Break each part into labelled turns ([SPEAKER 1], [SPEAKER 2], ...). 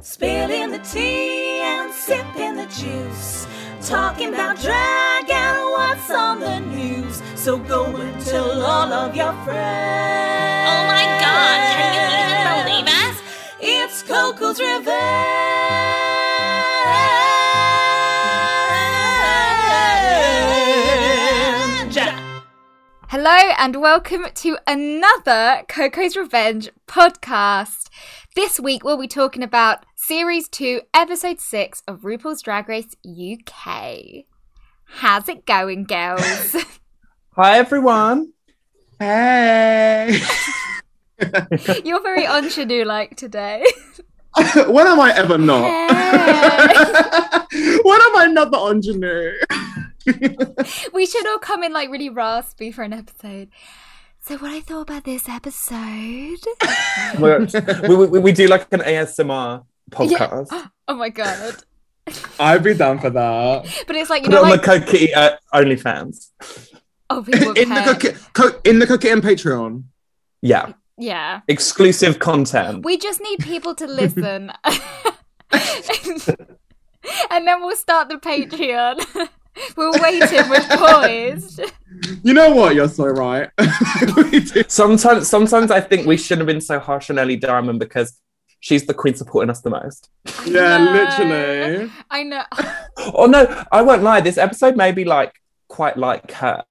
[SPEAKER 1] Spilling the tea and sipping the juice. Talking about drag and what's on the news. So go and tell all of your friends.
[SPEAKER 2] Oh my god, can you even believe us?
[SPEAKER 1] It's Coco's Revenge.
[SPEAKER 3] Hello and welcome to another Coco's Revenge podcast. This week we'll be talking about Series 2, Episode 6 of RuPaul's Drag Race UK. How's it going, girls?
[SPEAKER 4] Hi everyone.
[SPEAKER 5] Hey.
[SPEAKER 3] You're very ingenue like today.
[SPEAKER 5] when am I ever not?
[SPEAKER 3] Hey.
[SPEAKER 5] when am I not the ingenue?
[SPEAKER 3] We should all come in like really raspy for an episode. So, what I thought about this episode.
[SPEAKER 4] We're- we, we, we do like an ASMR podcast.
[SPEAKER 3] Oh my god.
[SPEAKER 5] I'd be down for that.
[SPEAKER 3] But it's like, you
[SPEAKER 4] Put
[SPEAKER 3] know,
[SPEAKER 4] it on
[SPEAKER 3] like.
[SPEAKER 4] the Cokie uh, OnlyFans.
[SPEAKER 3] oh, people
[SPEAKER 5] in the
[SPEAKER 3] pay.
[SPEAKER 5] cookie, co- in the cookie and Patreon.
[SPEAKER 4] Yeah.
[SPEAKER 3] Yeah.
[SPEAKER 4] Exclusive content.
[SPEAKER 3] We just need people to listen. and then we'll start the Patreon. We're waiting, we're poised.
[SPEAKER 5] You know what? You're so right. we do.
[SPEAKER 4] Sometimes sometimes I think we shouldn't have been so harsh on Ellie Diamond because she's the queen supporting us the most.
[SPEAKER 5] Yeah,
[SPEAKER 3] No.
[SPEAKER 5] literally.
[SPEAKER 3] I know.
[SPEAKER 4] Oh no, I won't lie, this episode may be like quite like her.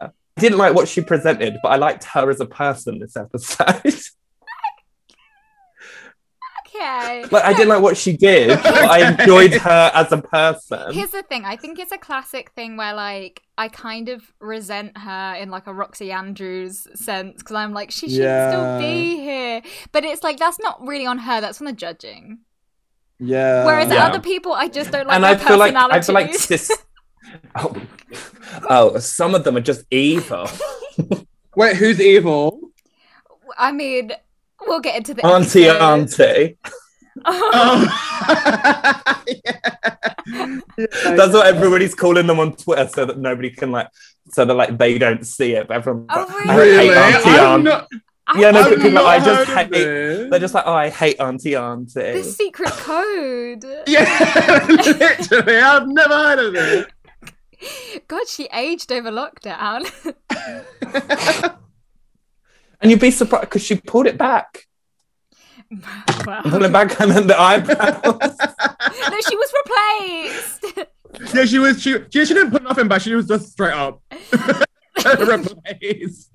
[SPEAKER 4] I didn't like what she presented, but I liked her as a person this episode.
[SPEAKER 3] Okay.
[SPEAKER 4] like I didn't like what she did, but I enjoyed her as a person.
[SPEAKER 3] Here's the thing. I think it's a classic thing where, like, I kind of resent her in like a Roxy Andrews sense because I'm like, she should
[SPEAKER 5] Yeah.
[SPEAKER 3] still be here. But it's like that's not really on her. That's on the judging.
[SPEAKER 5] Uh, Yeah.
[SPEAKER 3] Whereas
[SPEAKER 4] Yeah.
[SPEAKER 3] other people, I just don't like
[SPEAKER 4] and
[SPEAKER 3] their
[SPEAKER 4] I feel like I
[SPEAKER 3] personalities.
[SPEAKER 4] feel like sis. Oh, oh, some of them are just evil.
[SPEAKER 5] Wait, who's evil?
[SPEAKER 3] I mean, we'll get into the
[SPEAKER 4] Auntie, um,
[SPEAKER 3] episode.
[SPEAKER 4] auntie.
[SPEAKER 5] Um, Oh. Yeah.
[SPEAKER 4] That's what everybody's calling them on Twitter, so that nobody can like, so that like they don't see it. But everyone,
[SPEAKER 3] Oh,
[SPEAKER 4] I
[SPEAKER 5] Really?
[SPEAKER 4] hate auntie,
[SPEAKER 5] I'm
[SPEAKER 4] auntie.
[SPEAKER 5] not,
[SPEAKER 4] Yeah, no,
[SPEAKER 3] I
[SPEAKER 4] but
[SPEAKER 5] I've
[SPEAKER 3] don't
[SPEAKER 4] people,
[SPEAKER 3] know.
[SPEAKER 5] not
[SPEAKER 4] I
[SPEAKER 5] heard
[SPEAKER 4] just
[SPEAKER 5] of
[SPEAKER 4] hate-
[SPEAKER 5] this.
[SPEAKER 4] They're just like, oh, I hate auntie, auntie.
[SPEAKER 3] the secret code.
[SPEAKER 5] Yeah, literally. I've never heard of it.
[SPEAKER 3] God, she aged over lockdown.
[SPEAKER 4] And you'd be surprised because she pulled it back,
[SPEAKER 3] wow.
[SPEAKER 4] pulled it back, and then the eyebrows.
[SPEAKER 3] No, she was replaced.
[SPEAKER 5] Yeah, she was. She, she she didn't put nothing back. She was just straight up replaced.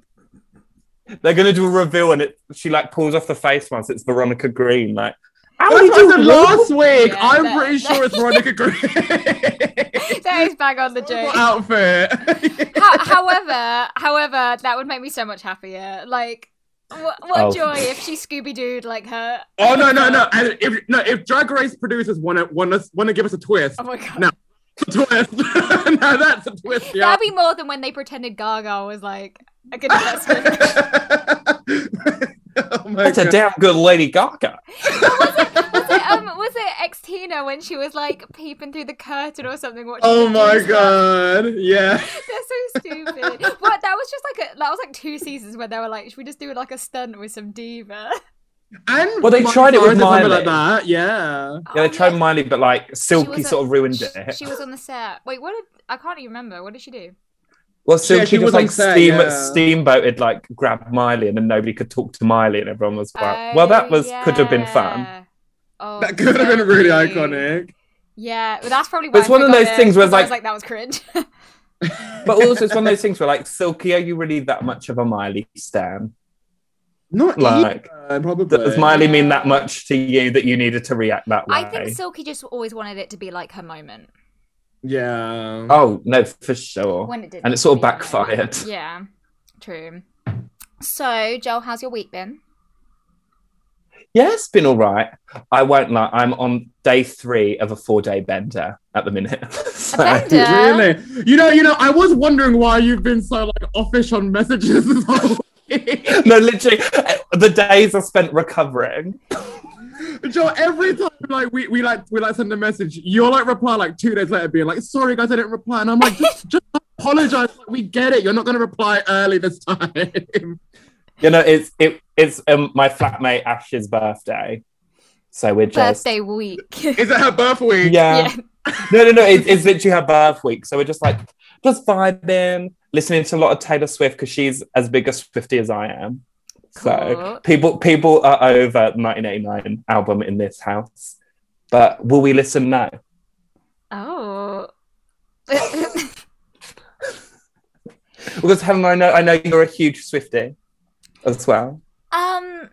[SPEAKER 4] They're gonna do a reveal, and it she like pulls off the face mask. It's Veronica Green, like. How
[SPEAKER 5] That's
[SPEAKER 4] we
[SPEAKER 5] what I said
[SPEAKER 4] doing?
[SPEAKER 5] last week.
[SPEAKER 3] Yeah,
[SPEAKER 5] I'm
[SPEAKER 3] that-
[SPEAKER 5] pretty sure it's Veronica Green.
[SPEAKER 3] that is bang on the joke.
[SPEAKER 5] outfit.
[SPEAKER 3] How- however, however, that would make me so much happier. Like, what, what
[SPEAKER 4] Oh.
[SPEAKER 3] joy if she Scooby Dooed like her.
[SPEAKER 5] oh no no no! And if no, if Drag Race producers want to want us want to give us a twist,
[SPEAKER 3] Oh my god.
[SPEAKER 5] No. twist. no, that's a twist. Yeah.
[SPEAKER 3] That'd be more than when they pretended Gaga was like a contestant.
[SPEAKER 5] oh my
[SPEAKER 4] That's a damn good Lady Gaga.
[SPEAKER 3] was it um was it ex Tina when she was like peeping through the curtain or something watching?
[SPEAKER 5] Oh
[SPEAKER 3] the
[SPEAKER 5] my
[SPEAKER 3] Juice Box?
[SPEAKER 5] god! Yeah.
[SPEAKER 3] They're so stupid. what? That was just like a, that was like two seasons where they were like, should we just do like a stunt with some diva?
[SPEAKER 5] And
[SPEAKER 4] Well, they
[SPEAKER 5] Miley
[SPEAKER 4] tried it with
[SPEAKER 5] Cyrus or something like
[SPEAKER 4] Miley.
[SPEAKER 5] that. Yeah.
[SPEAKER 4] Yeah, they
[SPEAKER 3] Oh,
[SPEAKER 4] tried Miley, but like Silky
[SPEAKER 3] was a-
[SPEAKER 4] sort of ruined
[SPEAKER 3] She,
[SPEAKER 4] it.
[SPEAKER 3] she was on the set. Wait, what did I can't even remember. What did she do?
[SPEAKER 4] well, Silky
[SPEAKER 5] she
[SPEAKER 4] just
[SPEAKER 5] was on
[SPEAKER 4] like
[SPEAKER 5] set,
[SPEAKER 4] steam,
[SPEAKER 5] yeah.
[SPEAKER 4] steamboated, like grabbed Miley, and then nobody could talk to Miley, and everyone was like, "Well, that
[SPEAKER 3] Oh,
[SPEAKER 4] was could have been fun."
[SPEAKER 3] yeah. Oh,
[SPEAKER 5] That could have been really
[SPEAKER 3] Sophie.
[SPEAKER 5] iconic.
[SPEAKER 3] Yeah, well, that's probably. Why
[SPEAKER 4] But it's
[SPEAKER 3] I
[SPEAKER 4] one of
[SPEAKER 3] forgot
[SPEAKER 4] those
[SPEAKER 3] it,
[SPEAKER 4] things where it's
[SPEAKER 3] 'cause I was like
[SPEAKER 4] like-
[SPEAKER 3] that was cringe.
[SPEAKER 4] But also, it's one of those things where like Silky, are you really that much of a Miley stan?
[SPEAKER 5] Not
[SPEAKER 4] Like,
[SPEAKER 5] even, uh, probably.
[SPEAKER 4] Does Miley mean
[SPEAKER 3] Yeah.
[SPEAKER 4] that much to you that you needed to react that way?
[SPEAKER 3] I think Silky just always wanted it to be like her moment
[SPEAKER 5] Yeah.
[SPEAKER 4] Oh no, for sure.
[SPEAKER 3] when it did,
[SPEAKER 4] And it sort of backfired.
[SPEAKER 3] Yeah, true. So, Joel, how's your week been?
[SPEAKER 4] Yeah, it's been all right. I won't lie. I'm on day three of a four day bender at the minute. So-
[SPEAKER 3] bender?
[SPEAKER 5] Really? You know, you know, I was wondering why you've been so like offish on messages this whole week.
[SPEAKER 4] no, literally, uh, the days are spent recovering.
[SPEAKER 5] Joe, every time like we, we like we like send a message, you're like reply like two days later being like, sorry guys, I didn't reply. And I'm like, just, just apologize. Like, we get it. You're not gonna reply early this time.
[SPEAKER 4] You know, it's it It's um, my flatmate Ash's birthday, so we're just Uh,
[SPEAKER 3] Birthday week.
[SPEAKER 5] Is it her birth week?
[SPEAKER 4] yeah. No, no, no. It, it's literally her birth week, so we're just like just vibing, listening to a lot of Taylor Swift because she's as big a Swifty as I am. So
[SPEAKER 3] Cool.
[SPEAKER 4] people people are over 1989 album in this house, but will we listen now?
[SPEAKER 3] Oh. Um,
[SPEAKER 4] Because Helen, I know I know you're a huge Swifty as well.
[SPEAKER 3] Um, you know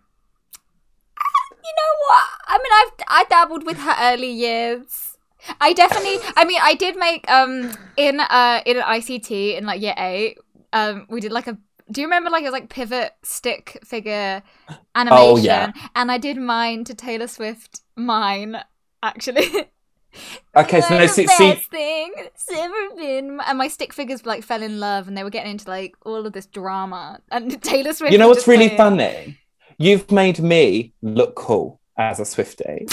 [SPEAKER 3] what? I mean, I've I dabbled with her early years. I definitely. I mean, I did make um in uh in an ICT in like year eight. Um, we did like a. Do you remember like it was like pivot stick figure animation?
[SPEAKER 4] Oh, yeah.
[SPEAKER 3] And I did mine to Taylor Swift. Mine actually.
[SPEAKER 4] Okay, so
[SPEAKER 3] You're
[SPEAKER 4] no,
[SPEAKER 3] the
[SPEAKER 4] see,
[SPEAKER 3] best
[SPEAKER 4] see
[SPEAKER 3] thing that's ever been. And my stick figures like fell in love, and they were getting into like all of this drama. And Taylor Swift.
[SPEAKER 4] you know
[SPEAKER 3] was
[SPEAKER 4] what's
[SPEAKER 3] just
[SPEAKER 4] really
[SPEAKER 3] like-
[SPEAKER 4] funny? You've made me look cool as a Swifty.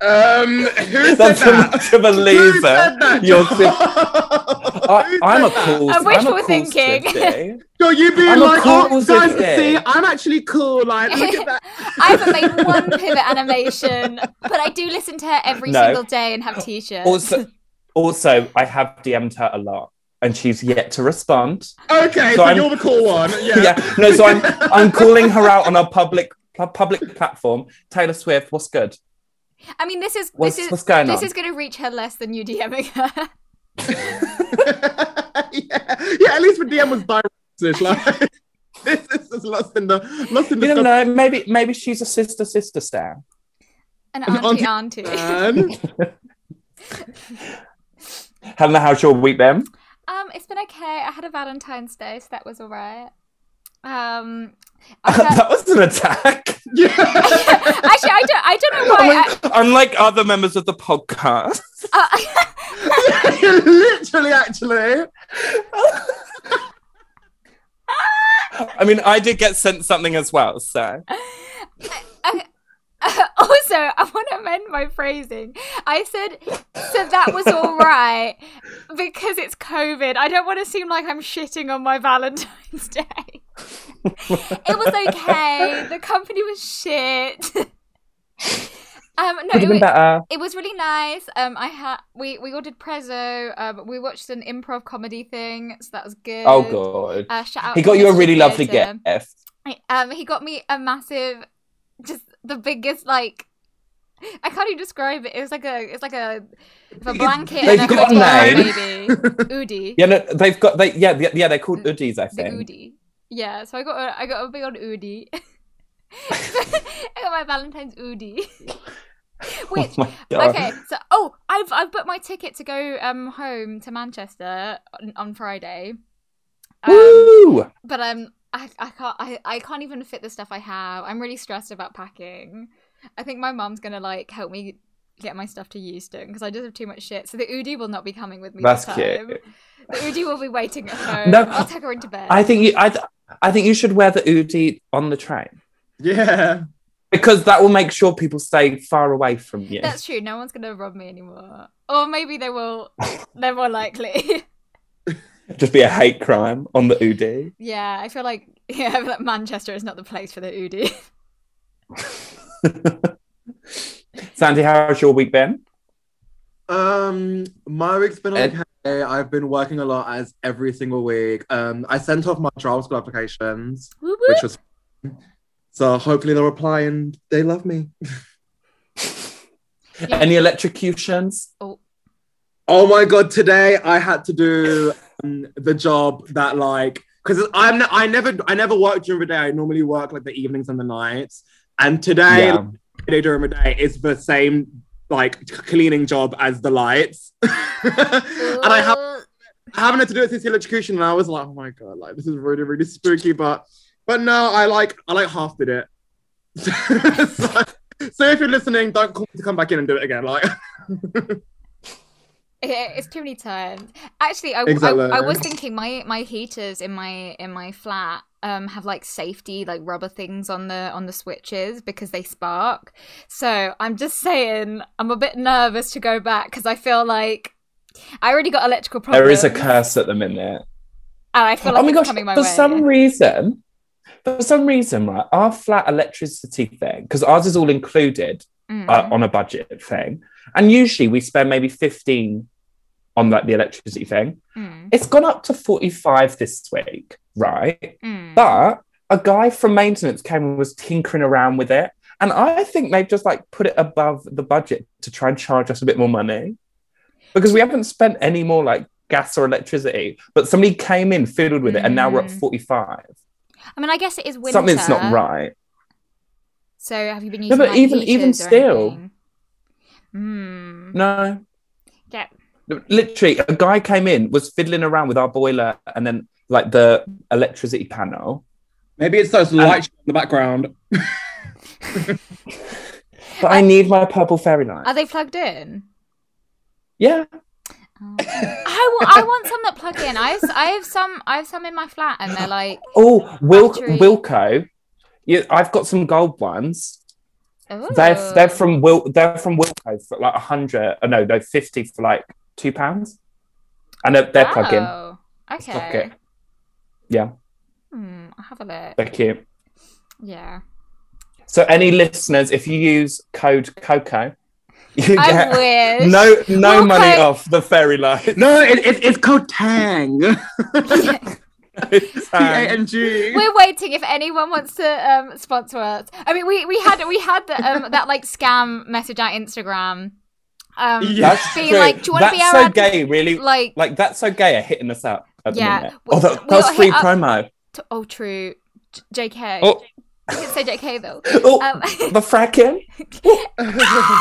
[SPEAKER 5] Um, who said
[SPEAKER 4] That's
[SPEAKER 5] that?
[SPEAKER 4] much of a
[SPEAKER 5] Who
[SPEAKER 4] loser.
[SPEAKER 5] said that?
[SPEAKER 4] You're Swifty. I,
[SPEAKER 5] I,
[SPEAKER 4] I'm a cool.
[SPEAKER 3] I
[SPEAKER 4] I'm
[SPEAKER 3] wish
[SPEAKER 4] a
[SPEAKER 3] we were
[SPEAKER 4] cool
[SPEAKER 3] thinking.
[SPEAKER 4] Swiftie.
[SPEAKER 5] So you being
[SPEAKER 4] I'm a
[SPEAKER 5] like,
[SPEAKER 4] cool
[SPEAKER 5] oh, guys,
[SPEAKER 4] sister."
[SPEAKER 5] see, I'm actually cool. Like, look at that.
[SPEAKER 3] I haven't made one pivot animation, but I do listen to her every
[SPEAKER 4] No.
[SPEAKER 3] single day and have t-shirts.
[SPEAKER 4] Also, also, I have DM'd her a lot, and she's yet to respond.
[SPEAKER 5] Okay, so,
[SPEAKER 4] So I'm-
[SPEAKER 5] you're the cool one. Yeah.
[SPEAKER 4] Yeah. No, so I'm I'm calling her out on a public pu- public platform. Taylor Swift, what's good?
[SPEAKER 3] I mean, this is
[SPEAKER 4] What's
[SPEAKER 3] this is
[SPEAKER 4] what's going
[SPEAKER 3] this
[SPEAKER 4] on?
[SPEAKER 3] is going to reach her less than you DMing her.
[SPEAKER 5] yeah. yeah, at least the DM was direct. It's Like, this is just lost in the lost in
[SPEAKER 4] you
[SPEAKER 5] the
[SPEAKER 4] don't know. Maybe maybe she's a sister sister stan.
[SPEAKER 3] An
[SPEAKER 5] An
[SPEAKER 3] auntie, auntie.
[SPEAKER 5] man.
[SPEAKER 4] Helena, how's your week then?
[SPEAKER 3] Um, it's been okay. I had a Valentine's Day, so that was all right. Um, I felt-
[SPEAKER 4] that was an attack.
[SPEAKER 5] Yeah.
[SPEAKER 3] actually, I don't. I
[SPEAKER 4] Oh
[SPEAKER 3] don't know why. I,
[SPEAKER 4] Unlike, unlike other members of the podcast.
[SPEAKER 3] uh,
[SPEAKER 5] Literally, actually.
[SPEAKER 4] I mean, I did get sent something as well, so
[SPEAKER 3] also, I want to amend my phrasing. I said, so that was all right because it's COVID. I don't want to seem like I'm shitting on my Valentine's Day. it was okay. The company was shit. um, no,
[SPEAKER 4] could have
[SPEAKER 3] it
[SPEAKER 4] been
[SPEAKER 3] was,
[SPEAKER 4] better.
[SPEAKER 3] it was really nice. Um, I had we we ordered prezzo. Um, we watched an improv comedy thing, so that was good.
[SPEAKER 4] Oh god.
[SPEAKER 3] Uh, shout out
[SPEAKER 4] He
[SPEAKER 3] to
[SPEAKER 4] got you a
[SPEAKER 3] Mystery
[SPEAKER 4] really lovely
[SPEAKER 3] Theatre.
[SPEAKER 4] gift.
[SPEAKER 3] Um, he got me a massive, just the biggest like. I can't even describe it. It was like a, it's like a, a blanket
[SPEAKER 4] they've
[SPEAKER 3] and a
[SPEAKER 4] got a
[SPEAKER 3] hotel
[SPEAKER 4] name.
[SPEAKER 3] baby. Udi,
[SPEAKER 4] Yeah, no, they've got they yeah the- yeah they're called Udis, I
[SPEAKER 3] the
[SPEAKER 4] think.
[SPEAKER 3] Udi. Yeah, so I got a, I got a big old Udi. I got my Valentine's Udi. Which
[SPEAKER 4] Oh my god.
[SPEAKER 3] okay, so oh, I've I've booked my ticket to go um home to Manchester on, on Friday. Um,
[SPEAKER 4] Woo!
[SPEAKER 3] but um I, I can't I, I can't even fit the stuff I have. I'm really stressed about packing. I think my mom's gonna like help me get my stuff to Euston because I just have too much shit. So the Udi will not be coming with me.
[SPEAKER 4] That's
[SPEAKER 3] this time.
[SPEAKER 4] cute.
[SPEAKER 3] The Udi will be waiting at home.
[SPEAKER 4] No,
[SPEAKER 3] I'll take her into bed.
[SPEAKER 4] I think you I th- I think you should wear the Udi on the train
[SPEAKER 5] Yeah.
[SPEAKER 4] because that will make sure people stay far away from you.
[SPEAKER 3] That's true. No one's gonna rob me anymore. Or maybe they will. They're more likely.
[SPEAKER 4] Just be a hate crime on the Udi.
[SPEAKER 3] yeah, I feel like yeah, I feel like Manchester is not the place for the Udi.
[SPEAKER 4] Sandy, how's your week been?
[SPEAKER 5] Um, my week's been
[SPEAKER 4] Ed?
[SPEAKER 5] okay. I've been working a lot as every single week. Um, I sent off my drama school applications,
[SPEAKER 3] Woo woo.
[SPEAKER 5] which was so hopefully they'll reply and they love me.
[SPEAKER 3] Yeah.
[SPEAKER 4] Any electrocutions?
[SPEAKER 5] Oh my god! Today I had to do um, the job that like because I'm ne- I never I never work during the day. I normally work like the evenings and the nights. And today,
[SPEAKER 4] Yeah.
[SPEAKER 5] like, I do during the day, is the same like cleaning job as the lights. and I have having it to do with this electrocution, and I was like, oh my god, like this is really really spooky. But but no, I like I like half did it. so, so if you're listening, don't call me to come back in and do it again. Like
[SPEAKER 3] Yeah, Eh, it's too many times. Actually, I, I-
[SPEAKER 5] Exactly.
[SPEAKER 3] I, was thinking my my heaters in my in my flat um have like safety like rubber things on the on the switches because they spark. So I'm just saying I'm a bit nervous to go back because I feel like I already got electrical problems.
[SPEAKER 4] There is a curse at the minute.
[SPEAKER 3] and I feel like
[SPEAKER 4] oh my
[SPEAKER 3] it's
[SPEAKER 4] gosh!
[SPEAKER 3] coming my Mm,
[SPEAKER 4] for
[SPEAKER 3] way.
[SPEAKER 4] some reason, For some reason, right, our flat electricity thing, because ours is all included
[SPEAKER 3] Mm.
[SPEAKER 4] uh, on a budget thing, and usually we spend maybe 15 on like the electricity thing.
[SPEAKER 3] Mm.
[SPEAKER 4] It's gone up to 45 this week, right?
[SPEAKER 3] Mm.
[SPEAKER 4] But a guy from maintenance came and was tinkering around with it. And I think they've just like put it above the budget to try and charge us a bit more money because we haven't spent any more like gas or electricity. But somebody came in, fiddled with it, and now we're at
[SPEAKER 3] Mm.
[SPEAKER 4] 45.
[SPEAKER 3] I mean, I guess it is winter.
[SPEAKER 4] Something's not right.
[SPEAKER 3] So have you been
[SPEAKER 4] No,
[SPEAKER 3] using?
[SPEAKER 4] but
[SPEAKER 3] like,
[SPEAKER 4] even- even
[SPEAKER 3] heaters or
[SPEAKER 4] still.
[SPEAKER 3] anything? Mm.
[SPEAKER 4] No.
[SPEAKER 3] Yeah.
[SPEAKER 4] Literally, a guy came in, was fiddling around with our boiler and then like the electricity panel.
[SPEAKER 5] Maybe it's those lights in the background.
[SPEAKER 4] But I need my purple fairy light.
[SPEAKER 3] Are they plugged in?
[SPEAKER 4] yeah.
[SPEAKER 3] Oh. I, wa- I want some that plug in. I have, s- I have some. I have some in my flat, and they're like,
[SPEAKER 4] Oh, Wil-
[SPEAKER 3] Battery.
[SPEAKER 4] Wilco. Yeah, I've got some gold ones.
[SPEAKER 3] Ooh.
[SPEAKER 4] They're they're
[SPEAKER 3] Oh.
[SPEAKER 4] from Wil- they're from Wilco for like hundred. Oh no, they're fifty for like two pounds, and they're, they're plug-in.
[SPEAKER 3] Oh, Okay.
[SPEAKER 4] Stock it. Yeah.
[SPEAKER 3] Hmm, I'll have a look.
[SPEAKER 4] They're cute.
[SPEAKER 3] Yeah.
[SPEAKER 4] So any listeners, if you use code Coco, you get
[SPEAKER 3] I wish.
[SPEAKER 4] no no
[SPEAKER 3] Wilco-
[SPEAKER 4] money off the fairy light.
[SPEAKER 5] No, it, it, it's called Tang. T A
[SPEAKER 4] Um,
[SPEAKER 5] N G.
[SPEAKER 3] We're waiting if anyone wants to um, sponsor us. I mean, we, we had we had the, um, that like scam message on Instagram. Um,
[SPEAKER 5] Yeah.
[SPEAKER 4] that's
[SPEAKER 3] being
[SPEAKER 4] true.
[SPEAKER 3] like, "Do you wanna
[SPEAKER 4] that's
[SPEAKER 3] be our
[SPEAKER 4] so
[SPEAKER 3] ad-"
[SPEAKER 4] gay, really.
[SPEAKER 3] Like,
[SPEAKER 4] Like that's so gay. Are hitting us up at the
[SPEAKER 3] Yeah.
[SPEAKER 4] minute.
[SPEAKER 3] We-
[SPEAKER 4] oh, that,
[SPEAKER 3] we
[SPEAKER 4] that was
[SPEAKER 3] got hit
[SPEAKER 4] free
[SPEAKER 3] up-
[SPEAKER 4] promo.
[SPEAKER 3] t- oh, true. J- JK.
[SPEAKER 4] Oh.
[SPEAKER 3] I didn't say JK though.
[SPEAKER 4] Oh,
[SPEAKER 3] Um,
[SPEAKER 4] the fracking.
[SPEAKER 3] um,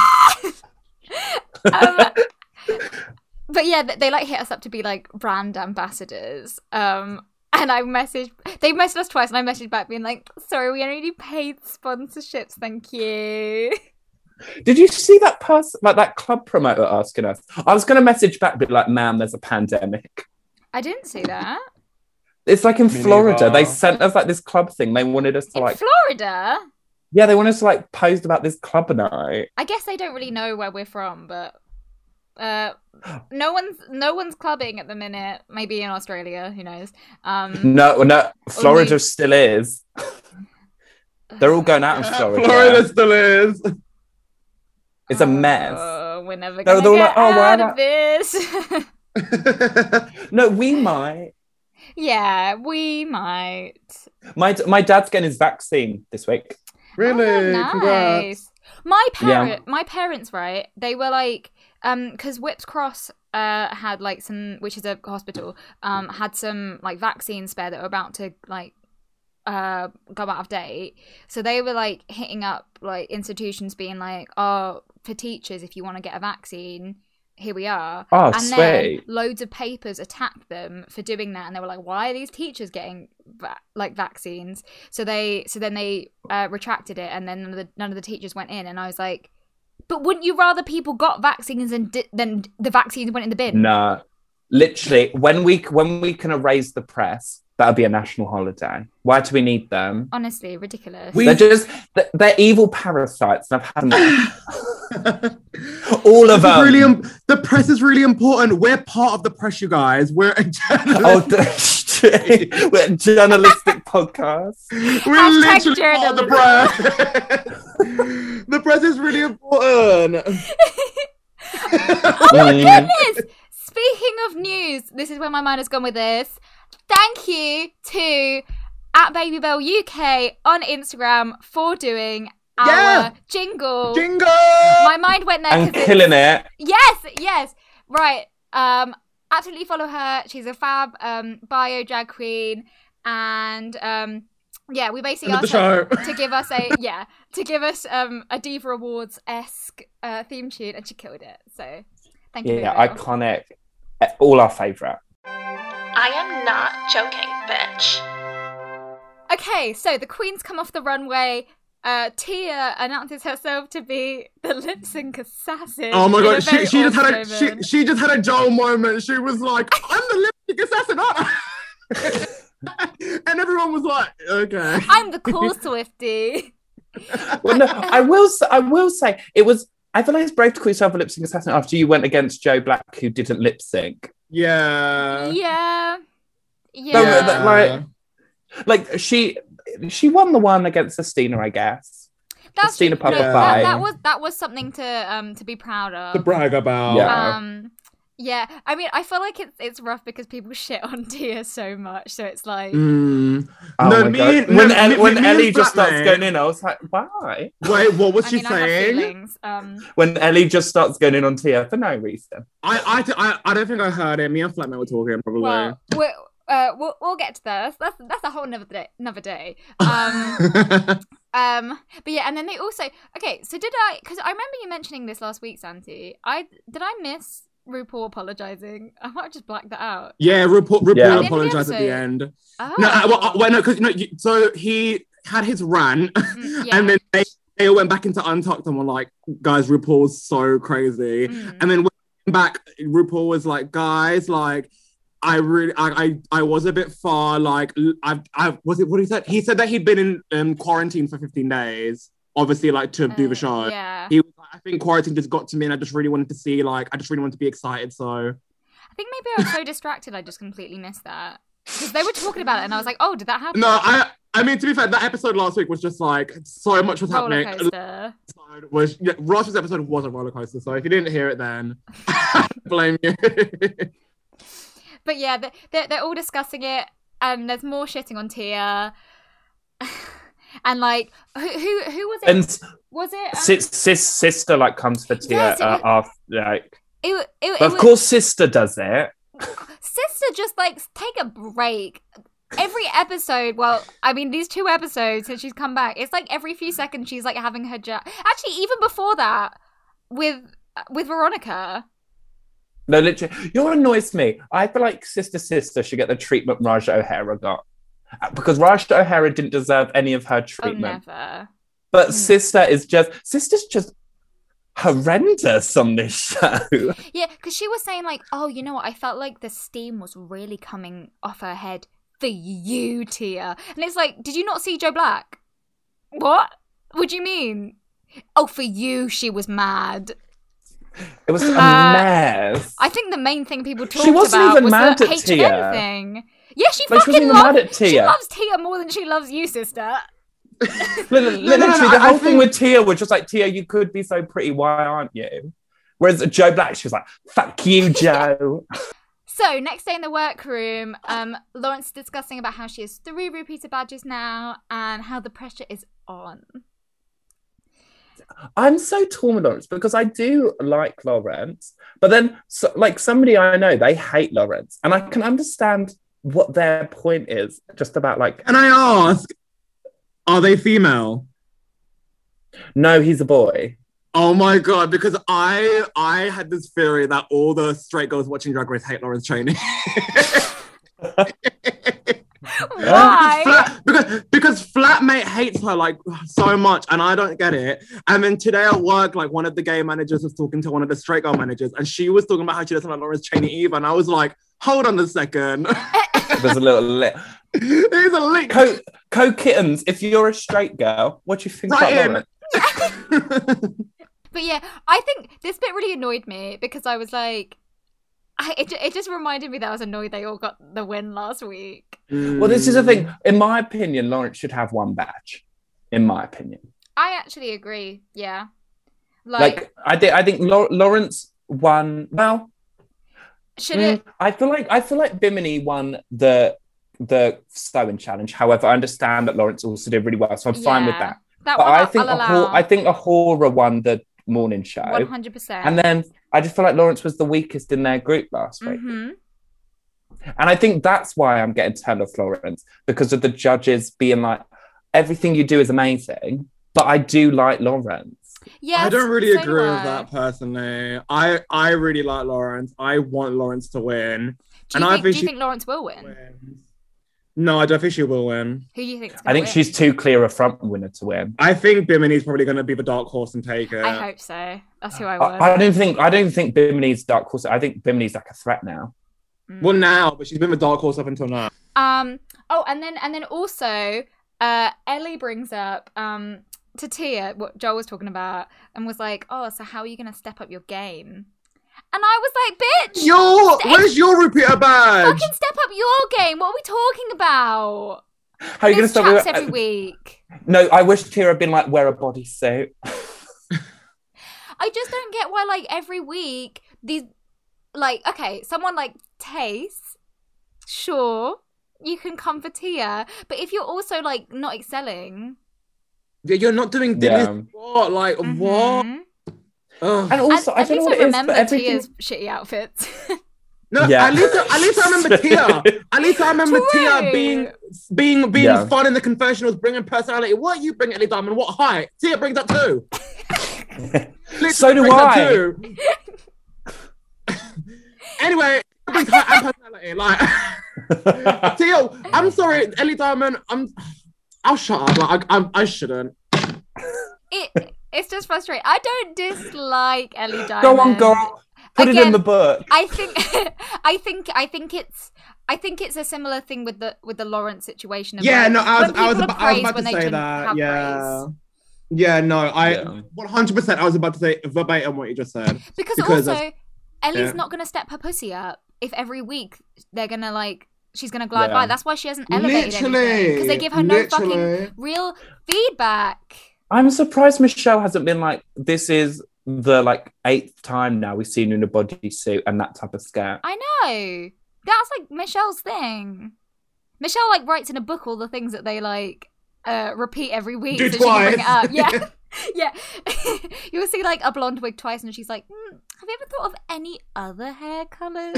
[SPEAKER 3] but yeah, th- they like hit us up to be like brand ambassadors. Um, and I messaged, they messaged us twice, and I messaged back being like, sorry, we only do paid sponsorships, thank you.
[SPEAKER 4] Did you see that person, like that club promoter asking us? I was going to message back, but like, ma'am, there's a pandemic.
[SPEAKER 3] I didn't see that.
[SPEAKER 4] It's like in
[SPEAKER 5] Me
[SPEAKER 4] Florida.
[SPEAKER 5] neither.
[SPEAKER 4] They sent us like this club thing. They wanted us to
[SPEAKER 3] In
[SPEAKER 4] like,
[SPEAKER 3] Florida?
[SPEAKER 4] yeah, they wanted us to like post about this club night.
[SPEAKER 3] I guess they don't really know where we're from, but uh, no one's no one's clubbing at the minute. Maybe in Australia, who knows? Um,
[SPEAKER 4] No, no, Florida
[SPEAKER 3] Only-
[SPEAKER 4] still is. They're all going out in Florida.
[SPEAKER 5] Florida still is.
[SPEAKER 4] It's a mess.
[SPEAKER 3] Oh, we're never
[SPEAKER 4] They're
[SPEAKER 3] gonna
[SPEAKER 4] all
[SPEAKER 3] get
[SPEAKER 4] like, "Oh, why
[SPEAKER 3] out
[SPEAKER 4] not?"
[SPEAKER 3] of this.
[SPEAKER 4] No, we might.
[SPEAKER 3] yeah, we might.
[SPEAKER 4] My my dad's getting his vaccine this week.
[SPEAKER 5] really?
[SPEAKER 3] Oh,
[SPEAKER 5] Congrats.
[SPEAKER 3] nice. My
[SPEAKER 4] Yeah.
[SPEAKER 3] parent, my parents, right? They were like, um, because Whips Cross uh had like some, which is a hospital, um, had some like vaccines spare that were about to like uh go out of date. So they were like hitting up like institutions, being like, oh, for teachers, if you want to get a vaccine, here we are
[SPEAKER 4] Oh,
[SPEAKER 3] and then
[SPEAKER 4] sweet.
[SPEAKER 3] loads of papers attacked them for doing that and they were like why are these teachers getting va- like vaccines so they so then they uh, retracted it and then none of, the, none of the teachers went in and i was like but wouldn't you rather people got vaccines and di- then the vaccines went in the bin
[SPEAKER 4] No, literally, when we when we can erase the press, that'll be a national holiday. Why do we need them?
[SPEAKER 3] honestly ridiculous
[SPEAKER 5] We-
[SPEAKER 4] They're just th- they're evil parasites, and I've had enough. all of
[SPEAKER 5] This is
[SPEAKER 4] them.
[SPEAKER 5] really im- the press is really important. We're part of the press, you guys. We're a journalist.
[SPEAKER 4] oh, d- we're a journalistic podcast.
[SPEAKER 5] We're
[SPEAKER 3] Hashtag
[SPEAKER 5] literally part of the press. the press is really important.
[SPEAKER 3] oh my
[SPEAKER 4] Mm.
[SPEAKER 3] goodness speaking of news this is where my mind has gone with this thank you to at babybell uk on instagram for doing our
[SPEAKER 5] Yeah.
[SPEAKER 3] jingle
[SPEAKER 5] Jingle!
[SPEAKER 3] my mind went there
[SPEAKER 4] and
[SPEAKER 3] 'cause it's-
[SPEAKER 4] killing it.
[SPEAKER 3] Yes, yes. Right. Um, absolutely follow her. She's a fab um bio drag queen, and um, yeah, we basically
[SPEAKER 5] End of the
[SPEAKER 3] asked her
[SPEAKER 5] show.
[SPEAKER 3] to give us a yeah to give us um a Diva Awards esque uh, theme tune, and she killed it. So thank you.
[SPEAKER 4] Yeah,
[SPEAKER 3] Muriel.
[SPEAKER 4] iconic. Uh, All our favorite.
[SPEAKER 2] I am not joking, bitch.
[SPEAKER 3] Okay, so the queen's come off the runway. Uh, Tia announces herself to be the lip sync assassin.
[SPEAKER 5] Oh my
[SPEAKER 3] in a
[SPEAKER 5] god, she,
[SPEAKER 3] very
[SPEAKER 5] she just had a
[SPEAKER 3] awkward
[SPEAKER 5] she,
[SPEAKER 3] moment.
[SPEAKER 5] she just had a Joel moment. She was like, I'm the lipstick assassin. aren't I?" and everyone was like, okay.
[SPEAKER 3] I'm the cool Swifty.
[SPEAKER 4] Well, no, I will. s- I will say it was. I feel like it's brave to call yourself a lip sync assassin after you went against Joe Black, who didn't lip sync.
[SPEAKER 5] Yeah.
[SPEAKER 3] yeah. Yeah.
[SPEAKER 4] that- like- Like she, she won the one against Estina, I guess.
[SPEAKER 3] That's
[SPEAKER 4] Christina
[SPEAKER 3] true.
[SPEAKER 4] Papa
[SPEAKER 3] that,
[SPEAKER 4] Pie.
[SPEAKER 3] that was that was something to um to be proud of.
[SPEAKER 5] to brag about.
[SPEAKER 4] Yeah.
[SPEAKER 3] Um, yeah. I mean, I feel like it's it's rough because people shit on Tia so much, so it's like
[SPEAKER 5] Mm.
[SPEAKER 4] Oh
[SPEAKER 5] No,
[SPEAKER 4] my
[SPEAKER 5] me
[SPEAKER 4] God.
[SPEAKER 5] and-
[SPEAKER 4] when,
[SPEAKER 5] no,
[SPEAKER 4] El-
[SPEAKER 5] me-
[SPEAKER 4] when
[SPEAKER 5] me and
[SPEAKER 4] Ellie just starts
[SPEAKER 5] Flatmate.
[SPEAKER 4] going in, I was like, why?
[SPEAKER 5] mm. Wait, what was
[SPEAKER 3] I
[SPEAKER 5] she
[SPEAKER 3] mean, I have
[SPEAKER 5] saying?
[SPEAKER 3] feelings. Um,
[SPEAKER 4] When Ellie just starts going in on Tia for no reason.
[SPEAKER 5] I, I, d- I, I don't think I heard it. Me and Flatmate were talking probably.
[SPEAKER 3] well, we're, uh, we'll we'll get to that. That's that's, that's a whole another day. Another day. Um, um, but yeah, and then they also okay. So did I? Because I remember you mentioning this last week, Santi. I did I miss RuPaul apologizing? I might have just black that out.
[SPEAKER 5] yeah, RuPaul, RuPaul
[SPEAKER 4] Yeah.
[SPEAKER 5] apologized at the
[SPEAKER 3] Episode.
[SPEAKER 5] end.
[SPEAKER 3] Oh.
[SPEAKER 5] No, I, well, I- well, no, because no, you, so he had his rant,
[SPEAKER 3] Mm, yeah.
[SPEAKER 5] and then they, they all went back into Untucked and were like, "Guys, RuPaul's so crazy."
[SPEAKER 3] Mm.
[SPEAKER 5] And then when we came back, RuPaul was like, "Guys, like." I really, I, I, I was a bit far. Like, l- I've, I've, was it what he said? He said that he'd been in um, quarantine for 15 days, obviously, like to do the
[SPEAKER 3] Uh,
[SPEAKER 5] show.
[SPEAKER 3] Yeah.
[SPEAKER 5] He was like, I think quarantine just got to me, and I just really wanted to see, like, I just really wanted to be excited. So,
[SPEAKER 3] I think maybe I was so distracted I just completely missed that. Because they were talking about it and I was like, oh, did that happen?
[SPEAKER 5] no, I, I mean, to be fair, that episode last week was just like so much was
[SPEAKER 3] Roller
[SPEAKER 5] happening.
[SPEAKER 3] coaster.
[SPEAKER 5] episode was yeah, Ross's episode was a roller coaster. So if you didn't hear it, then blame you.
[SPEAKER 3] But yeah, they- they're, they're all discussing it and there's more shitting on Tia. and like, who who, who was it?
[SPEAKER 4] And s-
[SPEAKER 3] was it? um,
[SPEAKER 4] sis, sis, sister like comes for Tia
[SPEAKER 3] Yes, it
[SPEAKER 4] uh,
[SPEAKER 3] was-
[SPEAKER 4] after, like,
[SPEAKER 3] it, wa- it, it
[SPEAKER 4] but of
[SPEAKER 3] was-
[SPEAKER 4] course, sister does it.
[SPEAKER 3] Sister just like, take a break. Every episode, well, I mean, these two episodes since she's come back, it's like every few seconds she's like having her ja Actually, even before that, with with Veronica.
[SPEAKER 4] No, literally, you know what annoys me? I feel like Sister Sister should get the treatment Raja O'Hara got. Uh, Because Raja O'Hara didn't deserve any of her treatment.
[SPEAKER 3] Oh, never.
[SPEAKER 4] But
[SPEAKER 3] Mm.
[SPEAKER 4] Sister is just, Sister's just horrendous on this show.
[SPEAKER 3] Yeah, because she was saying like, "Oh, you know what? I felt like the steam was really coming off her head for you, Tia." And it's like, did you not see Joe Black? What? What do you mean? Oh, for you, she was mad.
[SPEAKER 4] It was a
[SPEAKER 3] Uh,
[SPEAKER 4] mess.
[SPEAKER 3] I think the main thing people
[SPEAKER 4] She
[SPEAKER 3] talked
[SPEAKER 4] wasn't
[SPEAKER 3] about
[SPEAKER 4] even
[SPEAKER 3] was
[SPEAKER 4] mad
[SPEAKER 3] the
[SPEAKER 4] at Tia.
[SPEAKER 3] HN thing. Yeah, she
[SPEAKER 4] Like, she
[SPEAKER 3] fucking
[SPEAKER 4] wasn't even
[SPEAKER 3] loves.
[SPEAKER 4] mad at
[SPEAKER 3] She
[SPEAKER 4] Tia.
[SPEAKER 3] loves Tia more than she loves you, sister.
[SPEAKER 4] Li- li-
[SPEAKER 5] No, no,
[SPEAKER 4] Literally,
[SPEAKER 5] no, no,
[SPEAKER 4] the
[SPEAKER 5] I- I
[SPEAKER 4] whole thing
[SPEAKER 5] think-
[SPEAKER 4] with Tia was just like, Tia, you could be so pretty, why aren't you? Whereas Joe Black, she was like, fuck you, Joe.
[SPEAKER 3] So next day in the workroom, um, Lawrence is discussing about how she has three repeater badges now and how the pressure is on.
[SPEAKER 4] I'm so torn with Lawrence because I do like Lawrence, but then so, like somebody I know, they hate Lawrence, and I can understand what their point is just about like,
[SPEAKER 5] and I ask, are they female?
[SPEAKER 4] no, he's a boy.
[SPEAKER 5] Oh my god! Because I I had this theory that all the straight girls watching Drag Race hate Lawrence Cheney.
[SPEAKER 3] Why?
[SPEAKER 5] Flat- because because flatmate hates her like so much, and I don't get it. And then today at work, like one of the gay managers was talking to one of the straight girl managers, and she was talking about how she doesn't like Lawrence Cheney either. And I was like, hold on a second,
[SPEAKER 4] There's a little li-
[SPEAKER 5] there's a link.
[SPEAKER 4] co co kittens. If you're a straight girl, what do you think
[SPEAKER 5] Right
[SPEAKER 4] about
[SPEAKER 5] in.
[SPEAKER 4] Lawrence?
[SPEAKER 3] But yeah, I think this bit really annoyed me because I was like, I, it, ju- it just reminded me that I was annoyed they all got the win last week.
[SPEAKER 4] Well, this is the thing. In my opinion, Lawrence should have one badge. In my opinion.
[SPEAKER 3] I actually agree. Yeah. Like,
[SPEAKER 4] like, I think I think Lau- Lawrence won. Well,
[SPEAKER 3] should
[SPEAKER 4] mm,
[SPEAKER 3] it?
[SPEAKER 4] I feel like I feel like Bimini won the the sewing challenge. However, I understand that Lawrence also did really well, so I'm fine with
[SPEAKER 3] Yeah.
[SPEAKER 4] that.
[SPEAKER 3] That
[SPEAKER 4] But
[SPEAKER 3] one
[SPEAKER 4] I
[SPEAKER 3] I'll-
[SPEAKER 4] think
[SPEAKER 3] I'll
[SPEAKER 4] Ahura,
[SPEAKER 3] allow.
[SPEAKER 4] I think Ahura won the morning show,
[SPEAKER 3] 100%.
[SPEAKER 4] and then I just feel like Lawrence was the weakest in their group last week,
[SPEAKER 3] hmm
[SPEAKER 4] and I think that's why I'm getting turned off Lawrence because of the judges being like, everything you do is amazing, but I do like Lawrence.
[SPEAKER 3] Yes,
[SPEAKER 5] I don't really
[SPEAKER 3] so do
[SPEAKER 5] agree with
[SPEAKER 3] I.
[SPEAKER 5] that personally. I I really like Lawrence. I want Lawrence to win.
[SPEAKER 3] Do you,
[SPEAKER 5] And I
[SPEAKER 3] think,
[SPEAKER 5] think
[SPEAKER 3] do you
[SPEAKER 5] she-
[SPEAKER 3] think Lawrence will win?
[SPEAKER 5] No, I don't think she will win.
[SPEAKER 3] Who do you think?
[SPEAKER 4] I think she's too clear a front winner to win.
[SPEAKER 5] I think Bimini's probably going to be the dark horse and take it.
[SPEAKER 3] I hope so.
[SPEAKER 5] Uh,
[SPEAKER 3] That's who I want.
[SPEAKER 4] I, I don't think I don't think Bimini's dark horse. I think Bimini's like a threat now.
[SPEAKER 5] Well, now, but she's been the dark horse up until now.
[SPEAKER 3] Um. Oh, and then and then also, uh, Ellie brings up um to Tia what Joel was talking about and was like, "Oh, so how are you gonna step up your game?" And I was like, "Bitch,
[SPEAKER 5] Your where's your repeater badge?
[SPEAKER 3] fucking step up your game. What are we talking about?"
[SPEAKER 4] How are you going
[SPEAKER 3] There's
[SPEAKER 4] to stop
[SPEAKER 3] traps
[SPEAKER 4] with
[SPEAKER 3] every week.
[SPEAKER 4] No, I wish Tira had been like, wear a bodysuit.
[SPEAKER 3] I just don't get why, like, every week, these, like, okay, someone like Tace, sure, you can come for Tia, but if you're also, like, not excelling.
[SPEAKER 5] Yeah, you're not doing
[SPEAKER 4] Yeah.
[SPEAKER 5] this. What? Like what?
[SPEAKER 3] Mhm.
[SPEAKER 5] Ugh.
[SPEAKER 4] And also,
[SPEAKER 3] At-
[SPEAKER 4] I
[SPEAKER 3] at
[SPEAKER 4] don't know
[SPEAKER 3] least
[SPEAKER 4] what it is, but
[SPEAKER 3] remember
[SPEAKER 4] everything's
[SPEAKER 3] Tia's shitty outfits.
[SPEAKER 5] No,
[SPEAKER 4] Yeah.
[SPEAKER 5] at least at least I remember Tia. At least I remember
[SPEAKER 3] True.
[SPEAKER 5] Tia being being being
[SPEAKER 4] Yeah.
[SPEAKER 5] fun in the confessionals, bringing personality. What you bring at least I'm in what height? Tia brings that too. Literally
[SPEAKER 4] So do
[SPEAKER 5] brings that
[SPEAKER 4] I.
[SPEAKER 5] too. anyway, Tia brings height and personality. Like Tia, I'm sorry, Ellie Diamond. I'm. I'll shut up. Like I, I, I shouldn't.
[SPEAKER 3] it, it's just frustrating. I don't dislike Ellie Diamond.
[SPEAKER 4] Go on, girl. Put it
[SPEAKER 3] Again,
[SPEAKER 4] in the book.
[SPEAKER 3] I think I think I think it's I think it's a similar thing with the with the Lawrence situation. of
[SPEAKER 5] Yeah,
[SPEAKER 3] like,
[SPEAKER 5] no, I was,
[SPEAKER 3] when
[SPEAKER 5] I was,
[SPEAKER 3] people
[SPEAKER 5] about,
[SPEAKER 3] are
[SPEAKER 5] I was
[SPEAKER 3] praised
[SPEAKER 5] about
[SPEAKER 3] when
[SPEAKER 5] to
[SPEAKER 3] they
[SPEAKER 5] say
[SPEAKER 3] shouldn't
[SPEAKER 5] that.
[SPEAKER 3] have
[SPEAKER 5] Yeah.
[SPEAKER 3] praise.
[SPEAKER 5] Yeah, no, I
[SPEAKER 4] Yeah.
[SPEAKER 5] 100%. I was about to say verbatim what you just said.
[SPEAKER 3] Because,
[SPEAKER 5] Because
[SPEAKER 3] also, Ellie's
[SPEAKER 5] yeah.
[SPEAKER 3] not going to step her pussy up if every week they're going to like she's going to glide
[SPEAKER 4] Yeah.
[SPEAKER 3] by. That's why she hasn't elevated because they give her no fucking
[SPEAKER 5] literally.
[SPEAKER 3] real feedback.
[SPEAKER 4] I'm surprised Michelle hasn't been like, this is the like eighth time now we've seen you in a bodysuit and that type of skirt.
[SPEAKER 3] I know that's like Michelle's thing. Michelle like writes in a book all the things that they like uh, repeat every week.
[SPEAKER 5] Do
[SPEAKER 3] so she can bring it
[SPEAKER 5] twice.
[SPEAKER 3] up. Yeah. Yeah, you'll see like a blonde wig twice, and she's like, mm, "Have you ever thought of any other hair colors?"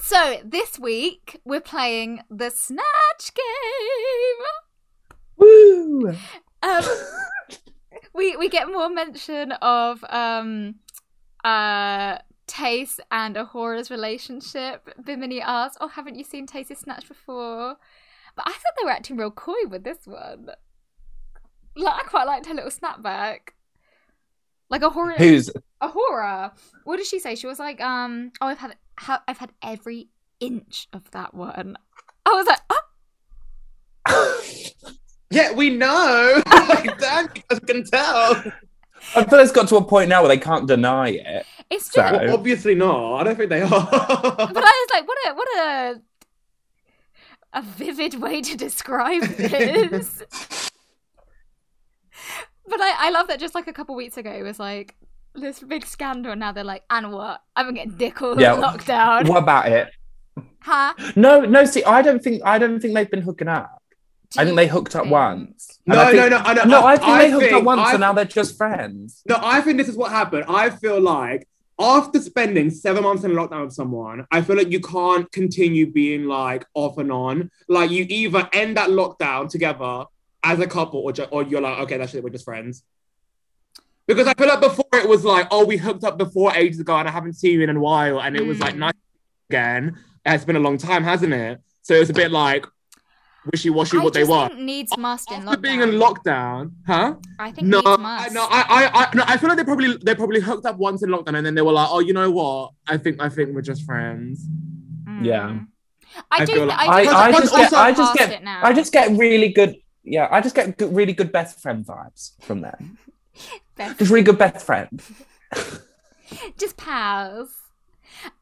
[SPEAKER 3] so this week we're playing the snatch game.
[SPEAKER 4] Woo!
[SPEAKER 3] Um, we we get more mention of um, uh, Tace and Ahora's relationship. Bimini asks, "Oh, haven't you seen Tace's snatch before?" But I thought they were acting real coy with this one. Like I quite liked her little snapback. Like Ahura.
[SPEAKER 4] Who's
[SPEAKER 3] Ahura. What did she say? She was like, um, oh, I've had, ha- I've had every inch of that one. I was like, oh,
[SPEAKER 5] yeah, we know. like, damn, you guys can tell.
[SPEAKER 4] I feel it's got to a point now where they can't deny it.
[SPEAKER 3] it's true.
[SPEAKER 4] So-
[SPEAKER 5] Well, obviously not. I don't think they
[SPEAKER 3] But I
[SPEAKER 5] are.
[SPEAKER 3] was like, what a, what a, a vivid way to describe this. but I, I love that. Just like a couple weeks ago, it was like this big scandal. and Now they're like, and what? I'm getting dickled,
[SPEAKER 4] Yeah.
[SPEAKER 3] knocked down.
[SPEAKER 4] What about it?
[SPEAKER 3] Huh?
[SPEAKER 4] No, no. See, I don't think I don't think they've been hooking up.
[SPEAKER 3] Do
[SPEAKER 4] I think they
[SPEAKER 3] you
[SPEAKER 4] hooked up
[SPEAKER 3] think-
[SPEAKER 4] once. And
[SPEAKER 5] No,
[SPEAKER 4] I think-
[SPEAKER 5] no, no, I know-
[SPEAKER 4] no.
[SPEAKER 5] I-
[SPEAKER 4] I think
[SPEAKER 5] I
[SPEAKER 4] they hooked up
[SPEAKER 5] think-
[SPEAKER 4] once,
[SPEAKER 5] I-
[SPEAKER 4] and now they're just friends.
[SPEAKER 5] no, I think this is what happened. I feel like after spending seven months in lockdown with someone, I feel like you can't continue being like off and on. Like you either end that lockdown together as a couple, or ju- or you're like, okay, that's it, we're just friends. Because I feel like before it was like, oh, we hooked up before ages ago, and I haven't seen you in a while, and it was like
[SPEAKER 3] Mm.
[SPEAKER 5] nice again. It's been a long time, hasn't it? So it's a bit like wishy washy
[SPEAKER 3] I
[SPEAKER 5] what they
[SPEAKER 3] just
[SPEAKER 5] were.
[SPEAKER 3] think needs must in
[SPEAKER 5] After
[SPEAKER 3] lockdown.
[SPEAKER 5] being in lockdown, huh?
[SPEAKER 3] I think
[SPEAKER 5] No,
[SPEAKER 3] needs
[SPEAKER 5] I,
[SPEAKER 3] must.
[SPEAKER 5] no, I, I, I, no, I feel like they probably they probably hooked up once in lockdown, and then they were like, oh, you know what? I think I think we're just friends.
[SPEAKER 4] Yeah.
[SPEAKER 3] Mm. I
[SPEAKER 5] I
[SPEAKER 3] do.
[SPEAKER 5] feel
[SPEAKER 3] th-
[SPEAKER 5] like-
[SPEAKER 3] I, do
[SPEAKER 4] I- I
[SPEAKER 3] think
[SPEAKER 5] just
[SPEAKER 3] we've
[SPEAKER 5] get-
[SPEAKER 3] gone
[SPEAKER 4] I just
[SPEAKER 3] past
[SPEAKER 4] get-
[SPEAKER 3] it now.
[SPEAKER 4] I just get really good. Yeah, I just get good, really good best friend vibes from them.
[SPEAKER 3] Best-
[SPEAKER 4] Just really good best friend.
[SPEAKER 3] just pals.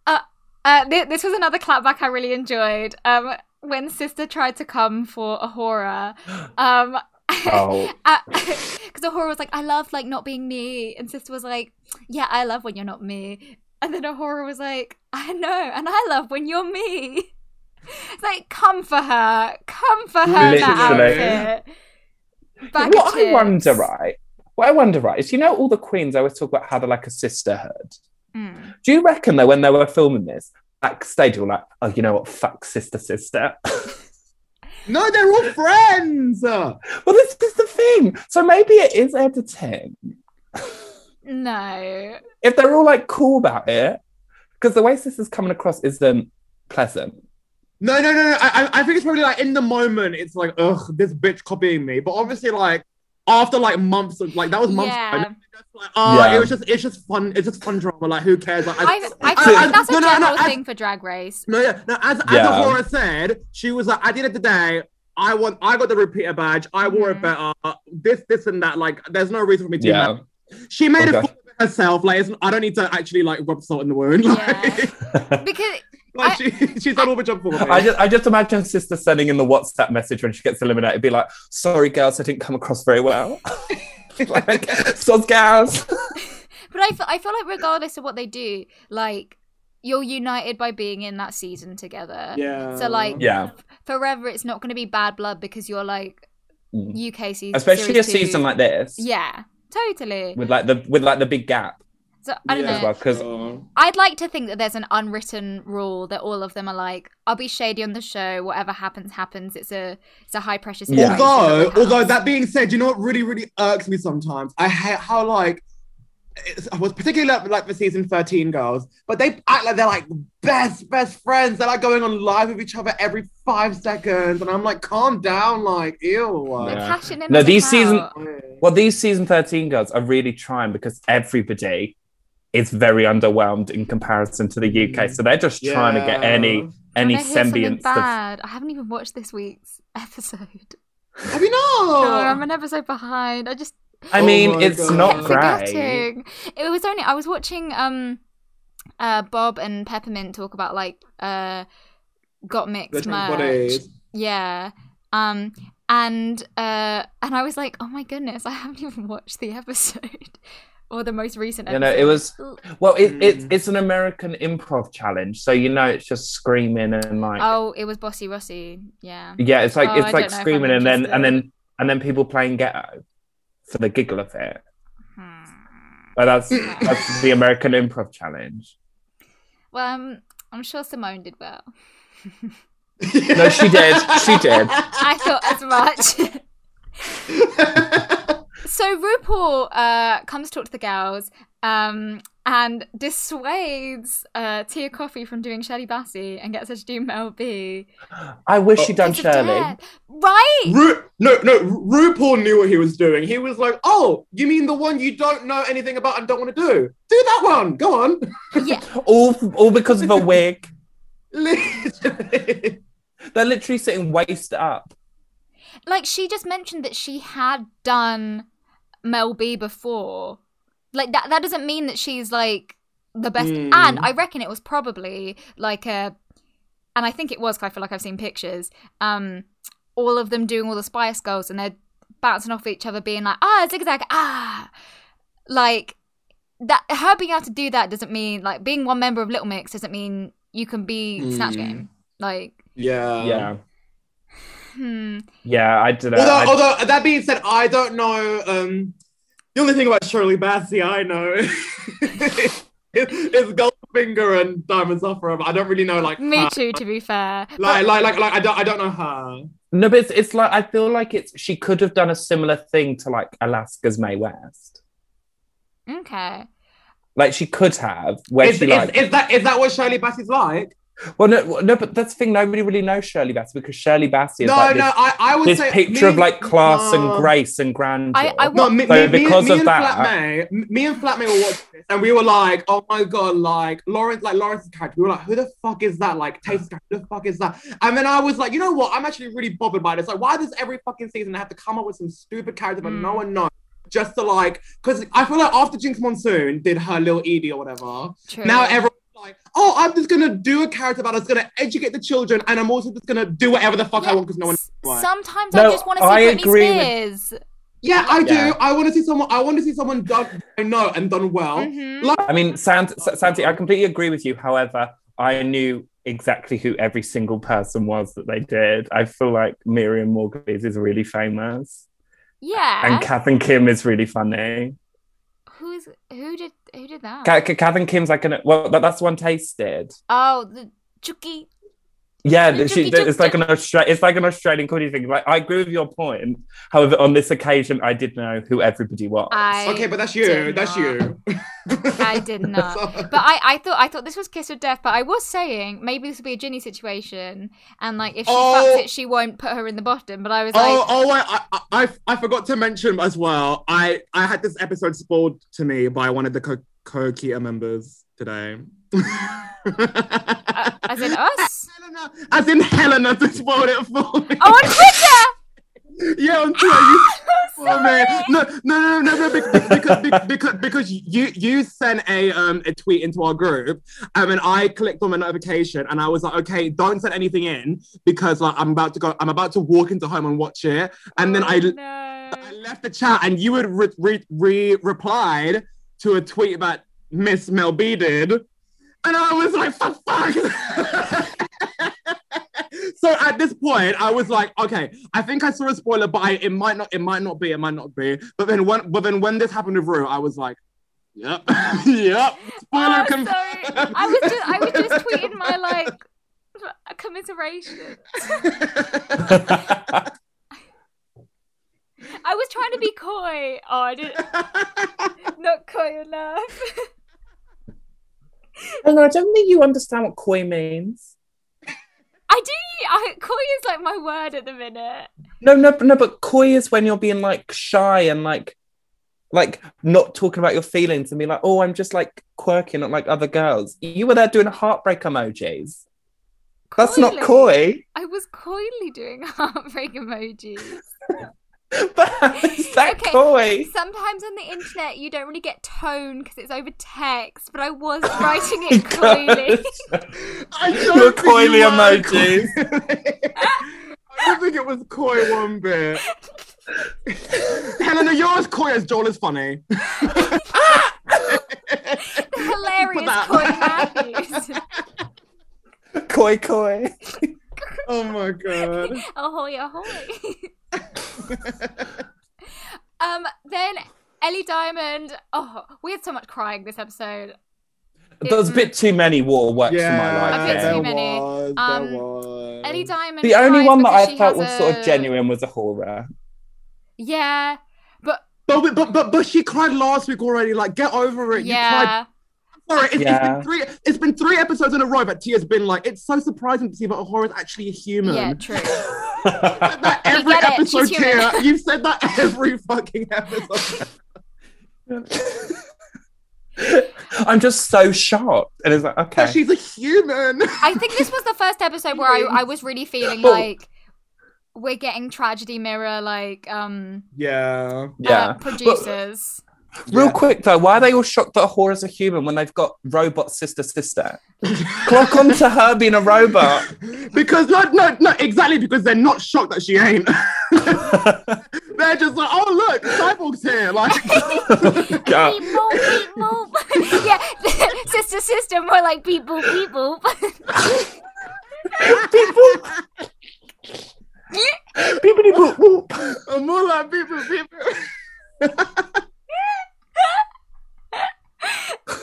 [SPEAKER 3] Uh, uh, thi- this was another clapback I really enjoyed. Um, when Sister tried to come for Ahura, um,
[SPEAKER 4] Oh,
[SPEAKER 3] because Ahura was like, "I love like not being me," and Sister was like, "Yeah, I love when you're not me." And then Ahura was like, "I know, and I love when you're me." It's like, come for her, come for her. That
[SPEAKER 4] Literally.
[SPEAKER 3] outfit. Bag of
[SPEAKER 4] what I
[SPEAKER 3] chips.
[SPEAKER 4] wonder, right? What I wonder, right, is you know all the queens I always talk about how they're like a sisterhood.
[SPEAKER 3] Mm.
[SPEAKER 4] Do you reckon though when they were filming this backstage, they were like, oh, you know what, fuck sister, sister.
[SPEAKER 5] No, they're all friends. Uh,
[SPEAKER 4] well, this is the thing. So maybe it is editing
[SPEAKER 3] No.
[SPEAKER 4] if they're all like cool about it, because the way sister's coming across isn't pleasant.
[SPEAKER 5] No, no, no, no. I, I I think it's probably like in the moment, it's like, ugh, this bitch copying me. But obviously, like after like months of like that was months. ago,
[SPEAKER 3] Yeah.
[SPEAKER 5] That's like, oh,
[SPEAKER 4] Yeah.
[SPEAKER 5] it was just, it's just fun. It's just fun drama. Like, who cares? Like,
[SPEAKER 3] I, I,
[SPEAKER 5] I-
[SPEAKER 3] feel
[SPEAKER 5] I-
[SPEAKER 3] like that's a
[SPEAKER 5] no, no, no,
[SPEAKER 3] general
[SPEAKER 5] I-
[SPEAKER 3] thing for Drag Race.
[SPEAKER 5] No, yeah. No, as as
[SPEAKER 4] Yeah.
[SPEAKER 5] Ahura said, she was like, at the end of the day, I want I got the repeater badge, I wore
[SPEAKER 3] Mhm.
[SPEAKER 5] it better, this, this, and that. Like, there's no reason for me to
[SPEAKER 4] Yeah.
[SPEAKER 5] do that. She made
[SPEAKER 4] Okay.
[SPEAKER 5] it for herself. Like, it's, I don't need to actually like rub salt in the wound.
[SPEAKER 3] Yeah.
[SPEAKER 5] Like,
[SPEAKER 3] Because
[SPEAKER 5] Like she, she's done all the job for me.
[SPEAKER 4] I just, I just imagine sister sending in the WhatsApp message when she gets eliminated, be like, "Sorry, girls, I didn't come across very well." like, soz girls.
[SPEAKER 3] But I fe- I feel like regardless of what they do, like you're united by being in that season together.
[SPEAKER 5] yeah.
[SPEAKER 3] So, like-
[SPEAKER 4] Yeah,
[SPEAKER 3] Forever, it's not going to be bad blood because you're like
[SPEAKER 4] Mm.
[SPEAKER 3] UK season,
[SPEAKER 4] especially a
[SPEAKER 3] series two.
[SPEAKER 4] season like this.
[SPEAKER 3] yeah, totally.
[SPEAKER 4] with like the with like the big gap
[SPEAKER 3] So I don't
[SPEAKER 5] Yeah.
[SPEAKER 4] as
[SPEAKER 3] know.
[SPEAKER 4] well because
[SPEAKER 5] Oh.
[SPEAKER 3] I'd like to think that there's an unwritten rule that all of them are like, I'll be shady on the show. Whatever happens, happens. It's a it's a high pressure
[SPEAKER 4] Yeah.
[SPEAKER 3] situation. that
[SPEAKER 5] Although,
[SPEAKER 3] we have.
[SPEAKER 5] although that being said, you know what really, really irks me sometimes. I hate how like it's, I was particularly like, like the season thirteen girls, but they act like they're like best best friends. They're like going on live with each other every five seconds, and I'm like, calm down, like ew.
[SPEAKER 3] They're
[SPEAKER 4] Yeah.
[SPEAKER 3] cashing in
[SPEAKER 4] No,
[SPEAKER 3] on the
[SPEAKER 4] these season-
[SPEAKER 3] clout.
[SPEAKER 4] well these season 13 girls are really trying because everybody is very underwhelmed in comparison to the UK so they're just trying to get any
[SPEAKER 3] Can
[SPEAKER 4] any
[SPEAKER 3] I hear something
[SPEAKER 4] semblance of
[SPEAKER 3] bad. I haven't even watched this week's episode.
[SPEAKER 5] Have you
[SPEAKER 3] No,
[SPEAKER 5] not?
[SPEAKER 4] Oh.
[SPEAKER 3] I'm an episode behind. I just
[SPEAKER 4] I
[SPEAKER 5] Oh
[SPEAKER 4] mean
[SPEAKER 5] my
[SPEAKER 4] it's
[SPEAKER 5] God.
[SPEAKER 3] kept
[SPEAKER 4] not great
[SPEAKER 3] forgetting. It was only I was watching um uh Bob and Peppermint talk about like uh got
[SPEAKER 5] They're
[SPEAKER 3] mixed
[SPEAKER 5] trying
[SPEAKER 3] merch.
[SPEAKER 5] to bodies.
[SPEAKER 3] Yeah. Um and uh and I was like, oh my goodness, I haven't even watched the episode or the most recent
[SPEAKER 4] you
[SPEAKER 3] episode.
[SPEAKER 4] know it was
[SPEAKER 3] L-
[SPEAKER 4] well it, it
[SPEAKER 5] Mm.
[SPEAKER 4] it's an American improv challenge so you know it's just screaming and like
[SPEAKER 3] Oh, it was Bossy Rossi, yeah.
[SPEAKER 4] yeah it's like
[SPEAKER 3] Oh, I
[SPEAKER 4] it's
[SPEAKER 3] don't
[SPEAKER 4] like
[SPEAKER 3] know if I'm
[SPEAKER 4] screaming and then and
[SPEAKER 3] interested.
[SPEAKER 4] then and then people playing ghetto for the giggle of it
[SPEAKER 3] Hmm.
[SPEAKER 4] but that's
[SPEAKER 3] Mm.
[SPEAKER 4] that's the American improv challenge
[SPEAKER 3] Well, um, I'm sure Simone did well.
[SPEAKER 4] no she did she did
[SPEAKER 3] I thought as much. so RuPaul uh, comes talk to the girls um, and dissuades uh, Tia Coffee from doing Shirley Bassey and gets her to do Mel B.
[SPEAKER 4] I wish she'd done
[SPEAKER 3] Because of
[SPEAKER 4] Shirley.
[SPEAKER 3] death. Right?
[SPEAKER 5] Ru- no, no, Ru- RuPaul knew what he was doing. He was like, oh, you mean the one you don't know anything about and don't want to do? Do that one. Go on.
[SPEAKER 3] Yeah.
[SPEAKER 4] All all because of a wig.
[SPEAKER 5] Literally.
[SPEAKER 4] They're literally sitting waist up.
[SPEAKER 3] Like she just mentioned that she had done Mel B before. Like that that doesn't mean that she's like the best
[SPEAKER 5] Hmm.
[SPEAKER 3] and I reckon it was probably like a and I think it was 'cause I feel like I've seen pictures. Um all of them doing all the Spice Girls and they're bouncing off each other being like, ah, zigzag, ah like that her being able to do that doesn't mean like being one member of Little Mix doesn't mean you can be Snatch
[SPEAKER 5] Hmm.
[SPEAKER 3] Game. Like
[SPEAKER 5] Yeah.
[SPEAKER 4] yeah.
[SPEAKER 3] hmm.
[SPEAKER 4] Yeah, I did
[SPEAKER 5] Although,
[SPEAKER 4] I,
[SPEAKER 5] although that being said, I don't know. Um, the only thing about Shirley Bassey I know is, is Goldfinger and Diamonds Are Forever. I don't really know like
[SPEAKER 3] Me
[SPEAKER 5] her.
[SPEAKER 3] too, to be fair.
[SPEAKER 5] Uh, Like, like, like, like, I don't, I don't know her.
[SPEAKER 4] no, but it's, it's like I feel like it's she could have done a similar thing to like Alaska's May West.
[SPEAKER 3] Okay.
[SPEAKER 4] Like she could have, where
[SPEAKER 5] Is,
[SPEAKER 4] she
[SPEAKER 5] is,
[SPEAKER 4] like.
[SPEAKER 5] is that, is that what Shirley Bassey's like?
[SPEAKER 4] well, no, no, but that's the thing. Nobody really knows Shirley Bassey because Shirley Bassey is
[SPEAKER 5] no,
[SPEAKER 4] like
[SPEAKER 5] no,
[SPEAKER 4] this,
[SPEAKER 5] I, I would
[SPEAKER 4] this
[SPEAKER 5] say
[SPEAKER 4] picture
[SPEAKER 5] me- um,
[SPEAKER 4] of like class
[SPEAKER 5] no.
[SPEAKER 4] and grace and grandeur.
[SPEAKER 3] I
[SPEAKER 5] No, me,
[SPEAKER 4] So
[SPEAKER 5] me, me-
[SPEAKER 4] because
[SPEAKER 5] me
[SPEAKER 4] of
[SPEAKER 5] and
[SPEAKER 4] that- uh,
[SPEAKER 5] Flatmate, m- me and Flatmate were watching this, and we were like, "Oh my god!" Like Lawrence, like Lawrence's character, we were like, "Who the fuck is that?" Like Tate's character, who the fuck is that? And then I was like, "You know what? I'm actually really bothered by this. Like, why does every fucking season I have to come up with some stupid character that
[SPEAKER 3] Mm.
[SPEAKER 5] no one knows?" Just to like, because I feel like after Jinx Monsoon did her little Edie or whatever,
[SPEAKER 3] True.
[SPEAKER 5] now everyone's like, oh, I'm just gonna do a character about it's gonna educate the children, and I'm also just gonna do whatever the fuck I
[SPEAKER 3] Yeah,
[SPEAKER 5] want because no one.
[SPEAKER 3] s-
[SPEAKER 5] why.
[SPEAKER 3] Sometimes I
[SPEAKER 4] No,
[SPEAKER 3] just want to see
[SPEAKER 4] I
[SPEAKER 3] Britney
[SPEAKER 4] agree with-
[SPEAKER 3] Spears.
[SPEAKER 5] Yeah, I do.
[SPEAKER 4] Yeah.
[SPEAKER 5] I want to see someone. I want to see someone done. I know and done well.
[SPEAKER 3] Mhm.
[SPEAKER 5] Like,
[SPEAKER 4] I mean, Sant- S- Santi, I completely agree with you. However, I knew exactly who every single person was that they did. I feel like Miriam Morgreaves is really famous,
[SPEAKER 3] Yeah.
[SPEAKER 4] and Kath and Kim is really funny.
[SPEAKER 3] Who's who did who did that?
[SPEAKER 4] Ka- Ka- Kath and Kim's like an well, but that's one tasted.
[SPEAKER 3] oh, the Chucky.
[SPEAKER 4] Yeah,
[SPEAKER 3] The
[SPEAKER 4] she,
[SPEAKER 3] Chucky
[SPEAKER 4] it's like an Austra- it's like an Australian comedy thing. Like I agree with your point. However, on this occasion, I did know who everybody was.
[SPEAKER 3] I
[SPEAKER 5] okay, but that's
[SPEAKER 3] did
[SPEAKER 5] you. That's
[SPEAKER 3] not.
[SPEAKER 5] you.
[SPEAKER 3] I did not.
[SPEAKER 5] So-
[SPEAKER 3] But I, I thought I thought this was kiss of death. But I was saying maybe this will be a Ginny situation, and like if she
[SPEAKER 5] Oh.
[SPEAKER 3] fucks it, she won't put her in the bottom. But I was
[SPEAKER 5] Oh,
[SPEAKER 3] like,
[SPEAKER 5] oh! I, I, I, I forgot to mention as well. I, I had this episode spoiled to me by one of the Co- Kokita members today.
[SPEAKER 3] uh, as in us.
[SPEAKER 5] Helena, as in Helena, to spoil it for me.
[SPEAKER 3] Oh, on Twitter.
[SPEAKER 5] yeah, on Twitter. You Oh, man. No, no, no, no, no, because, because, because, because you you sent a um a tweet into our group, um, and I clicked on the notification, and I was like, okay, don't send anything in because like I'm about to go, I'm about to walk into home and watch it, and then I, I
[SPEAKER 3] No.
[SPEAKER 5] left the chat, and you had re, re, re replied to a tweet about Miss Mel B did, and I was like, fuck, fuck. So at this point, I was like, okay, I think I saw a spoiler, but I, it might not, it might not be, it might not be. But then when, but then when this happened with Rue, I was like, yep, yep, spoiler
[SPEAKER 3] Oh,
[SPEAKER 5] confirmed.
[SPEAKER 3] sorry. I was just I was just tweeting my like commiseration. I was trying to be coy. Oh, I didn't not coy enough.
[SPEAKER 4] no, I don't think you understand what koi means.
[SPEAKER 3] I do. I, coy is like my word at the minute.
[SPEAKER 4] No, no, no, but coy is when you're being like shy and like like not talking about your feelings and being like, oh, I'm just like quirky, not like other girls. You were there doing heartbreak emojis. That's not
[SPEAKER 3] Coyly.
[SPEAKER 4] coy.
[SPEAKER 3] I was coyly doing heartbreak emojis.
[SPEAKER 4] But how is that
[SPEAKER 3] Okay.
[SPEAKER 4] coy?
[SPEAKER 3] Sometimes on the internet, you don't really get tone because it's over text. But I was writing it coyly.
[SPEAKER 5] I don't
[SPEAKER 4] Your
[SPEAKER 5] think
[SPEAKER 4] coily
[SPEAKER 5] you were
[SPEAKER 4] emojis.
[SPEAKER 5] coy. I don't think it was coy one bit. Helena, you're as coy as Joel is funny.
[SPEAKER 3] The hilarious
[SPEAKER 5] that.
[SPEAKER 3] coy Matthews.
[SPEAKER 4] Coy, coy.
[SPEAKER 5] Oh my god.
[SPEAKER 3] ahoy, ahoy. um, then Ellie Diamond. Oh, we had so much crying this episode.
[SPEAKER 4] There's a bit too many war works in my life.
[SPEAKER 3] A bit
[SPEAKER 4] there.
[SPEAKER 3] too many.
[SPEAKER 5] Was, there
[SPEAKER 3] Um,
[SPEAKER 5] was.
[SPEAKER 3] Ellie Diamond.
[SPEAKER 4] The only
[SPEAKER 3] cries
[SPEAKER 4] one that
[SPEAKER 3] because
[SPEAKER 4] I
[SPEAKER 3] she
[SPEAKER 4] felt
[SPEAKER 3] has
[SPEAKER 4] was sort
[SPEAKER 3] a-
[SPEAKER 4] of genuine was a horror.
[SPEAKER 3] Yeah,
[SPEAKER 5] But, we- but but but she cried last week already. Like, get over it. You
[SPEAKER 3] yeah.
[SPEAKER 5] cried for it. It's,
[SPEAKER 4] Yeah.
[SPEAKER 5] it's been three. It's been three episodes in a row that Tia's been like, it's so surprising to see that Ahura is actually a human.
[SPEAKER 3] Yeah, true.
[SPEAKER 5] Said that every
[SPEAKER 3] get it, she's
[SPEAKER 5] episode,
[SPEAKER 3] human.
[SPEAKER 5] Tia. You've said that every fucking episode.
[SPEAKER 4] I'm just so shocked. And it's like, okay.
[SPEAKER 5] That she's a human.
[SPEAKER 3] I think this was the first episode where I, I was really feeling
[SPEAKER 4] Oh.
[SPEAKER 3] like we're getting tragedy mirror like um
[SPEAKER 5] Yeah.
[SPEAKER 4] yeah.
[SPEAKER 3] uh, producers.
[SPEAKER 4] Real
[SPEAKER 5] Yeah.
[SPEAKER 4] quick though, why are they all shocked that Hora's a human when they've got robot sister sister? Clock on to her being a robot.
[SPEAKER 5] Because no, no, no, exactly. Because they're not shocked that she ain't. they're just like, oh look, Cyborg's here. Like,
[SPEAKER 4] God.
[SPEAKER 3] Beep boop, beep boop. yeah, sister, sister, more like beep boop, beep boop.
[SPEAKER 4] Beepity boop boop.
[SPEAKER 5] more like people, people.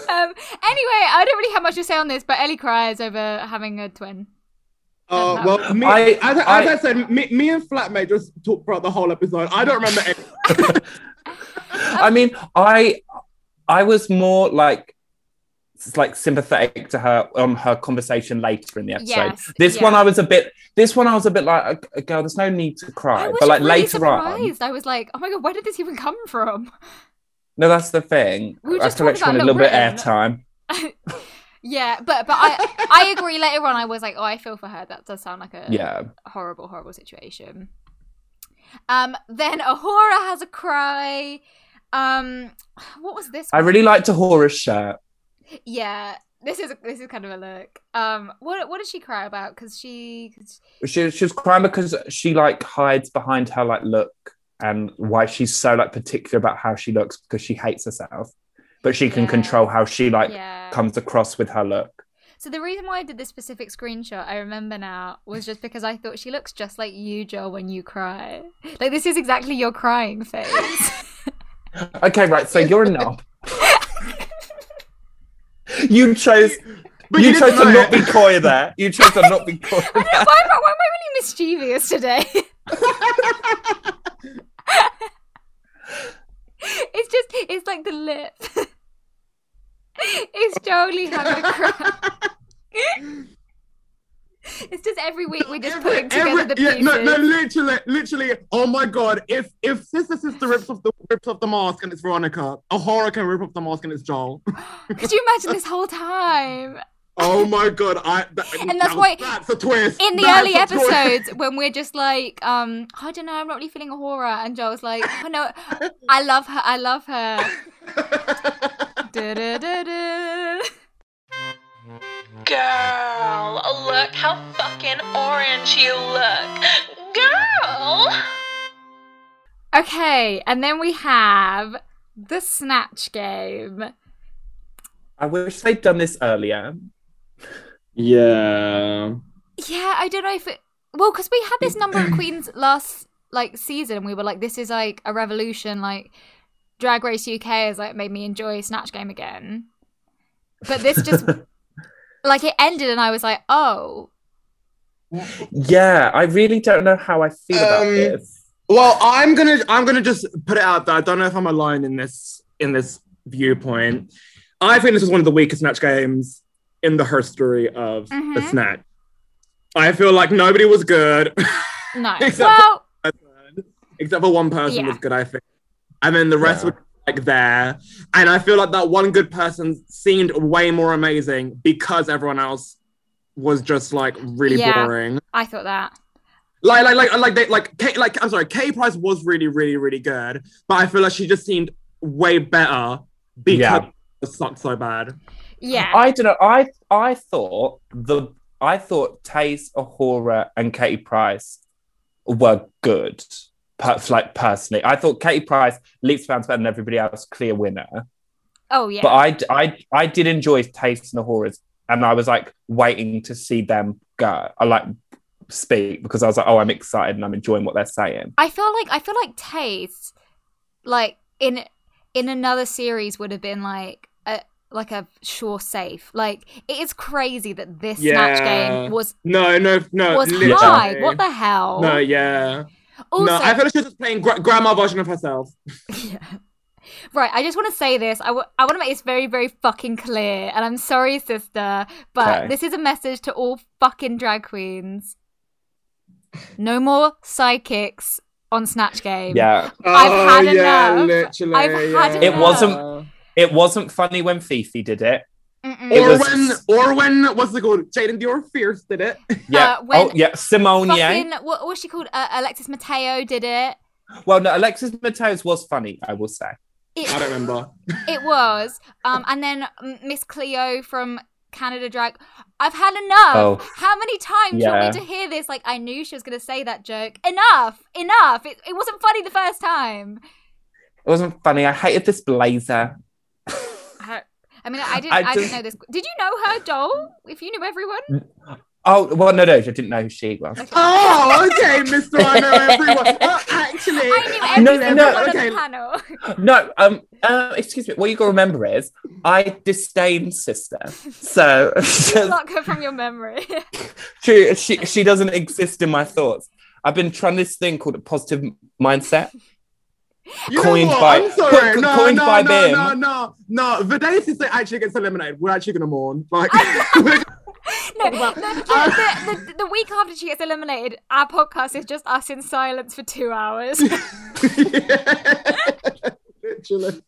[SPEAKER 3] Um, anyway, I don't really have much to say on this, but Ellie cries over having a twin.
[SPEAKER 5] Oh well, me,
[SPEAKER 4] I-
[SPEAKER 5] as, as
[SPEAKER 4] I-
[SPEAKER 5] I said, me, me and flatmate just talked throughout the whole episode. I don't remember. Any-
[SPEAKER 4] I mean, I I was more like s- like sympathetic to her on her conversation later in the episode.
[SPEAKER 3] Yes,
[SPEAKER 4] this
[SPEAKER 3] yeah.
[SPEAKER 4] one I was a bit this one I was a bit like "Uh, girl, there's no need to
[SPEAKER 3] I
[SPEAKER 4] cry.
[SPEAKER 3] was
[SPEAKER 4] But like
[SPEAKER 3] really
[SPEAKER 4] later on.
[SPEAKER 3] surprised. I was like, oh my god, where did this even come from?
[SPEAKER 4] No, that's the thing.
[SPEAKER 3] We were
[SPEAKER 4] I
[SPEAKER 3] just
[SPEAKER 4] feel like she
[SPEAKER 3] talking
[SPEAKER 4] wanted a
[SPEAKER 3] about
[SPEAKER 4] little bit
[SPEAKER 3] Little
[SPEAKER 4] airtime.
[SPEAKER 3] Yeah, but but I I agree. Later on, I was like, oh, I feel for her. That does sound like a
[SPEAKER 4] Yeah.
[SPEAKER 3] horrible, horrible situation. Um, then Ahura has a cry. Um, what was this?
[SPEAKER 4] I
[SPEAKER 3] one?
[SPEAKER 4] really liked Ahora's shirt.
[SPEAKER 3] yeah. This is this is kind of a look. Um, what what did she cry about? Because she, 'cause-
[SPEAKER 4] she she was crying because she like hides behind her like look and why she's so like particular about how she looks because she hates herself but she can
[SPEAKER 3] Yeah.
[SPEAKER 4] control how she like
[SPEAKER 3] yeah.
[SPEAKER 4] comes across with her look
[SPEAKER 3] So the reason why I did this specific screenshot, I remember now, was just because I thought she looks just like you, Joel, when you cry. Like this is exactly your crying face.
[SPEAKER 4] okay right so you're a knob you chose
[SPEAKER 5] but
[SPEAKER 4] you,
[SPEAKER 5] didn't
[SPEAKER 4] chose to
[SPEAKER 5] know
[SPEAKER 4] not
[SPEAKER 5] it.
[SPEAKER 4] be coy there you chose to not be coy
[SPEAKER 3] I don't know why, am I- why am I really mischievous today? it's just it's like the lip. it's totally having a cry. it's just every week we're just putting together the
[SPEAKER 5] yeah,
[SPEAKER 3] pieces.
[SPEAKER 5] no, no, literally, literally. Oh my god! If if sister sister rips off the rips off the mask and it's Veronica, a horror can rip off the mask and it's Joel.
[SPEAKER 3] Could you imagine this whole time?
[SPEAKER 5] Oh my god! I that,
[SPEAKER 3] And that's
[SPEAKER 5] now
[SPEAKER 3] why-
[SPEAKER 5] that's a twist.
[SPEAKER 3] in the
[SPEAKER 5] That's
[SPEAKER 3] early
[SPEAKER 5] a twist.
[SPEAKER 3] episodes when we're just like um i don't know i'm not really feeling a horror and joel's like oh no i love her i love her Du-du-du-du.
[SPEAKER 2] Girl, look how fucking orange you look. Girl!
[SPEAKER 3] okay and then we have the snatch game
[SPEAKER 4] I wish they'd done this earlier.
[SPEAKER 5] yeah.
[SPEAKER 3] yeah i don't know if it well because we had this number of queens last like season and we were like this is like a revolution like drag race uk has like made me enjoy snatch game again but this just like it ended and i was like oh
[SPEAKER 4] Yeah, I really don't know how I feel about
[SPEAKER 5] Um,
[SPEAKER 4] this.
[SPEAKER 5] Well, I'm gonna I'm gonna just put it out there. I don't know if I'm alone in this in this viewpoint. I think this is one of the weakest snatch games in the history of the
[SPEAKER 3] Mhm.
[SPEAKER 5] snatch. I feel like nobody was good
[SPEAKER 3] no
[SPEAKER 5] Exactly.
[SPEAKER 3] well
[SPEAKER 5] except for one person
[SPEAKER 3] Yeah.
[SPEAKER 5] was good. I think, and then the rest
[SPEAKER 4] Yeah.
[SPEAKER 5] were like there. And I feel like that one good person seemed way more amazing because everyone else was just like really
[SPEAKER 3] Yeah.
[SPEAKER 5] boring.
[SPEAKER 3] i thought that
[SPEAKER 5] Like, like, like, like, they, like, Kay, like, I'm sorry, Kay Price was really, really, really good, but I feel like she just seemed way better because
[SPEAKER 4] Yeah.
[SPEAKER 5] it sucked so bad.
[SPEAKER 3] yeah
[SPEAKER 4] I don't know. I I thought the I thought Taze Ahura and Katie Price were good. Per, like personally, I thought Katie Price leaps bounds better than everybody else, clear winner.
[SPEAKER 3] oh yeah
[SPEAKER 4] But I, d- I, I did enjoy Taste and Ahura's, and I was like waiting to see them go. I like speak because I was like, oh, I'm excited and I'm enjoying what they're saying.
[SPEAKER 3] I feel like I feel like Taze, like in in another series, would have been like a like a sure safe. Like it is crazy that this snatch
[SPEAKER 5] Yeah.
[SPEAKER 3] game was
[SPEAKER 5] No, no, no.
[SPEAKER 3] was
[SPEAKER 5] literally.
[SPEAKER 3] high. What the hell?
[SPEAKER 5] No, yeah.
[SPEAKER 3] also,
[SPEAKER 5] no, I feel like she was just playing gra- grandma version of herself.
[SPEAKER 3] Yeah. Right, I just want to say this. I want to make this very, very fucking clear. And I'm sorry, sister, but
[SPEAKER 4] Okay.
[SPEAKER 3] this is a message to all fucking drag queens. No more psychics on Snatch Game.
[SPEAKER 4] Yeah,
[SPEAKER 3] I've had enough.
[SPEAKER 5] Oh, Literally,
[SPEAKER 3] I've had
[SPEAKER 4] It wasn't- it wasn't funny when Fifi did it.
[SPEAKER 3] Mm-mm.
[SPEAKER 4] It
[SPEAKER 5] Or
[SPEAKER 4] was-
[SPEAKER 5] when, or when, what's the good? Jaden Dior Fierce did it.
[SPEAKER 4] Yeah.
[SPEAKER 3] Uh, when
[SPEAKER 4] oh, yeah. Simone.
[SPEAKER 3] fucking,
[SPEAKER 4] yeah.
[SPEAKER 3] what what was she called? Uh, Alexis Mateo did it.
[SPEAKER 4] Well, no, Alexis Mateos was funny. I will say.
[SPEAKER 5] I
[SPEAKER 3] It,
[SPEAKER 5] don't remember.
[SPEAKER 3] it was. Um, and then um, Miss Cleo from Canada Drag. I've had enough.
[SPEAKER 4] Oh.
[SPEAKER 3] How many times do you
[SPEAKER 4] Yeah.
[SPEAKER 3] want me to hear this? Like, I knew she was going to say that joke. Enough. Enough. It, it wasn't funny the first time.
[SPEAKER 4] It wasn't funny. I hated this blazer.
[SPEAKER 3] I I mean, I didn't. I,
[SPEAKER 4] I
[SPEAKER 3] didn't
[SPEAKER 4] just-
[SPEAKER 3] know this. Did you know her, Joel? If you knew everyone,
[SPEAKER 4] Oh well, no, no, I didn't know who she was.
[SPEAKER 5] Oh, okay, Mr. I know everyone. Oh, actually,
[SPEAKER 3] I
[SPEAKER 4] No,
[SPEAKER 3] knew
[SPEAKER 4] no,
[SPEAKER 3] everyone
[SPEAKER 4] no,
[SPEAKER 3] on
[SPEAKER 5] okay.
[SPEAKER 3] the panel.
[SPEAKER 4] No, um, uh, excuse me. What you got to remember is I disdain sister, so
[SPEAKER 3] Block her from your memory.
[SPEAKER 4] she, she she doesn't exist in my thoughts. I've been trying this thing called a positive mindset.
[SPEAKER 5] You
[SPEAKER 4] Coined
[SPEAKER 5] know what?
[SPEAKER 4] by-
[SPEAKER 5] I'm sorry.
[SPEAKER 4] co-
[SPEAKER 5] no,
[SPEAKER 4] coined
[SPEAKER 5] no,
[SPEAKER 4] by
[SPEAKER 5] no,
[SPEAKER 4] them.
[SPEAKER 5] no, no, no. The day since they actually gets eliminated, we're actually gonna mourn. Like, we're-
[SPEAKER 3] No, the,
[SPEAKER 4] uh,
[SPEAKER 3] the, the, the week after she gets eliminated, our podcast is just us in silence for two hours.
[SPEAKER 5] literally.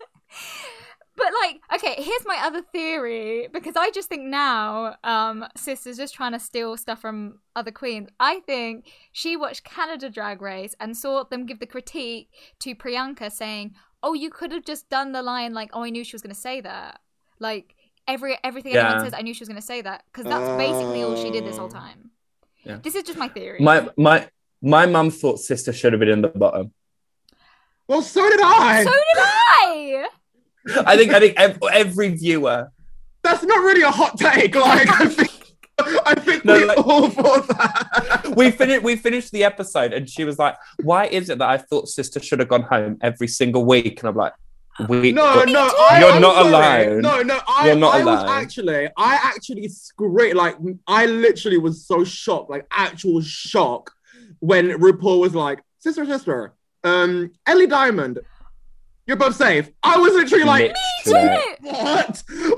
[SPEAKER 3] but like, okay, here's my other theory because I just think now, um, sister's just trying to steal stuff from other queens. I think she watched Canada Drag Race and saw them give the critique to Priyanka saying, "Oh, you could have just done the line like, oh, I knew she was going to say that." Like every everything
[SPEAKER 4] Yeah.
[SPEAKER 3] anyone says, I knew she was going to say that because that's basically all she did this whole
[SPEAKER 5] Oh.
[SPEAKER 3] time.
[SPEAKER 4] Yeah.
[SPEAKER 3] This is just my theory.
[SPEAKER 4] My my my mum thought sister should have been in the bottom.
[SPEAKER 5] Well, so did I.
[SPEAKER 3] so did I.
[SPEAKER 4] I think I think ev- every viewer.
[SPEAKER 5] That's not really a hot take. Like, I think, I think
[SPEAKER 4] No,
[SPEAKER 5] we
[SPEAKER 4] like-
[SPEAKER 5] all thought that.
[SPEAKER 4] We finished we finished the episode, and she was like, "Why is it that I thought sister should have gone home every single week?" And I'm like, "We
[SPEAKER 5] No, no, I,
[SPEAKER 4] You're
[SPEAKER 5] I'm
[SPEAKER 4] not
[SPEAKER 5] sorry.
[SPEAKER 4] alone.
[SPEAKER 5] No, no, I,
[SPEAKER 4] You're not
[SPEAKER 5] I was
[SPEAKER 4] alone.
[SPEAKER 5] actually, I actually screamed. Like, I literally was so shocked, like actual shock, when RuPaul was like, "Sister, sister, um, Ellie Diamond, you're both safe." I was literally like,
[SPEAKER 4] literally,
[SPEAKER 3] Didn't it?
[SPEAKER 5] "What?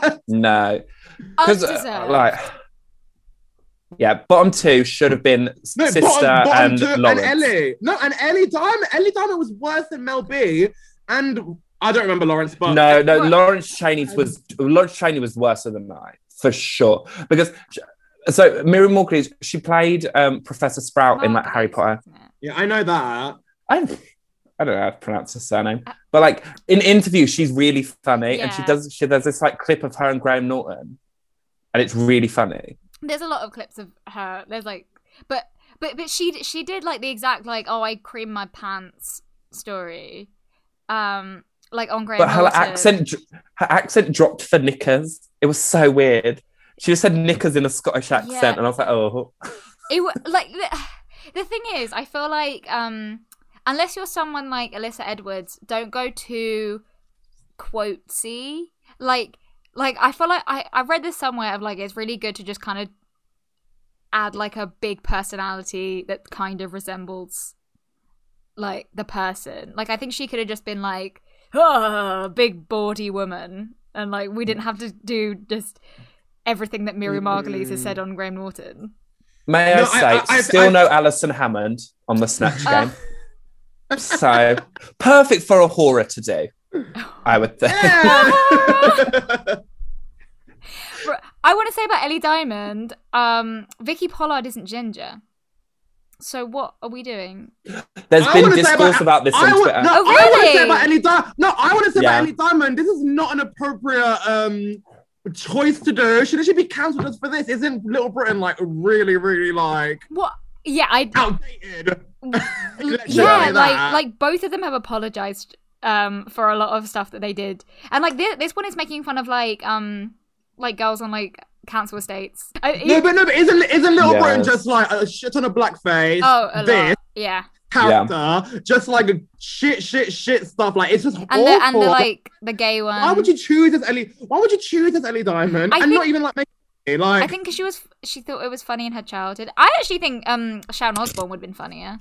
[SPEAKER 5] What?"
[SPEAKER 4] no." Because
[SPEAKER 3] Undeserved.
[SPEAKER 4] uh, like, yeah, bottom two should have been
[SPEAKER 5] No,
[SPEAKER 4] sister
[SPEAKER 5] bottom, bottom
[SPEAKER 4] and
[SPEAKER 5] two,
[SPEAKER 4] Lawrence.
[SPEAKER 5] and Ellie. No, and Ellie Diamond. Ellie Diamond was worse than Mel B. And I don't remember Lawrence, but
[SPEAKER 4] no, no,
[SPEAKER 3] What? Um,
[SPEAKER 4] Lawrence Cheney's was Lawrence Cheney was worse than I. for sure. Because sh- so Miriam Walkley, is- she played um, Professor Sprout in like Harry Potter.
[SPEAKER 3] Isn't it?
[SPEAKER 5] Yeah, I know that.
[SPEAKER 4] I, I don't know how to pronounce her surname, but like in interviews, she's really funny, and she
[SPEAKER 3] Uh, Yeah.
[SPEAKER 4] does. She there's this like clip of her and Graham Norton, and it's really funny.
[SPEAKER 3] There's a lot of clips of her. There's like, but but but she she did like the exact like oh I cream my pants story, um like on Graham.
[SPEAKER 4] but her
[SPEAKER 3] Norton.
[SPEAKER 4] accent, dr- her accent dropped for knickers. It was so weird. She just said knickers in a Scottish accent,
[SPEAKER 3] Yeah.
[SPEAKER 4] and I was like, oh,
[SPEAKER 3] it wa- like the, the thing is i feel like um unless you're someone like alyssa edwards don't go too quotesy like like i feel like i i read this somewhere of like it's really good to just kind of add like a big personality that kind of resembles like the person like i think she could have just been like oh, big bawdy woman and like we didn't have to do just everything that miriam margolyes has said on graham norton
[SPEAKER 4] may
[SPEAKER 5] No,
[SPEAKER 4] I
[SPEAKER 5] I-
[SPEAKER 4] say,
[SPEAKER 5] I- I-
[SPEAKER 4] still
[SPEAKER 5] I-
[SPEAKER 4] no Alison Hammond on the snatch
[SPEAKER 3] Uh.
[SPEAKER 4] game. so perfect for a horror to do, I would think.
[SPEAKER 5] Yeah.
[SPEAKER 3] Br- I want to say about Ellie Diamond. Um, Vicky Pollard isn't ginger. So what are we doing?
[SPEAKER 4] There's
[SPEAKER 5] I
[SPEAKER 4] been
[SPEAKER 5] wanna say
[SPEAKER 4] discourse about, this on
[SPEAKER 5] I want,
[SPEAKER 4] Twitter.
[SPEAKER 5] no,
[SPEAKER 3] Oh,
[SPEAKER 5] I want to
[SPEAKER 3] really?
[SPEAKER 5] say about any diamond. No, I want to say
[SPEAKER 4] Yeah.
[SPEAKER 5] about any diamond. This is not an appropriate um choice to do. Shouldn't she be cancelled just for this? Isn't Little Britain like really, really like
[SPEAKER 3] What? Yeah, I.
[SPEAKER 5] outdated? Let's just
[SPEAKER 3] Mm, yeah,
[SPEAKER 5] say that.
[SPEAKER 3] like like both of them have apologized um for a lot of stuff that they did, and like this, this one is making fun of like um like girls on like council estates. I,
[SPEAKER 5] No, but no, but isn't isn't Little
[SPEAKER 4] Yeah.
[SPEAKER 5] Britain just like a shit ton of blackface?
[SPEAKER 3] oh, a
[SPEAKER 5] this-
[SPEAKER 3] lot. Yeah,
[SPEAKER 5] character, just like shit, shit, shit stuff. Like it's just
[SPEAKER 3] and
[SPEAKER 5] awful.
[SPEAKER 3] the and the like the gay one.
[SPEAKER 5] why would you choose as Ellie? Why would you choose as Ellie Diamond
[SPEAKER 3] I
[SPEAKER 5] and
[SPEAKER 3] think-
[SPEAKER 5] not even like make like?
[SPEAKER 3] I think 'cause she was she thought it was funny in her childhood. I actually think um Sharon Osbourne would have been funnier.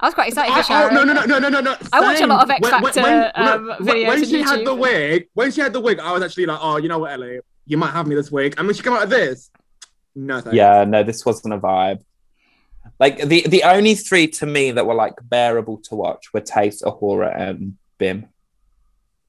[SPEAKER 3] I was quite excited
[SPEAKER 5] I-
[SPEAKER 3] for Sharon.
[SPEAKER 5] oh, no, no, no, no, no, no, no.
[SPEAKER 3] I watch a
[SPEAKER 5] Same.
[SPEAKER 3] lot of X
[SPEAKER 5] When- when-
[SPEAKER 3] Factor,
[SPEAKER 5] when-
[SPEAKER 3] um,
[SPEAKER 5] when-
[SPEAKER 3] videos
[SPEAKER 5] When
[SPEAKER 3] on
[SPEAKER 5] she had the
[SPEAKER 3] YouTube.
[SPEAKER 5] wig, when she had the wig, I was actually like, oh, you know what, Ellie, you might have me this week. And when she came out of this, no thanks.
[SPEAKER 4] yeah, no, this wasn't a vibe. Like the the only three to me that were like bearable to watch were Taste, Ahura, and Bim.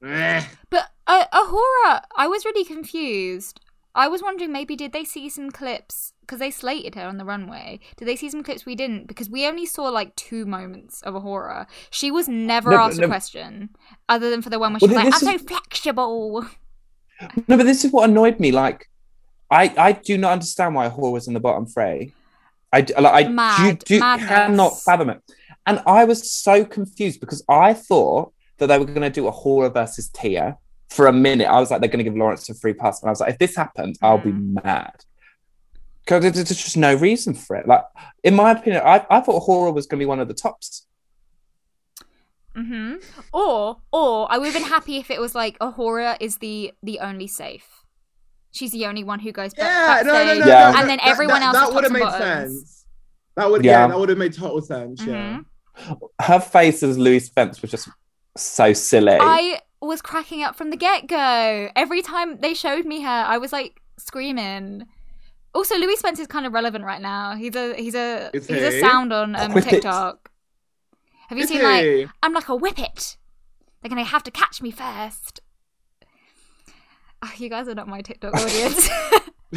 [SPEAKER 5] Eh.
[SPEAKER 3] But uh, a horror, I was really confused. I was wondering maybe did they see some clips because they slated her on the runway? Did they see some clips we didn't? Because we only saw like two moments of a horror. She was never
[SPEAKER 4] No, but-
[SPEAKER 3] asked
[SPEAKER 4] no-
[SPEAKER 3] a question other than for the one where she
[SPEAKER 4] Well,
[SPEAKER 3] was like,
[SPEAKER 4] this
[SPEAKER 3] "I'm
[SPEAKER 4] is-
[SPEAKER 3] so flexible."
[SPEAKER 4] No, but this is what annoyed me. Like, I I do not understand why Ahura was in the bottom three. I d- like I do-
[SPEAKER 3] Mad,
[SPEAKER 4] do,
[SPEAKER 3] madness.
[SPEAKER 4] cannot fathom it, and I was so confused because I thought that they were going to do Ahura versus Tia for a minute. I was like, they're going to give Lawrence a free pass, and I was like, if this happens, I'll be
[SPEAKER 3] Mm.
[SPEAKER 4] mad. Because there's there's just no reason for it. Like, in my opinion, I, I thought Ahura was going to be one of the tops.
[SPEAKER 3] hmm Or, or I would have been happy if it was like a horror is the the only safe. She's the only one who goes back,
[SPEAKER 5] Yeah, no, no, no,
[SPEAKER 3] backstage,
[SPEAKER 5] no,
[SPEAKER 4] Yeah.
[SPEAKER 5] no,
[SPEAKER 3] and then
[SPEAKER 5] that-
[SPEAKER 3] everyone
[SPEAKER 5] that,
[SPEAKER 3] else
[SPEAKER 5] That
[SPEAKER 3] is
[SPEAKER 5] would have
[SPEAKER 3] tops
[SPEAKER 5] made
[SPEAKER 3] and bottoms.
[SPEAKER 5] sense. That would, yeah,
[SPEAKER 4] Yeah.
[SPEAKER 5] that would have made total sense. Yeah.
[SPEAKER 3] Mhm.
[SPEAKER 4] Her face as Louis Spence was just so silly.
[SPEAKER 3] I was cracking up from the get go. Every time they showed me her, I was like screaming. Also, Louis Spence is kind of relevant right now. He's a he's a
[SPEAKER 5] Is
[SPEAKER 3] he's a
[SPEAKER 5] he?
[SPEAKER 3] sound on um,
[SPEAKER 4] Whip it.
[SPEAKER 3] TikTok. Have you
[SPEAKER 5] Is
[SPEAKER 3] seen like
[SPEAKER 5] he?
[SPEAKER 3] I'm like a whippet. They're gonna have to catch me first. Oh, you guys are not my TikTok audience,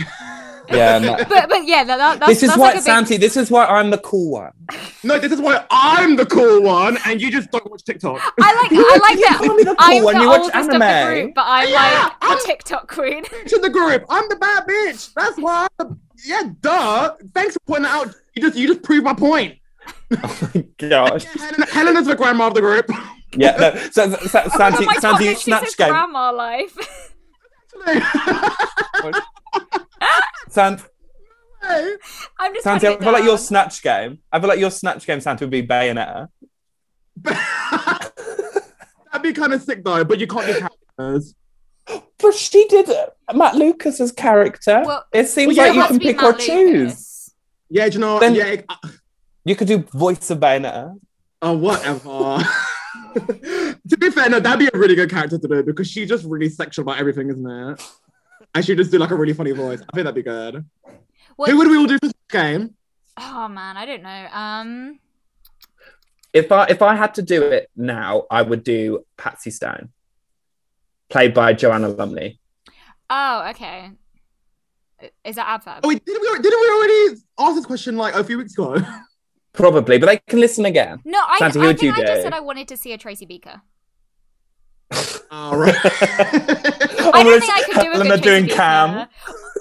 [SPEAKER 4] yeah, no.
[SPEAKER 3] but but yeah, that, that, that's
[SPEAKER 4] this is
[SPEAKER 3] that's
[SPEAKER 4] why
[SPEAKER 3] like a
[SPEAKER 4] it's
[SPEAKER 3] big...
[SPEAKER 4] anti. This is why I'm the cool one.
[SPEAKER 5] No, this is why I'm the cool one, and you just don't watch TikTok.
[SPEAKER 3] I like I like
[SPEAKER 4] You call me the
[SPEAKER 3] that.
[SPEAKER 4] cool
[SPEAKER 3] I'm
[SPEAKER 4] one,
[SPEAKER 3] the
[SPEAKER 4] you watch
[SPEAKER 3] oldest of the
[SPEAKER 4] anime.
[SPEAKER 3] group, but I'm
[SPEAKER 5] Yeah,
[SPEAKER 3] like
[SPEAKER 5] I'm-
[SPEAKER 3] the TikTok queen.
[SPEAKER 5] to the group. I'm the bad bitch. That's why. I'm- Yeah, duh. Thanks for pointing that out. You just you just proved my point.
[SPEAKER 4] Oh my gosh.
[SPEAKER 5] Helen, Helen is the grandma of the group.
[SPEAKER 4] Yeah, no, so, so, so, Santi,
[SPEAKER 3] Oh my top
[SPEAKER 4] Santi,
[SPEAKER 3] list is
[SPEAKER 4] snatch
[SPEAKER 3] his
[SPEAKER 4] game.
[SPEAKER 3] grandma life.
[SPEAKER 4] San-
[SPEAKER 3] I'm just
[SPEAKER 4] Santi, I
[SPEAKER 3] writing it
[SPEAKER 4] feel like
[SPEAKER 3] down.
[SPEAKER 4] your snatch game. I feel like your snatch game, Santi, would be Bayonetta.
[SPEAKER 5] That'd be kind of sick though, but you can't do characters.
[SPEAKER 4] But she did uh, Matt Lucas's character.
[SPEAKER 3] Well-
[SPEAKER 4] it seems
[SPEAKER 5] Well, yeah,
[SPEAKER 4] like
[SPEAKER 5] it
[SPEAKER 4] you can
[SPEAKER 3] Must be
[SPEAKER 4] pick or
[SPEAKER 3] Matt
[SPEAKER 4] choose.
[SPEAKER 3] Lucas.
[SPEAKER 5] Yeah, do you know?
[SPEAKER 4] Then-
[SPEAKER 5] yeah, it-
[SPEAKER 4] You could do voice of Bayonetta.
[SPEAKER 5] oh whatever. to be fair, no, that'd be a really good character to do because she's just really sexual about everything, isn't it? And she just do like a really funny voice. I think that'd be good.
[SPEAKER 3] What-
[SPEAKER 5] Who would we all do for this game?
[SPEAKER 3] Oh man, I don't know. Um,
[SPEAKER 4] If I if I had to do it now, I would do Patsy Stone, played by Joanna Lumley.
[SPEAKER 3] oh okay. Is that ad fab?
[SPEAKER 5] Oh, wait, didn't we, al- didn't we already ask this question like a few weeks ago?
[SPEAKER 4] Probably, but they can listen again.
[SPEAKER 3] no, I,
[SPEAKER 4] Santa,
[SPEAKER 3] I
[SPEAKER 4] who would
[SPEAKER 3] think
[SPEAKER 4] you
[SPEAKER 3] I just
[SPEAKER 4] do?
[SPEAKER 3] said I wanted to see a Tracy Beaker.
[SPEAKER 5] All right.
[SPEAKER 4] Oh,
[SPEAKER 3] I don't think I could do a
[SPEAKER 4] Helena
[SPEAKER 3] good
[SPEAKER 4] doing
[SPEAKER 3] Tracy
[SPEAKER 4] cam.
[SPEAKER 3] Beaker.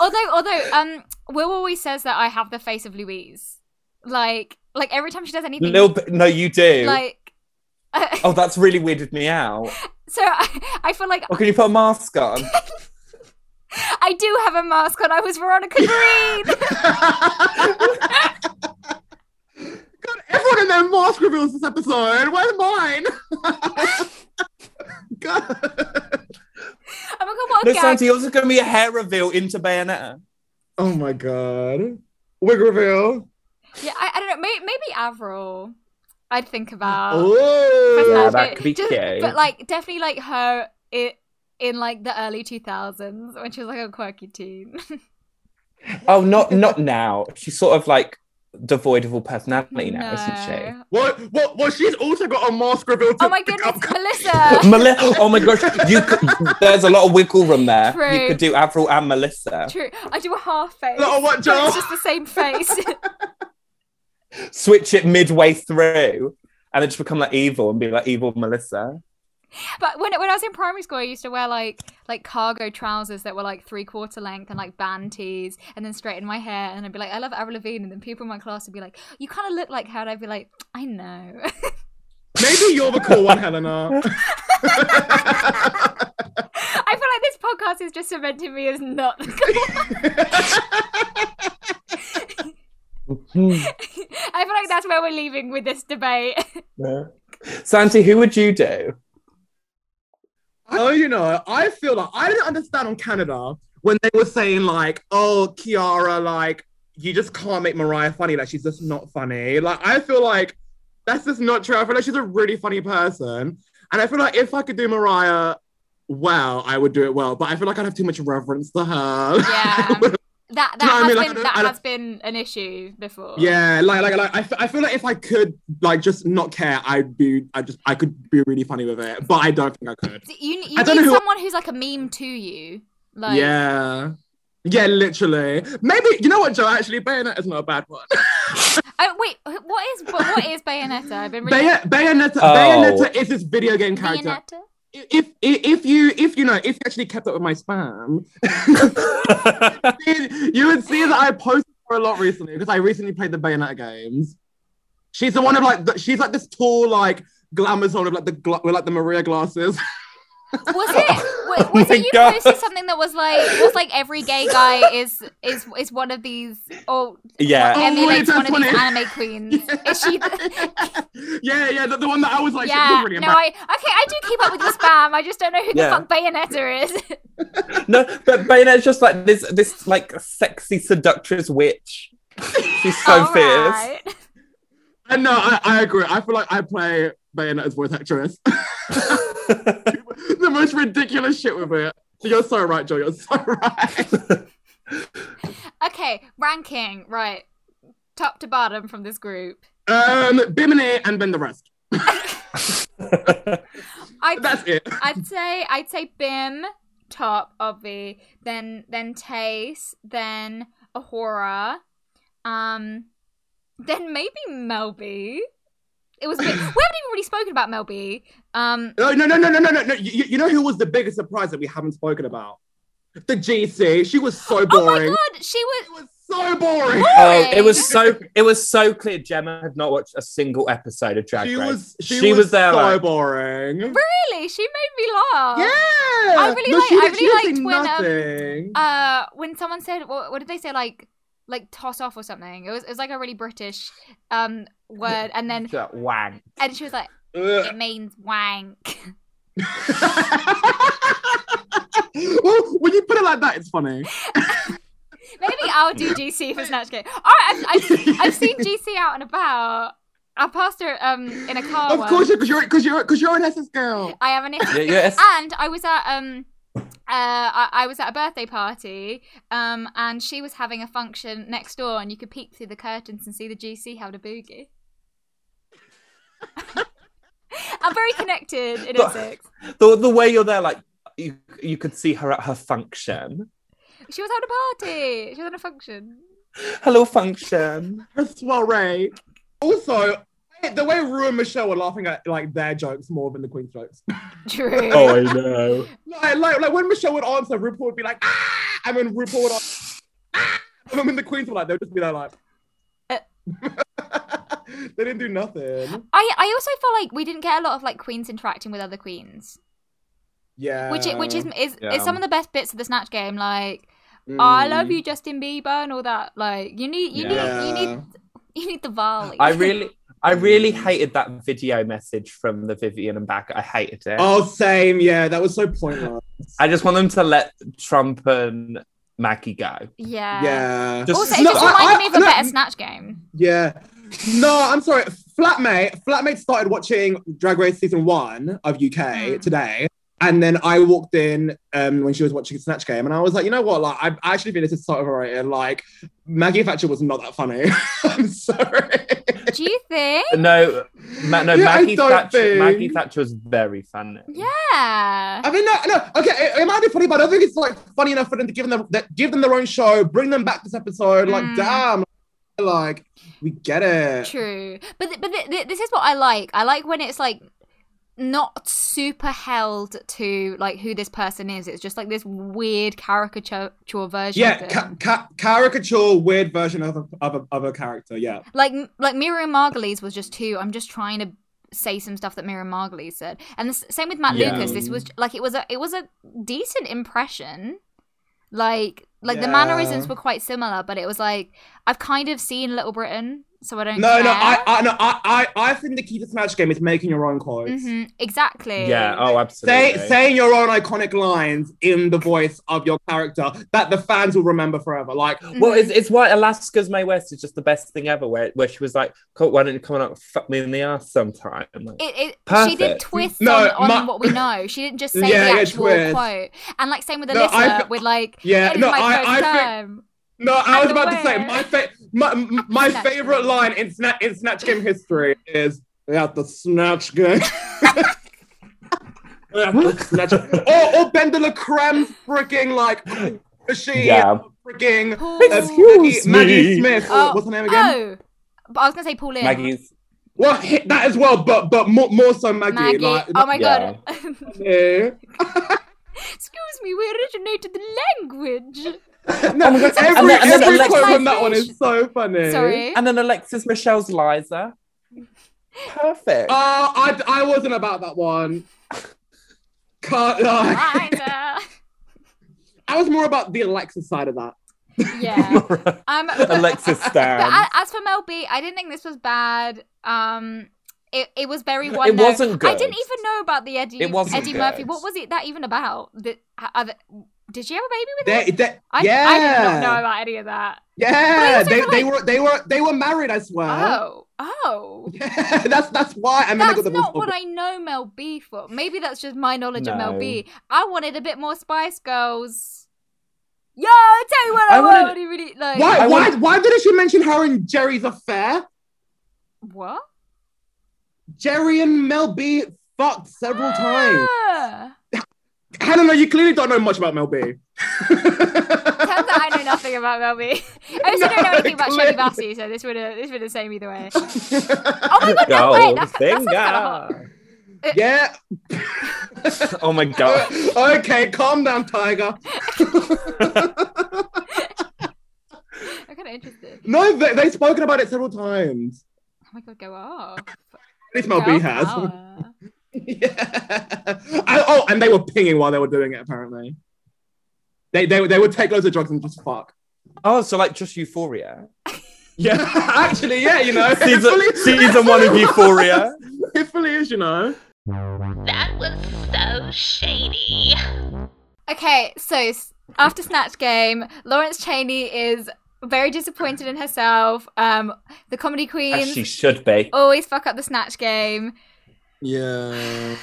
[SPEAKER 3] Although, although, um, Will always says that I have the face of Louise. Like, like every time she does anything,
[SPEAKER 4] Little bit. No, you do.
[SPEAKER 3] like.
[SPEAKER 4] Oh, that's really weirded me out.
[SPEAKER 3] so I, I feel like
[SPEAKER 4] Or can you put a mask on?
[SPEAKER 3] I do have a mask on. I was Veronica Green. Oh
[SPEAKER 5] God, everyone in their mask reveals this episode. Where's mine? God.
[SPEAKER 3] Oh my god, what a
[SPEAKER 4] No,
[SPEAKER 3] gag.
[SPEAKER 4] Santa, yours is going to be a hair reveal into Bayonetta.
[SPEAKER 5] Oh my god. Wig reveal.
[SPEAKER 3] Yeah, I, I don't know. Maybe, maybe Avril. I'd think about.
[SPEAKER 5] Oh.
[SPEAKER 4] Yeah,
[SPEAKER 3] Personality.
[SPEAKER 4] that could be cute.
[SPEAKER 3] But like, definitely like her it, in like the early two thousands when she was like a quirky teen.
[SPEAKER 4] Oh, not not now. She's sort of like devoid of all personality now, isn't
[SPEAKER 3] No.
[SPEAKER 5] What? What? Well, she's also got a mask reveal. To
[SPEAKER 3] Oh my
[SPEAKER 5] pick
[SPEAKER 3] goodness,
[SPEAKER 5] up.
[SPEAKER 3] Melissa.
[SPEAKER 4] she? Melissa. Oh my gosh, you could, there's a lot of wiggle room there.
[SPEAKER 3] True.
[SPEAKER 4] You could do Avril and Melissa.
[SPEAKER 3] True. I do a half face.
[SPEAKER 5] Little what,
[SPEAKER 3] but
[SPEAKER 5] Joel?
[SPEAKER 3] It's just the same face.
[SPEAKER 4] Switch it midway through, and then just become like evil and be like evil Melissa.
[SPEAKER 3] but when when I was in primary school, I used to wear like like cargo trousers that were like three quarter length and like band tees, and then straighten my hair, and I'd be like, I love Avril Lavigne, and then people in my class would be like, you kind of look like her, and I'd be like, I know.
[SPEAKER 5] Maybe you're the cool one, Helena.
[SPEAKER 3] I feel like this podcast is just cementing me as not the cool
[SPEAKER 4] Hmm.
[SPEAKER 3] I feel like that's where we're leaving with this debate.
[SPEAKER 4] Yeah. Santi, who would you do?
[SPEAKER 5] Oh, you know, I feel like I didn't understand on Canada when they were saying like, "Oh, Kiara, like you just can't make Mariah funny. Like she's just not funny." Like I feel like that's just not true. I feel like she's a really funny person, and I feel like if I could do Mariah well, I would do it well. But I feel like I'd have too much reverence to her.
[SPEAKER 3] Yeah. That that
[SPEAKER 5] No, I
[SPEAKER 3] has
[SPEAKER 5] mean, like, I
[SPEAKER 3] been
[SPEAKER 5] don't-
[SPEAKER 3] that
[SPEAKER 5] I don't-
[SPEAKER 3] has been an issue before.
[SPEAKER 5] Yeah, like, like, like I, f- I feel like if I could, like, just not care, I'd be, I just, I could be really funny with it, but I don't think I could.
[SPEAKER 3] So You, you
[SPEAKER 5] I don't
[SPEAKER 3] need
[SPEAKER 5] know who-
[SPEAKER 3] someone who's like a meme to you. Like
[SPEAKER 5] yeah. Yeah, literally. Maybe you know what, Joe? Actually, Bayonetta's not a bad one.
[SPEAKER 3] Oh wait, wh- what is what, what is Bayonetta? I've been reading
[SPEAKER 5] Bay- Bayonetta,
[SPEAKER 4] Oh.
[SPEAKER 5] Bayonetta is this video game character.
[SPEAKER 3] Bayonetta.
[SPEAKER 5] If, if if you if you know if you actually kept up with my spam, you would see that I posted her a lot recently because I recently played the Bayonetta games. She's the one of like the, she's like this tall like glamorous one of like the gla- with like the Maria glasses.
[SPEAKER 3] Was it? wa-
[SPEAKER 4] Oh
[SPEAKER 3] Was
[SPEAKER 4] my
[SPEAKER 3] it you
[SPEAKER 4] God.
[SPEAKER 3] posted something that was like was like every gay guy is is is one of these or
[SPEAKER 4] yeah.
[SPEAKER 3] emulates
[SPEAKER 5] Oh, wait,
[SPEAKER 3] one of these
[SPEAKER 5] that's what
[SPEAKER 3] anime queens? Is she? The...
[SPEAKER 5] yeah, yeah, the, the one that I was like, she
[SPEAKER 3] Yeah.
[SPEAKER 5] was really
[SPEAKER 3] No, I okay. I do keep up with your spam. I just don't know who the
[SPEAKER 4] Yeah.
[SPEAKER 3] fuck Bayonetta is.
[SPEAKER 4] No, but Bayonetta's just like this, this like sexy seductress witch. She's so
[SPEAKER 3] All
[SPEAKER 4] fierce.
[SPEAKER 3] right.
[SPEAKER 5] And Uh, no, I, I agree. I feel like I play Bayonetta's voice actress. the most ridiculous shit with it. You're so right, Joe. You're so right.
[SPEAKER 3] Okay, ranking, right. Top to bottom from this group.
[SPEAKER 5] Um, Bimini and then the rest.
[SPEAKER 3] I'd,
[SPEAKER 5] That's it.
[SPEAKER 3] I'd say I'd say Bim top, obvi, then then Tace, then Ahura, um then maybe Melby. It was a bit- we haven't even really spoken about Melby. Um
[SPEAKER 5] No, no, no, no, no, no, no. no. You, you know who was the biggest surprise that we haven't spoken about? The GC. She was so
[SPEAKER 3] Oh my
[SPEAKER 5] boring.
[SPEAKER 3] god, she was
[SPEAKER 5] She was so boring.
[SPEAKER 4] Oh,
[SPEAKER 3] Boring.
[SPEAKER 4] it was so it was so clear. Gemma had not watched a single episode of Drag
[SPEAKER 5] She
[SPEAKER 4] Race.
[SPEAKER 5] was she,
[SPEAKER 4] She
[SPEAKER 5] was,
[SPEAKER 4] was there,
[SPEAKER 5] so
[SPEAKER 4] like-
[SPEAKER 5] boring. Yeah.
[SPEAKER 3] really she made me laugh.
[SPEAKER 5] I
[SPEAKER 3] really
[SPEAKER 5] no,
[SPEAKER 3] like-
[SPEAKER 5] she,
[SPEAKER 3] I
[SPEAKER 5] did- she
[SPEAKER 3] really
[SPEAKER 5] didn't
[SPEAKER 3] liked um,
[SPEAKER 5] say nothing.
[SPEAKER 3] Uh when someone said what, what did they say like like toss off or something. It was it was like a really British um word and then
[SPEAKER 4] Just wang.
[SPEAKER 3] and she was like
[SPEAKER 5] Ugh.
[SPEAKER 3] it means wank.
[SPEAKER 5] well, when you put it like that, it's funny.
[SPEAKER 3] Maybe I'll do GC for Snatch Game. All right, I've, I've, I've seen GC out and about. I passed her um in a car.
[SPEAKER 5] of
[SPEAKER 3] once.
[SPEAKER 5] course, because you're because you're because you're an SS girl.
[SPEAKER 3] I am an
[SPEAKER 4] Yeah, yes.
[SPEAKER 3] and I was at um uh I, I was at a birthday party um and she was having a function next door and you could peek through the curtains and see the GC held a boogie. I'm very connected in
[SPEAKER 4] But-
[SPEAKER 3] Essex.
[SPEAKER 4] The, the way you're there, like you you could see her at her function.
[SPEAKER 3] She was having a party. She was on a function.
[SPEAKER 4] Hello, function.
[SPEAKER 5] Her soiree. Also, the way Rue and Michelle were laughing at like their jokes more than the Queen's jokes.
[SPEAKER 3] True.
[SPEAKER 4] Oh, I know.
[SPEAKER 5] Like, like, like when Michelle would answer, RuPaul would be like, ah, and then RuPaul would answer, ah, and then when the Queens were like, they would just be there like,
[SPEAKER 3] Uh.
[SPEAKER 5] they didn't do nothing.
[SPEAKER 3] I, I also feel like we didn't get a lot of like queens interacting with other queens,
[SPEAKER 5] Yeah.
[SPEAKER 3] which i- which
[SPEAKER 4] Um,
[SPEAKER 3] is is,
[SPEAKER 5] yeah.
[SPEAKER 3] is some of the best bits of the Snatch Game. Like,
[SPEAKER 5] Mm.
[SPEAKER 3] I love you, Justin Bieber, and all that. Like, you need you need you need
[SPEAKER 5] Yeah.
[SPEAKER 3] you need the volley.
[SPEAKER 4] I really, I really hated that video message from the Vivian and back. I hated it.
[SPEAKER 5] Oh, same. Yeah, that was so pointless.
[SPEAKER 4] I just want them to let Trump and Mackie go.
[SPEAKER 3] yeah.
[SPEAKER 5] Yeah.
[SPEAKER 4] Just-
[SPEAKER 3] Also, it
[SPEAKER 5] No,
[SPEAKER 3] just
[SPEAKER 5] I-
[SPEAKER 3] reminded
[SPEAKER 5] I-
[SPEAKER 3] me of a
[SPEAKER 5] no,
[SPEAKER 3] better Snatch Game.
[SPEAKER 5] Yeah. No, I'm sorry. Flatmate, flatmate started watching Drag Race season one of UK
[SPEAKER 3] Mhm.
[SPEAKER 5] today. And then I walked in um, when she was watching Snatch Game, and I was like, you know what? Like, I I actually think this is so overrated. Like, Maggie Thatcher was not that funny. I'm sorry.
[SPEAKER 3] Do you think?
[SPEAKER 4] No, Ma- no,
[SPEAKER 5] Yeah, I
[SPEAKER 4] Maggie
[SPEAKER 5] don't
[SPEAKER 4] Thatcher.
[SPEAKER 5] think-
[SPEAKER 4] Maggie Thatcher was very funny.
[SPEAKER 3] Yeah.
[SPEAKER 5] I mean, no, no. Okay, it, it might be funny, but I don't think it's like funny enough for them to give them that give them their own show, bring them back this episode. Like,
[SPEAKER 3] Mm.
[SPEAKER 5] damn, like we get it.
[SPEAKER 3] True, but th- but th- th- this is what I like. I like when it's like not super held to like who this person is. It's just like this weird caricature version.
[SPEAKER 5] Yeah,
[SPEAKER 3] of
[SPEAKER 5] ca-
[SPEAKER 3] them.
[SPEAKER 5] ca- caricature, weird version of a, of a, of a character. Yeah.
[SPEAKER 3] like like Miriam Margolyes was just too. I'm just trying to say some stuff that Miriam Margolyes said, and the s- same with Matt
[SPEAKER 4] Yeah.
[SPEAKER 3] Lucas. This was like it was a it was a decent impression. Like like the mannerisms
[SPEAKER 5] Yeah.
[SPEAKER 3] were quite similar, but it was like I've kind of seen Little Britain, so I don't.
[SPEAKER 5] No, no,
[SPEAKER 3] care.
[SPEAKER 5] I, I, no, I, I, I think the key to Smash Game is making your own quotes.
[SPEAKER 3] Mhm, exactly.
[SPEAKER 4] Yeah.
[SPEAKER 5] uh,
[SPEAKER 4] Oh, absolutely.
[SPEAKER 5] Say, saying your own iconic lines in the voice of your character that the fans will remember forever. Like,
[SPEAKER 3] Mm-hmm.
[SPEAKER 4] Well, it's, it's why Alaska's May West is just the best thing ever. Where where she was like, "Co- "Why don't you come on out and fuck me in the ass sometime?" Like,
[SPEAKER 3] It, it, she did
[SPEAKER 4] Perfect.
[SPEAKER 3] twists
[SPEAKER 5] No,
[SPEAKER 3] on, on
[SPEAKER 5] my-
[SPEAKER 3] what we know. She didn't just say
[SPEAKER 5] Yeah,
[SPEAKER 3] the
[SPEAKER 5] yeah,
[SPEAKER 3] actual
[SPEAKER 5] twist.
[SPEAKER 3] quote. And like same with
[SPEAKER 5] No,
[SPEAKER 3] Alyssa,
[SPEAKER 5] I-
[SPEAKER 3] with like
[SPEAKER 5] yeah,
[SPEAKER 3] it is
[SPEAKER 5] no,
[SPEAKER 3] my
[SPEAKER 5] I,
[SPEAKER 3] first
[SPEAKER 5] I think.
[SPEAKER 3] time.
[SPEAKER 5] No, I was
[SPEAKER 3] And
[SPEAKER 5] about to say
[SPEAKER 3] where?
[SPEAKER 5] my fa- my, m- my
[SPEAKER 3] Snatch
[SPEAKER 5] favorite
[SPEAKER 3] Game.
[SPEAKER 5] line in Snatch in Snatch Game history is "We got the Snatch Game." We got the snatch- or or Bender the Creme freaking like machine
[SPEAKER 4] Yeah.
[SPEAKER 5] freaking
[SPEAKER 3] Paul.
[SPEAKER 5] uh, Maggie,
[SPEAKER 4] Excuse
[SPEAKER 5] Maggie
[SPEAKER 4] me.
[SPEAKER 5] Smith. or
[SPEAKER 3] Oh,
[SPEAKER 5] what's her name again?
[SPEAKER 3] oh, but I was gonna say Pauline.
[SPEAKER 4] Maggie's
[SPEAKER 5] Well, hit that as well, but but more, more so Maggie.
[SPEAKER 3] Maggie.
[SPEAKER 5] Like,
[SPEAKER 3] oh my
[SPEAKER 4] Yeah.
[SPEAKER 3] god. Excuse
[SPEAKER 5] eh.
[SPEAKER 3] me, we originated the language.
[SPEAKER 5] no,
[SPEAKER 4] Oh my God,
[SPEAKER 5] every,
[SPEAKER 4] and then- and then
[SPEAKER 5] every
[SPEAKER 4] Alexa-
[SPEAKER 5] quote from that one is so funny.
[SPEAKER 3] Sorry.
[SPEAKER 4] and then Alexis Michelle's Liza. Perfect.
[SPEAKER 5] Oh, I, I wasn't about that one. Can't lie.
[SPEAKER 3] Liza.
[SPEAKER 5] I was more about the Alexa side of that.
[SPEAKER 3] yeah. Um, but-
[SPEAKER 4] Alexis
[SPEAKER 3] But
[SPEAKER 4] Stan.
[SPEAKER 3] a- as for Mel B, I didn't think this was bad. Um, it, it was very one.
[SPEAKER 4] It
[SPEAKER 3] note.
[SPEAKER 4] wasn't
[SPEAKER 3] I didn't
[SPEAKER 4] good.
[SPEAKER 3] even know about the Eddie.
[SPEAKER 4] It wasn't
[SPEAKER 3] Eddie Murphy.
[SPEAKER 4] good.
[SPEAKER 3] What was it that even about? The, ha- are the- did she have a baby with
[SPEAKER 5] They,
[SPEAKER 3] him?
[SPEAKER 5] they,
[SPEAKER 3] I,
[SPEAKER 5] yeah,
[SPEAKER 3] I did not know about any of that.
[SPEAKER 5] Yeah,
[SPEAKER 3] But I
[SPEAKER 5] they,
[SPEAKER 3] also
[SPEAKER 5] they
[SPEAKER 3] feel
[SPEAKER 5] were they were they were married. I swear.
[SPEAKER 4] Uh-huh.
[SPEAKER 3] Oh, oh.
[SPEAKER 5] Yeah, that's that's why. And then I
[SPEAKER 3] That's
[SPEAKER 5] got the
[SPEAKER 3] not what I know Mel B for. Maybe that's just my knowledge of Mel
[SPEAKER 4] No.
[SPEAKER 3] B. I wanted a bit more Spice Girls. Yeah, I tell you what, I,
[SPEAKER 4] I
[SPEAKER 3] wanted,
[SPEAKER 4] wanted-
[SPEAKER 3] really like.
[SPEAKER 5] Why
[SPEAKER 4] I
[SPEAKER 5] why
[SPEAKER 4] want-
[SPEAKER 5] why didn't she mention her and Jerry's affair?
[SPEAKER 3] What?
[SPEAKER 5] Jerry and Mel B fucked several times.
[SPEAKER 3] Yeah.
[SPEAKER 5] Helena, you clearly don't know much about Mel B.
[SPEAKER 3] Turns out I know nothing about Mel B. I also don't know
[SPEAKER 5] No,
[SPEAKER 3] anything about Shirley
[SPEAKER 5] clearly.
[SPEAKER 3] Bassey, so this would have this would have saved me the way. Oh my god, no,
[SPEAKER 4] Go,
[SPEAKER 3] wait, that, that sounds
[SPEAKER 4] singer.
[SPEAKER 3] kinda hot.
[SPEAKER 5] yeah.
[SPEAKER 4] oh my god.
[SPEAKER 5] okay, calm down, Tiger.
[SPEAKER 3] I'm kind of interested.
[SPEAKER 5] no, they, they've spoken about it several times.
[SPEAKER 3] Oh my god, go off.
[SPEAKER 5] At least Mel
[SPEAKER 3] Girl
[SPEAKER 5] B has.
[SPEAKER 3] power.
[SPEAKER 5] yeah. I- oh, and they were pinging while they were doing it. Apparently, they they they would take loads of drugs and just fuck.
[SPEAKER 4] Oh, so like just Euphoria.
[SPEAKER 5] Yeah, actually, yeah, you know, it
[SPEAKER 4] Season,
[SPEAKER 5] fully-
[SPEAKER 4] season one of Euphoria.
[SPEAKER 5] It fully is, you know.
[SPEAKER 2] That was so shady.
[SPEAKER 3] Okay, so s- after Snatch Game, Lawrence Cheney is very disappointed in herself. Um, the comedy
[SPEAKER 4] As she
[SPEAKER 3] queens
[SPEAKER 4] should be.
[SPEAKER 3] always fuck up the Snatch Game.
[SPEAKER 5] Yeah.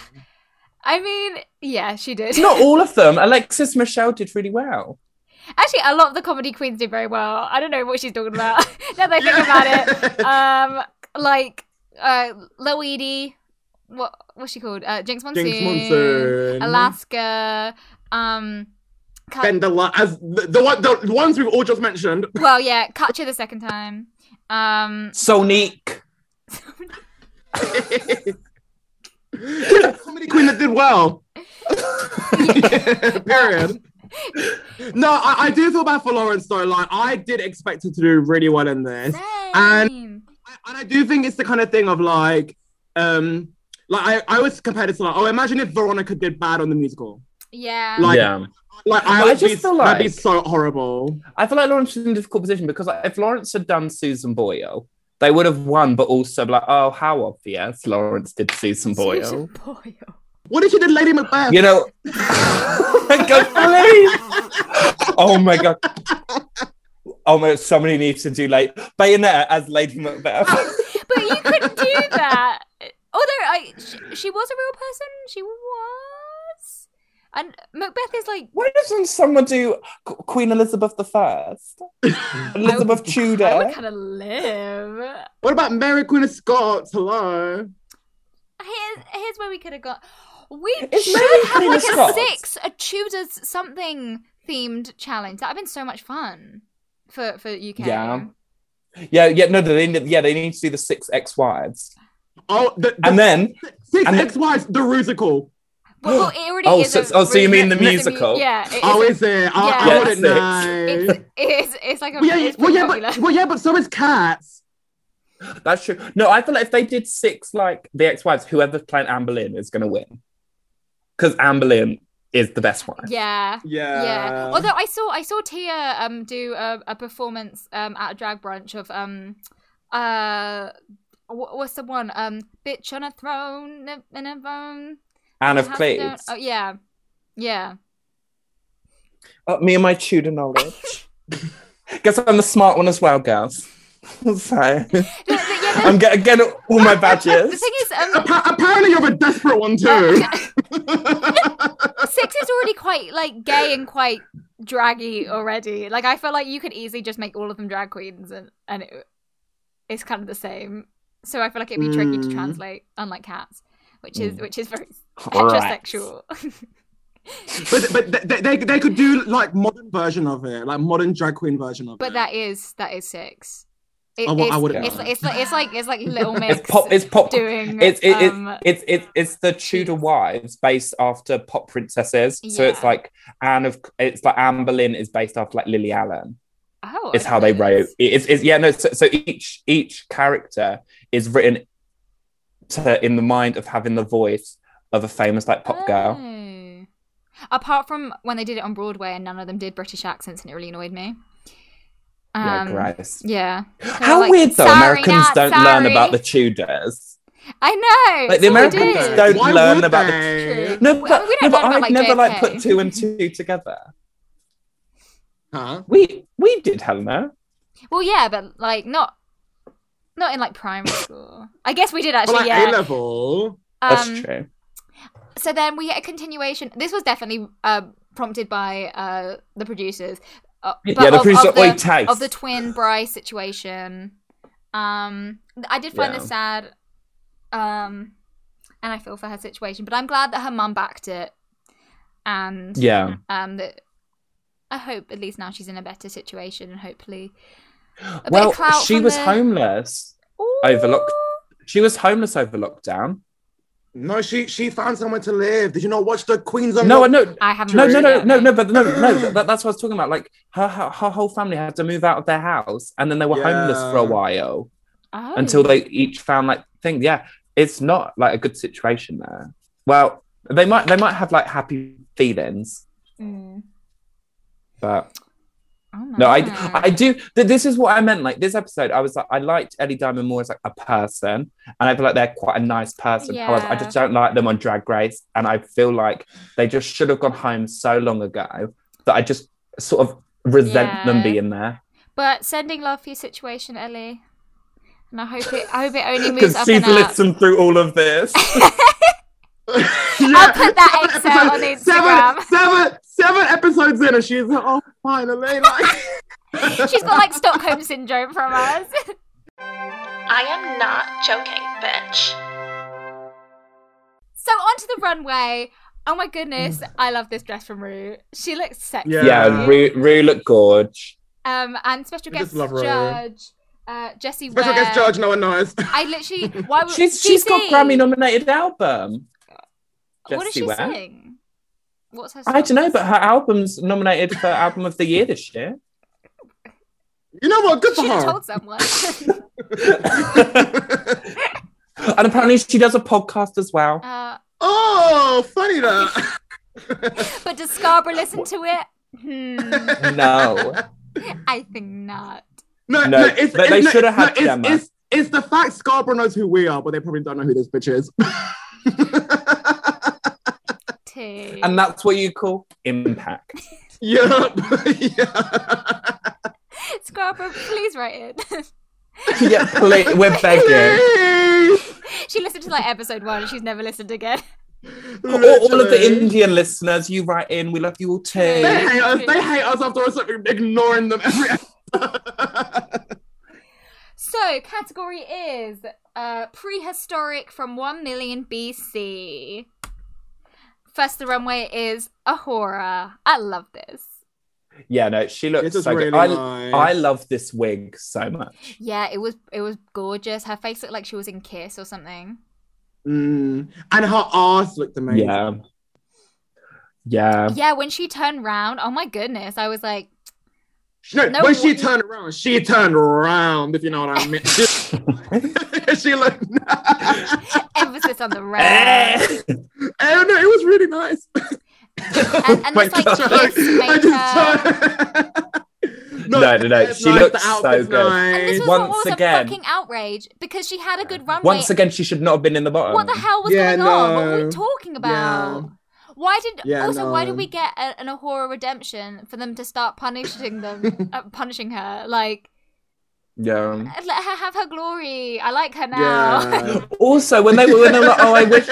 [SPEAKER 3] I mean, yeah, she did.
[SPEAKER 4] Not all of them. Alexis Michelle did really well.
[SPEAKER 3] Actually, a lot of the comedy queens did very well. I don't know what she's talking about. now that I think about it, um, like uh, Loewy, what what's she called? Uh, Jinx Monsoon,
[SPEAKER 5] Jinx Monsoon.
[SPEAKER 3] Alaska, um, Cut-
[SPEAKER 5] Bend the line as the, the one the ones we've all just mentioned.
[SPEAKER 3] well, yeah, Katja the second time. Um,
[SPEAKER 4] Sonique.
[SPEAKER 5] Comedy queen that did well. Period. No, I, I do feel bad for Lauren's storyline. I did expect her to do really well in this. And-
[SPEAKER 3] same.
[SPEAKER 5] I- and I do think it's the kind of thing of like, um, like I, I always compare this to like, oh, imagine if Veronica did bad on the musical.
[SPEAKER 3] yeah,
[SPEAKER 5] Like-
[SPEAKER 4] yeah.
[SPEAKER 5] Like
[SPEAKER 4] But
[SPEAKER 5] I
[SPEAKER 4] I
[SPEAKER 5] would
[SPEAKER 4] just
[SPEAKER 5] be,
[SPEAKER 4] feel
[SPEAKER 5] that'd be
[SPEAKER 4] like-
[SPEAKER 5] so horrible.
[SPEAKER 4] I feel like Lawrence is in a difficult position because like, if Lawrence had done Susan Boyle, they would have won, but also be like, oh, how obvious Lawrence did Susan Boyle.
[SPEAKER 3] Susan Boyle.
[SPEAKER 5] What if she did Lady Macbeth?
[SPEAKER 4] You know, oh my god, please! Oh my god. Oh my! Somebody needs to do like bayonet as Lady Macbeth.
[SPEAKER 3] But you couldn't do that. Although I, she, she was a real person. She was. And Macbeth is like,
[SPEAKER 4] Why doesn't someone do Q- Queen Elizabeth the First, Elizabeth
[SPEAKER 3] I
[SPEAKER 4] Tudor?
[SPEAKER 3] would kind of live.
[SPEAKER 5] What about Mary Queen of Scots? Hello.
[SPEAKER 3] Here's here's where we could have got. We
[SPEAKER 4] Is
[SPEAKER 3] should
[SPEAKER 4] Mary
[SPEAKER 3] have
[SPEAKER 4] Queen
[SPEAKER 3] like
[SPEAKER 4] of Scots?
[SPEAKER 3] a six, a Tudors something themed challenge. That'd been so much fun for for UK.
[SPEAKER 4] Yeah. Yeah, yeah, no, they need, yeah, they need to do the six ex-wives,
[SPEAKER 5] Oh, the, the
[SPEAKER 4] and then
[SPEAKER 5] six
[SPEAKER 4] and then-
[SPEAKER 5] ex-wives, the musical.
[SPEAKER 3] Well, well, it already
[SPEAKER 4] Oh,
[SPEAKER 3] is.
[SPEAKER 4] so-
[SPEAKER 3] a
[SPEAKER 4] oh, so you
[SPEAKER 3] remix-
[SPEAKER 4] mean the
[SPEAKER 3] it's a mu-
[SPEAKER 4] musical?
[SPEAKER 3] yeah. It is,
[SPEAKER 5] Oh, is it? I, I
[SPEAKER 3] Yeah.
[SPEAKER 5] wouldn't
[SPEAKER 4] Yeah,
[SPEAKER 5] know.
[SPEAKER 3] it's, it's it's like a.
[SPEAKER 5] well, yeah, yeah,
[SPEAKER 3] it's
[SPEAKER 5] well,
[SPEAKER 3] pretty
[SPEAKER 5] yeah,
[SPEAKER 3] popular.
[SPEAKER 5] but well, yeah, but so is Cats.
[SPEAKER 4] That's true. No, I feel like if they did six, like the ex-wives, whoever's playing Anne Boleyn is going to win because Anne Boleyn is the best one.
[SPEAKER 3] yeah.
[SPEAKER 5] Yeah.
[SPEAKER 3] Yeah.
[SPEAKER 4] Um,
[SPEAKER 3] Although I saw I saw Tia um do a, a performance um at a drag brunch of um uh wh- what's the one um bitch on a throne n- in a bone
[SPEAKER 4] Anne of
[SPEAKER 3] House down-
[SPEAKER 4] Cleves.
[SPEAKER 3] oh yeah yeah
[SPEAKER 4] Oh, me and my Tudor knowledge. Guess I'm the smart one as well, girls. Sorry.
[SPEAKER 3] The- the- yeah, the-
[SPEAKER 4] I'm getting, getting all my badges.
[SPEAKER 3] the thing is um
[SPEAKER 5] Appa- apparently, you're a desperate one
[SPEAKER 3] Oh,
[SPEAKER 5] too.
[SPEAKER 3] six is already quite like gay and quite draggy already like I feel like you could easily just make all of them drag queens and and it, it's kind of the same so I feel like it'd be tricky to
[SPEAKER 5] Mm.
[SPEAKER 3] translate unlike cats which is
[SPEAKER 4] Mm.
[SPEAKER 3] which is very
[SPEAKER 4] All right.
[SPEAKER 3] heterosexual.
[SPEAKER 5] but but th- th- they they could do like modern version of it, like modern drag queen version of it.
[SPEAKER 3] But that is that is six. It,
[SPEAKER 5] I wa- Oh, I
[SPEAKER 3] it's-
[SPEAKER 5] wouldn't
[SPEAKER 3] It's,
[SPEAKER 4] know.
[SPEAKER 3] it's, like it's like it's like Little Mix
[SPEAKER 4] It's pop. It's pop.
[SPEAKER 3] doing.
[SPEAKER 4] It's it, it,
[SPEAKER 3] um,
[SPEAKER 4] it's it's it's the Tudor wives based after pop princesses. So it's
[SPEAKER 3] Yeah.
[SPEAKER 4] like Anne of it's like Anne Boleyn is based after like Lily Allen.
[SPEAKER 3] oh, I
[SPEAKER 4] It's how they
[SPEAKER 3] didn't know
[SPEAKER 4] wrote.
[SPEAKER 3] this.
[SPEAKER 4] It's, it's yeah no. So, so each each character is written to, in the mind of having the voice of a famous like pop girl.
[SPEAKER 3] Oh. Apart from when they did it on Broadway and none of them did British accents and it really annoyed me.
[SPEAKER 4] yeah,
[SPEAKER 3] Um,
[SPEAKER 4] gross.
[SPEAKER 3] yeah. So
[SPEAKER 4] How
[SPEAKER 3] like,
[SPEAKER 4] weird though.
[SPEAKER 3] "Sorry,
[SPEAKER 4] Americans
[SPEAKER 3] not
[SPEAKER 4] don't learn
[SPEAKER 3] sorry."
[SPEAKER 4] about the Tudors.
[SPEAKER 3] I know.
[SPEAKER 4] Like, the
[SPEAKER 3] it's all we
[SPEAKER 4] Americans
[SPEAKER 3] do.
[SPEAKER 4] don't
[SPEAKER 5] Why
[SPEAKER 4] learn
[SPEAKER 5] would
[SPEAKER 4] about the-
[SPEAKER 5] they?
[SPEAKER 3] True.
[SPEAKER 4] No,
[SPEAKER 3] We-
[SPEAKER 4] but,
[SPEAKER 3] we don't
[SPEAKER 4] no, but
[SPEAKER 3] learn about,
[SPEAKER 4] I
[SPEAKER 3] like,
[SPEAKER 4] never like
[SPEAKER 3] JFK.
[SPEAKER 4] put two and two together.
[SPEAKER 5] Huh?
[SPEAKER 4] We we did Helena.
[SPEAKER 3] Well, yeah, but like not. Not in like primary school. I guess we did
[SPEAKER 5] But
[SPEAKER 3] actually.
[SPEAKER 5] like
[SPEAKER 3] yeah.
[SPEAKER 5] A level.
[SPEAKER 4] That's
[SPEAKER 3] Um,
[SPEAKER 4] true.
[SPEAKER 3] so then we get a continuation. This was definitely uh, prompted by uh, the producers. Uh, but
[SPEAKER 4] Yeah, the
[SPEAKER 3] of,
[SPEAKER 4] producer
[SPEAKER 3] of
[SPEAKER 4] Oi
[SPEAKER 3] the,
[SPEAKER 4] Taste.
[SPEAKER 3] of the twin Bry situation. Um, I did find
[SPEAKER 4] Yeah.
[SPEAKER 3] this sad. Um, and I feel for her situation, but I'm glad that her mum backed it, and
[SPEAKER 4] yeah.
[SPEAKER 3] um, that I hope at least now she's in a better situation, and hopefully, a bit of
[SPEAKER 4] Well,
[SPEAKER 3] clout
[SPEAKER 4] she
[SPEAKER 3] from
[SPEAKER 4] was
[SPEAKER 3] the-
[SPEAKER 4] homeless. over lock- She was homeless over lockdown.
[SPEAKER 5] No, she she found somewhere to live. Did you not watch the Queens of
[SPEAKER 4] No,
[SPEAKER 5] Rock-
[SPEAKER 4] no,
[SPEAKER 3] I haven't.
[SPEAKER 4] no,
[SPEAKER 3] watched
[SPEAKER 4] no,
[SPEAKER 3] it
[SPEAKER 4] no,
[SPEAKER 3] yet.
[SPEAKER 4] no, no, but no, no. th- That, that's what I was talking about. Like her, her, her whole family had to move out of their house, and then they were homeless for a
[SPEAKER 5] Yeah.
[SPEAKER 4] while
[SPEAKER 3] Oh.
[SPEAKER 4] until they each found like thing. Yeah, it's not like a good situation there. Well, they might they might have like happy feelings,
[SPEAKER 3] Mm.
[SPEAKER 4] but
[SPEAKER 3] Oh
[SPEAKER 4] no,
[SPEAKER 3] man.
[SPEAKER 4] I I do. Th- this is what I meant. Like this episode, I was like I liked Ellie Diamond more as like a person, and I feel like they're quite a nice person. However, I
[SPEAKER 3] Yeah.
[SPEAKER 4] just don't like them on Drag Race, and I feel like they just should have gone home so long ago that I just sort of resent them
[SPEAKER 3] Yeah.
[SPEAKER 4] being there
[SPEAKER 3] But sending love for your situation, Ellie. And I hope it I hope it only moves
[SPEAKER 4] because
[SPEAKER 3] up
[SPEAKER 4] she's
[SPEAKER 3] and up.
[SPEAKER 4] listened through all of this.
[SPEAKER 5] Yeah,
[SPEAKER 3] I'll put that
[SPEAKER 5] seven
[SPEAKER 3] Excel
[SPEAKER 5] episodes-
[SPEAKER 3] on the
[SPEAKER 5] Seven,
[SPEAKER 3] Instagram.
[SPEAKER 5] seven, seven episodes in, and she's like, oh, finally. Like,
[SPEAKER 3] She's got like Stockholm syndrome from us.
[SPEAKER 2] I am not joking, bitch.
[SPEAKER 3] So onto the runway. Oh my goodness, I love this dress from Rue. She looks sexy.
[SPEAKER 5] Yeah.
[SPEAKER 4] Mm. Yeah, Rue, Rue looked gorge.
[SPEAKER 3] Um, and special
[SPEAKER 5] I
[SPEAKER 3] guest
[SPEAKER 5] just love Rue.
[SPEAKER 3] judge uh, Jesse
[SPEAKER 5] Special
[SPEAKER 3] Ware.
[SPEAKER 5] guest judge, no one knows.
[SPEAKER 3] I literally. Why would
[SPEAKER 4] She's she's got
[SPEAKER 3] GC.
[SPEAKER 4] Grammy nominated album.
[SPEAKER 3] What does
[SPEAKER 4] Jessie
[SPEAKER 3] she
[SPEAKER 4] Ware.
[SPEAKER 3] sing? What's her?
[SPEAKER 4] I don't know,
[SPEAKER 3] song?
[SPEAKER 4] but her album's nominated for album of the year this year.
[SPEAKER 5] you know what? Good
[SPEAKER 3] she
[SPEAKER 5] for her.
[SPEAKER 3] told someone.
[SPEAKER 4] and apparently she does a podcast as well.
[SPEAKER 3] uh,
[SPEAKER 5] oh, funny that.
[SPEAKER 3] but does Scarborough listen to it? Hmm,
[SPEAKER 4] No.
[SPEAKER 3] I think not.
[SPEAKER 5] No,
[SPEAKER 4] No,
[SPEAKER 5] no, it's,
[SPEAKER 4] but they
[SPEAKER 5] it's- no,
[SPEAKER 4] should have
[SPEAKER 5] it's- no,
[SPEAKER 4] had
[SPEAKER 5] it's,
[SPEAKER 4] Gemma.
[SPEAKER 5] It's, it's the fact Scarborough knows who we are, but they probably don't know who this bitch is.
[SPEAKER 3] Too.
[SPEAKER 4] And that's what you call impact.
[SPEAKER 5] yep. yeah.
[SPEAKER 3] Scarborough, please write it.
[SPEAKER 4] yeah, pla- we're begging.
[SPEAKER 5] Please.
[SPEAKER 3] she listened to like episode one and she's never listened again.
[SPEAKER 4] All, all of the
[SPEAKER 5] Literally.
[SPEAKER 4] Indian listeners, you write in. We love you all
[SPEAKER 5] They
[SPEAKER 4] too.
[SPEAKER 5] hate us. They hate us after us ignoring them every
[SPEAKER 3] So, category is uh, prehistoric from 1 million BC. First, the runway is Ahura. I love this.
[SPEAKER 4] Yeah, no, she looks
[SPEAKER 5] This is
[SPEAKER 4] so
[SPEAKER 5] really
[SPEAKER 4] good. I,
[SPEAKER 5] nice.
[SPEAKER 4] I love this wig so much.
[SPEAKER 3] Yeah, it was it was gorgeous. Her face looked like she was in Kiss or something.
[SPEAKER 5] Mm. And her ass looked amazing.
[SPEAKER 4] Yeah. Yeah.
[SPEAKER 3] Yeah, when she turned round, oh my goodness, I was like,
[SPEAKER 5] She- No,
[SPEAKER 3] No
[SPEAKER 5] when she
[SPEAKER 3] way.
[SPEAKER 5] turned around, she turned around, if you know what I mean. She, she looked.
[SPEAKER 3] emphasis on the round.
[SPEAKER 4] Eh.
[SPEAKER 5] Oh no, it was really nice.
[SPEAKER 3] and and
[SPEAKER 4] my
[SPEAKER 3] it's like
[SPEAKER 4] God.
[SPEAKER 3] Kiss
[SPEAKER 5] I
[SPEAKER 3] made her.
[SPEAKER 5] just turned.
[SPEAKER 4] No, no, no,
[SPEAKER 5] it's
[SPEAKER 4] she looked so
[SPEAKER 5] outfit's
[SPEAKER 4] good.
[SPEAKER 3] And this was
[SPEAKER 4] Once
[SPEAKER 3] what was
[SPEAKER 4] again-
[SPEAKER 3] a fucking outrage because she had a good runway.
[SPEAKER 4] Once again, she should not have been in the bottom.
[SPEAKER 3] what the hell was
[SPEAKER 5] Yeah,
[SPEAKER 3] going on? What were
[SPEAKER 5] no.
[SPEAKER 3] we talking about? Why did
[SPEAKER 5] Yeah,
[SPEAKER 3] also why did
[SPEAKER 5] no.
[SPEAKER 3] we get a, an Ahura redemption for them to start punishing them, uh, punishing her? Like
[SPEAKER 4] Yeah.
[SPEAKER 3] let her have her glory. I like her now.
[SPEAKER 5] Yeah.
[SPEAKER 4] Also, when they were when they were like, oh, I wish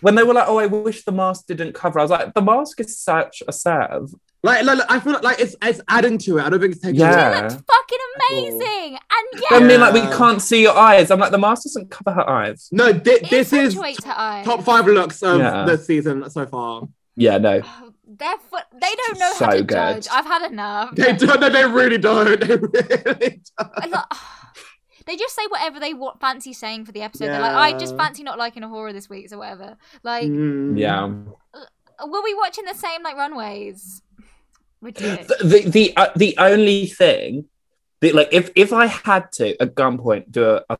[SPEAKER 4] when they were like, oh, I wish the mask didn't cover. I was like, the mask is such a serve.
[SPEAKER 5] Like, like, like, I feel like, like it's it's adding to it. I don't think it's taking.
[SPEAKER 4] Yeah.
[SPEAKER 5] It.
[SPEAKER 3] She looked fucking
[SPEAKER 5] all.
[SPEAKER 3] amazing, and
[SPEAKER 4] I
[SPEAKER 3] yeah,
[SPEAKER 4] mean, like, we
[SPEAKER 5] Yeah.
[SPEAKER 4] can't see your eyes. I'm like, the mask doesn't cover her eyes.
[SPEAKER 5] No, thi-
[SPEAKER 3] it
[SPEAKER 5] this is
[SPEAKER 3] accentuates her eyes.
[SPEAKER 5] top five looks of
[SPEAKER 4] Yeah.
[SPEAKER 5] the season so far.
[SPEAKER 4] Yeah, no.
[SPEAKER 3] Oh, They're fu- they don't know
[SPEAKER 4] So
[SPEAKER 3] how to
[SPEAKER 4] good.
[SPEAKER 3] judge. I've had enough.
[SPEAKER 5] They don't. They really don't. They really don't.
[SPEAKER 3] I lo- they just say whatever they want, fancy saying for the episode. They're like, "Oh, I just
[SPEAKER 5] Yeah.
[SPEAKER 3] fancy not liking a horror this week, so whatever. Like,
[SPEAKER 5] Mm.
[SPEAKER 4] Yeah.
[SPEAKER 3] were we watching the same like runways? Ridiculous.
[SPEAKER 4] The the the, uh, the only thing, that like, if if I had to at gunpoint do a, a